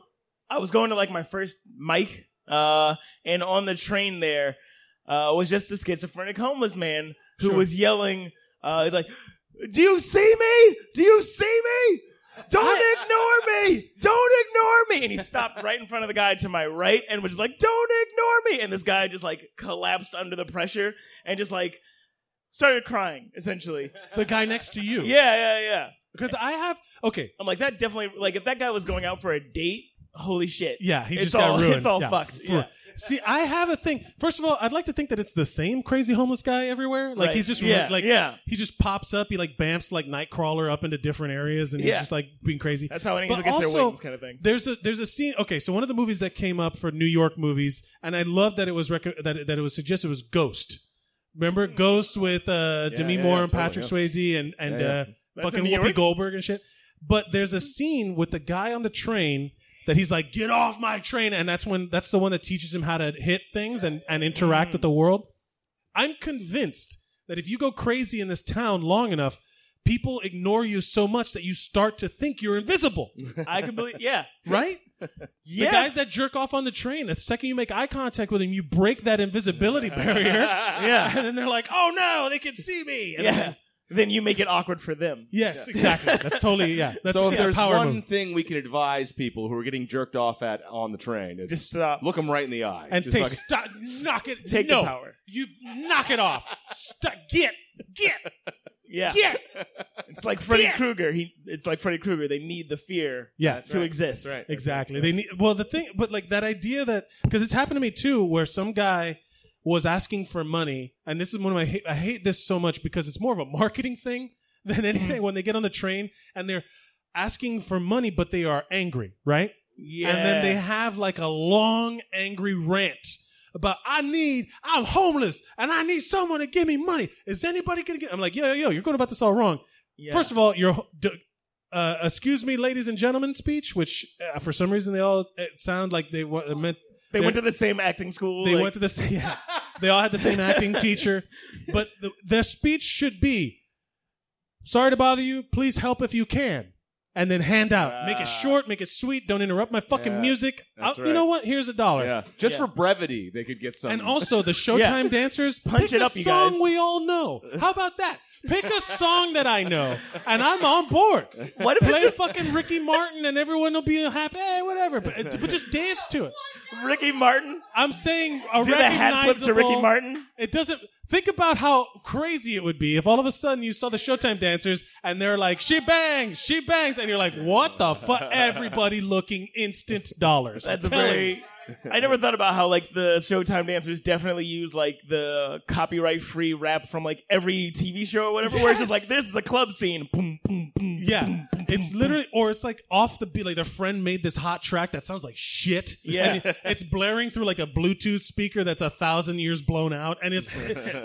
I was going to like my first mic uh and on the train there uh was just a schizophrenic homeless man who Sure. was yelling uh like do you see me? Do you see me? Don't ignore me! Don't ignore me! And he stopped right in front of the guy to my right and was like, Don't ignore me! And this guy just like collapsed under the pressure and just like started crying, essentially. The guy next to you. Yeah, yeah, yeah. Because I have okay. I'm like that definitely like if that guy was going out for a date, holy shit. Yeah, he It's just got all, ruined. It's all Yeah. fucked. For- Yeah. See, I have a thing. First of all, I'd like to think that it's the same crazy homeless guy everywhere. Like Right. he's just Yeah, like yeah. he just pops up. He like bamps like Nightcrawler up into different areas, and he's Yeah. just like being crazy. That's how an But angel gets their also, wings kind of thing. There's a there's a scene. Okay, so one of the movies that came up for New York movies, and I love that it was rec- that it- that it was suggested was Ghost. Remember Ghost with uh, Yeah, Demi yeah, Moore yeah, and totally, Patrick yeah. Swayze and and Yeah, yeah. Uh, That's in fucking New Whoopi York? Goldberg and shit. But there's a scene with the guy on the train that he's like, "Get off my train!" And that's when that's the one that teaches him how to hit things and and Mm. interact with the world. I'm convinced that if you go crazy in this town long enough, people ignore you so much that you start to think you're invisible. I can believe. Yeah. Right? Yeah. The guys that jerk off on the train, the second you make eye contact with them, you break that invisibility barrier. Yeah. And then they're like, oh no, they can see me. And yeah. then- then you make it awkward for them. yes, exactly. That's totally, yeah. That's so if yeah, there's power one move. thing we can advise people who are getting jerked off at on the train, it's Just uh, stop. Look them right in the eye And Just take, fucking- stop, knock it. Take the no. power. You knock it off. Stop, get, get, Yeah. get. It's like Freddy Yeah. Krueger. He. It's like Freddy Krueger. They need the fear. yeah To exist. exactly they need well the thing but like that idea that because it's happened to me too where some guy was asking for money and this is one of my hate, i hate this so much because it's more of a marketing thing than anything when they get on the train and they're asking for money but they are angry right Yeah. and then they have like a long angry rant about I need I'm homeless and I need someone to give me money. Is anybody gonna get? I'm like yo yo yo, you're going about this all wrong. Yeah. First of all, your d- uh, excuse me, ladies and gentlemen speech, which uh, for some reason they all uh sound like they wa- meant They went to the same acting school. they like- went to the same. Yeah, they all had the same acting teacher, but the, their speech should be, "Sorry to bother you. Please help if you can." And then hand out. make it short. Make it sweet. Don't interrupt my fucking Ah. Yeah, music. that's I'll- You right. know what? Here's a dollar. Yeah. Just for brevity, they could get some. And also the Showtime dancers Punch pick it a up, you song guys. we all know. How about that? Pick a song that I know, and I'm on board. What if play it's a- fucking Ricky Martin, and everyone will be happy, hey, whatever. But, but just dance to it. Ricky Martin. I'm saying a Do the hat flip to Ricky recognizable- Martin? It doesn't. Think about how crazy it would be if all of a sudden you saw the Showtime dancers and they're like, "She bangs, she bangs," and you're like, "What the fuck?" Everybody looking instant dollars. I'm That's a telling very. I never thought about how like the Showtime dancers definitely use like the copyright free rap from like every TV show or whatever. Where it's just Yes. like this is a club scene. Boom, boom, boom. Yeah, it's literally, or it's like off the beat. Like their friend made this hot track that sounds like shit. Yeah. And it's blaring through like a Bluetooth speaker that's a thousand years blown out, and it's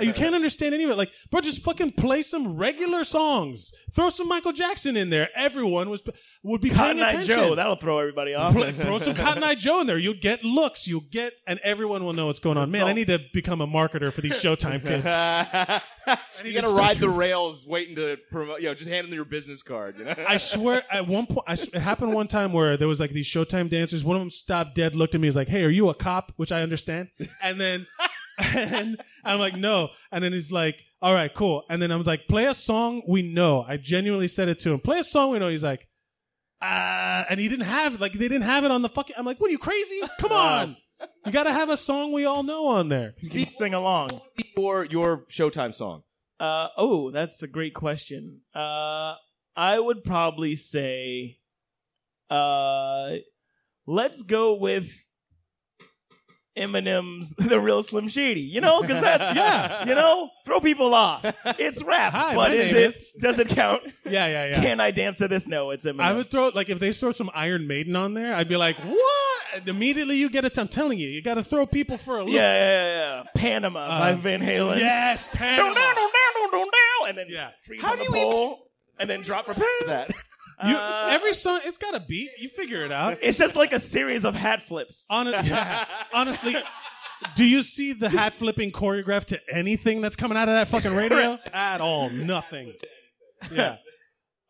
you can't understand any of it. Like, bro, just fucking play some regular songs. Throw some Michael Jackson in there. Everyone was would be Cotton paying Eye attention. Joe. That'll throw everybody off. Pl- throw some Cotton Eye Joe in there. You'll get looks. You'll get, and everyone will know what's going on. Man, I need to become a marketer for these Showtime kids. you gotta ride the rails, waiting to promote. You know, just hand them your business card. You know? I swear, at one point, I, s- it happened one time where there was like these Showtime dancers. One of them stopped dead, looked at me, was like, "Hey, are you a cop?" Which I understand. And then, and I'm like, "No." And then he's like, "All right, cool." And then I was like, "Play a song we know." I genuinely said it to him. Play a song we know. He's like, "Uh," and he didn't have like they didn't have it on the fucking. I'm like, "What are you crazy? Come on." You gotta have a song we all know on there. Steve, sing along. Your your Showtime song. Uh, oh, that's a great question. Uh, I would probably say, uh, let's go with Eminem's "The Real Slim Shady." You know, because that's yeah, you know, throw people off. It's rap, Hi, but my is name it? is- Does it count? Yeah, yeah, yeah. Can I dance to this? No, it's Eminem. I would throw like if they throw some Iron Maiden on there, I'd be like, what? And immediately you get it. I'm telling you, you got to throw people for a loop. yeah, yeah, yeah, yeah. Panama by Uh, Van Halen. Yes, Panama. Down, down, down, down, down, down, and then yeah. freeze How on do the you pole, and then drop repeat that. You, every song, it's got a beat. You figure it out. It's just like a series of hat flips. Hon- yeah. honestly. Do you see the hat flipping choreograph to anything that's coming out of that fucking radio? At all, nothing. Yeah.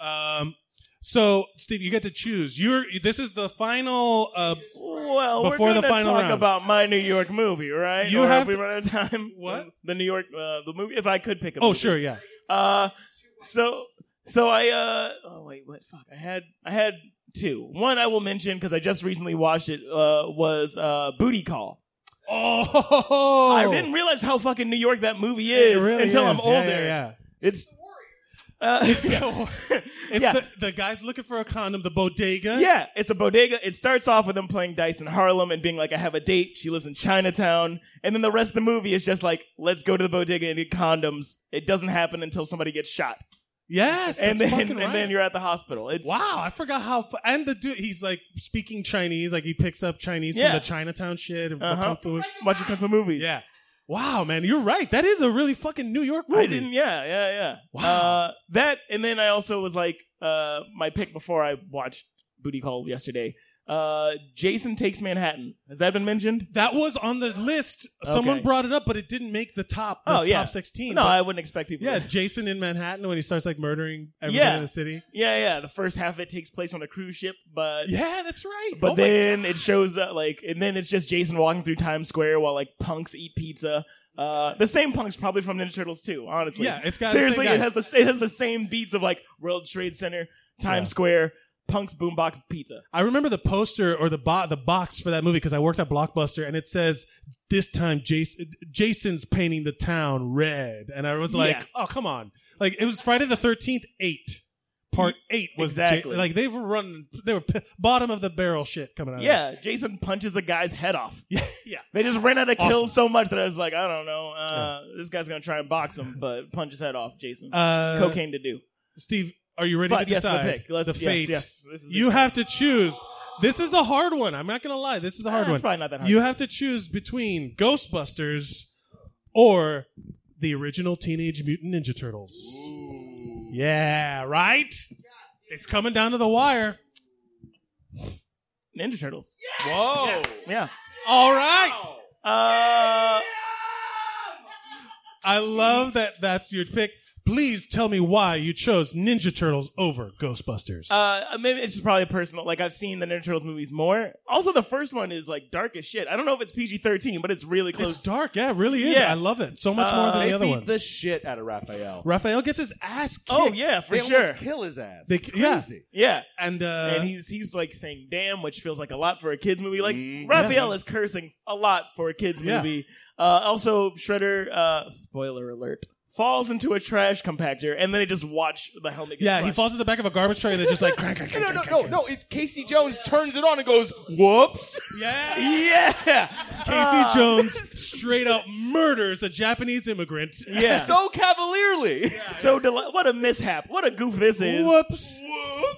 Um. So, Steve, you get to choose. You're. This is the final. Uh, Well, before we're the gonna final talk round. about my New York movie, right? You Or if have we to- run out of time. What the New York uh, the movie? If I could pick a Oh, movie. sure, yeah. Uh, so so I uh oh wait what fuck I had I had two. One I will mention because I just recently watched it uh, was uh, Booty Call. Oh, I didn't realize how fucking New York that movie It is really until is. I'm Yeah, older. yeah, yeah. It's It's Uh, yeah. the, the guy's looking for a condom, the bodega. Yeah, it's a bodega. It starts off with them playing dice in Harlem and being like, I have a date. She lives in Chinatown. And then the rest of the movie is just like, let's go to the bodega and get condoms. It doesn't happen until somebody gets shot. Yes, And then, that's fucking and then right. you're at the hospital. It's Wow, I forgot how. fu- And the dude, he's like speaking Chinese, like he picks up Chinese Yeah. from the Chinatown shit and Uh-huh. kung fu. Bunch of kung fu movies. Yeah. Wow, man, you're right. That is a really fucking New York movie. I didn't. Yeah, yeah, yeah. Wow. Uh, that and then I also was like, uh, my pick before I watched Booty Call yesterday. Uh, Jason takes Manhattan. Has that been mentioned? That was on the list. Someone brought it up, but it didn't make the top. Oh, this yeah. top sixteen. No, but- I wouldn't expect people. Yeah, to- Jason in Manhattan when he starts like murdering everyone yeah. in the city. Yeah, yeah. The first half of it takes place on a cruise ship, but Yeah, that's right. But Oh my then it shows up like, and then it's just Jason walking through Times Square while like punks eat pizza. Uh, the same punks probably from Ninja Turtles too. Honestly, Yeah, it's got the seriously. same it guys. has the it has the same beats of like World Trade Center, Times Square, punks, boombox, pizza. I remember the poster or the bo- the box for that movie because I worked at Blockbuster and it says this time Jason Jason's painting the town red and I was like Yeah. oh come on like it was Friday the Thirteenth eight part eight was Ja- Exactly. like they were running they were p- bottom of the barrel shit coming out of Yeah, Jason punches a guy's head off. yeah, they just ran out of Awesome. kills so much that I was like, I don't know. Uh, This guy's gonna try and box him, but punch his head off, Jason. Uh, Cocaine to do. it. Steve are you ready But to yes, the decide pick. Let's- yes, fate yes. This is you have to choose this is a hard one I'm not gonna lie this is a hard it's one probably not that hard. you have to choose between Ghostbusters or the original Teenage Mutant Ninja Turtles. Yeah, right? It's coming down to the wire. Ninja Turtles. Whoa. Yeah. yeah. All right. Uh, I love that that's your pick. Please tell me why you chose Ninja Turtles over Ghostbusters. Uh, maybe it's just probably personal. Like I've seen the Ninja Turtles movies more. Also, the first one is like dark as shit. I don't know if it's PG thirteen, but it's really close. It's dark. Yeah, it really is. Yeah. I love it. So much more than Uh, the other they beat ones. the shit out of Raphael. Raphael gets his ass kicked. Oh yeah, for They sure. almost kill his ass. They- It's yeah. crazy. Yeah, and uh, and he's he's like saying "damn," which feels like a lot for a kids movie. Like Mm-hmm. Raphael yeah. is cursing a lot for a kids Yeah. movie. Uh, also, Shredder. Uh, spoiler alert. Falls into a trash compactor, and then they just watch the helmet. Get yeah, he crushed. falls in the back of a garbage truck and they're just like, crank, crank, No, crank, no, crank, no, crank. no. It, Casey Jones turns it on and goes, "Whoops!" Ah. Yeah, yeah. Casey Jones straight up murders a Japanese immigrant. Yeah. So cavalierly. So deli- what a mishap! What a goof this is! Whoops.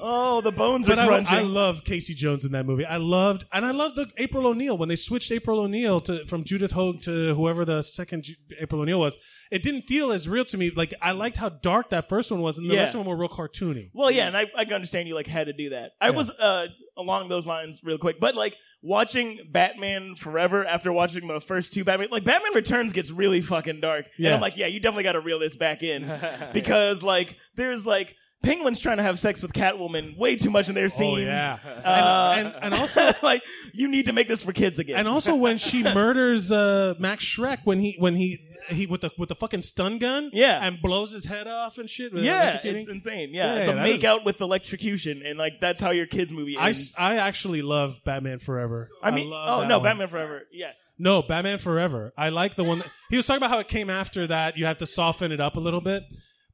Oh, the bones but are I, crunching. I loved Casey Jones in that movie. I loved, and I loved the April O'Neil when they switched April O'Neil to from Judith Hogue to whoever the second Ju- April O'Neil was. It didn't feel as real to me. Like I liked how dark that first one was, and the Yeah. rest of them were real cartoony. well, yeah, and I, I can understand you like had to do that. I Yeah. was uh, along those lines real quick, but like watching Batman Forever after watching the first two Batman, like Batman Returns gets really fucking dark, and Yeah. I'm like, yeah, you definitely got to reel this back in because like there's like penguins trying to have sex with Catwoman way too much in their scenes. Oh, yeah. Uh, And- and also like you need to make this for kids again. And also when she murders uh, Max Shrek when he when he he with the with the fucking stun gun, Yeah. and blows his head off and shit. with Yeah, electrocuting. it's insane. Yeah, it's a that make is- out with electrocution, and like that's how your kids' movie I, ends. s- I actually love Batman Forever. I, mean, love oh that no, one. Batman Forever. Yes. No, Batman Forever. I like the one that, he was talking about how it came after that. You have to soften it up a little bit.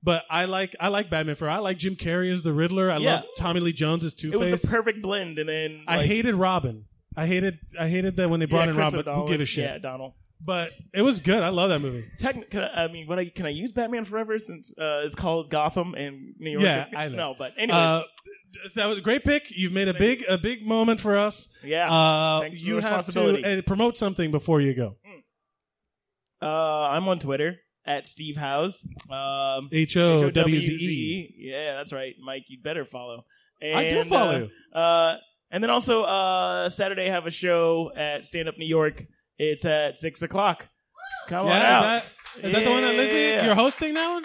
But I like I like Batman Forever. I like Jim Carrey as the Riddler. I Yeah. love Tommy Lee Jones as Two It was Face. the perfect blend, and then I like, hated Robin. I hated I hated that when they yeah, brought in Chris Robin. O'Donnell. Who give a shit? Yeah, Donald. But it was good. I love that movie. Techni- can I, I mean, what I, can I use Batman Forever since uh, it's called Gotham and New York? Yeah, is- I know. No, but anyways, Uh, that was a great pick. You've made a big a big moment for us. Yeah. Uh, Thanks for you your have responsibility. to uh, promote something before you go. Uh, I'm on Twitter at Steve House. Um, H O W Z E. H-O-W-Z-E. Yeah, that's right, Mike. You better follow. I do follow uh, Uh, and then also uh, Saturday I have a show at Stand Up New York. It's at six o'clock. Come on Yeah, out. is that- Is that the one that Lizzie? Yeah. You're hosting that one?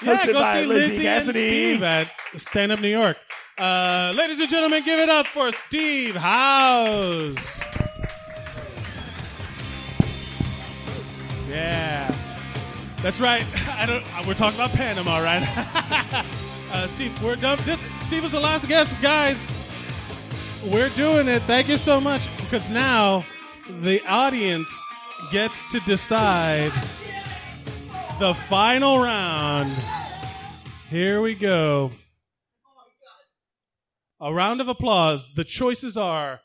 Yeah, Hosted go by see Lizzie Lizzie, Cassidy. and Steve at Stand Up New York. Uh, ladies and gentlemen, give it up for Steve House. Yeah, that's right. I don't. We're talking about Panama, right? uh, Steve, we're done. This, Steve was the last guest, guys. We're doing it. Thank you so much. Because now the audience gets to decide the final round Here we go. A round of applause. The choices are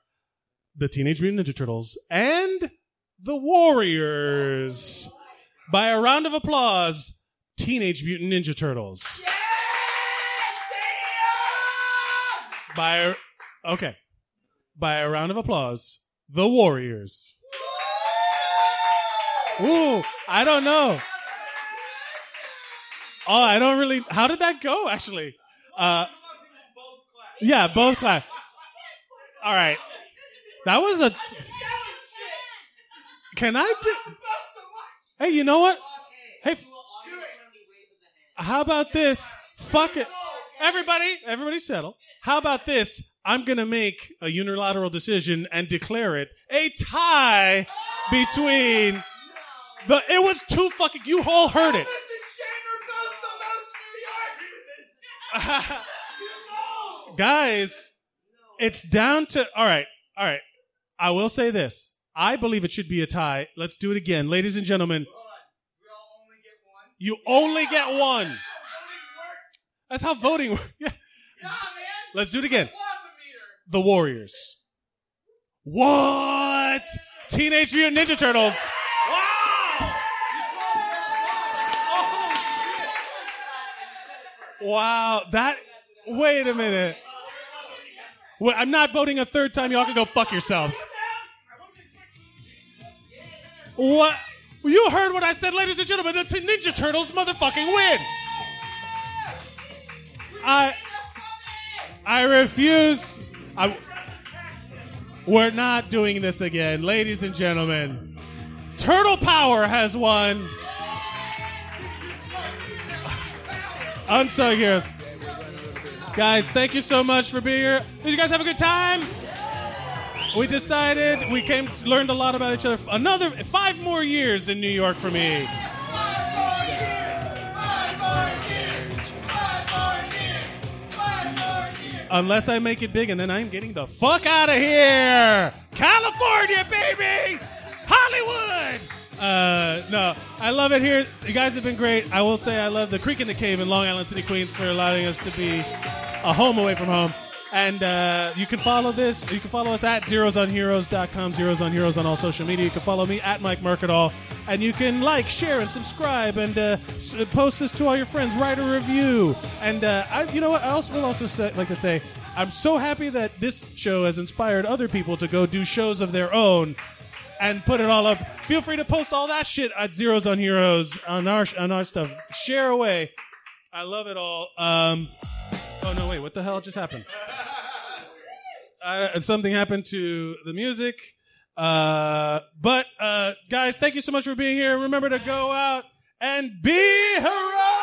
the Teenage Mutant Ninja Turtles and the Warriors. By a round of applause, Teenage Mutant Ninja Turtles. By a, okay. By a round of applause, the Warriors. Ooh, I don't know. Oh, I don't really. How did that go? Actually, uh, yeah, both clap. All right, that was a. Can I do? Hey, you know what? Hey, f- how about this? Fuck it, everybody. Everybody settle. How about this? I'm gonna make a unilateral decision and declare it a tie between the. It was too fucking. You all heard it. guys, it's down to all right, all right. I will say this. I believe it should be a tie. Let's do it again, ladies and gentlemen. You only get one. That's how voting works. Yeah. Let's do it again. The Warriors. What? Teenage Mutant Ninja Turtles. Oh, Wow, that. Wait a minute. Wait, I'm not voting a third time. Y'all can go fuck yourselves. What? You heard what I said, ladies and gentlemen. The Teen Ninja Turtles motherfucking win. I. I refuse. I. We're not doing this again, ladies and gentlemen. Turtle Power has won. Unsung Heroes. Guys, thank you so much for being here. Did you guys have a good time? We decided we came learned a lot about each other. Another five more years in New York for me. Unless I make it big and then I'm getting the fuck out of here. California, baby! Hollywood! Uh, no, I love it here. You guys have been great. I will say I love the Creek in the Cave in Long Island City, Queens for allowing us to be a home away from home. And uh, you can follow this. You can follow us at zerosonheroes.com, zeros on heroes on all social media. You can follow me at Mike Mercadal. And you can like, share, and subscribe, and uh, s- post this to all your friends. Write a review. And uh, I, you know what? I also will also say, like to say, I'm so happy that this show has inspired other people to go do shows of their own and put it all up. Feel free to post all that shit at Zeros on Heroes on our on our stuff. Share away. I love it all. Um, oh no, wait, what the hell just happened? Uh, something happened to the music. Uh, but uh, guys, thank you so much for being here. Remember to go out and be heroic.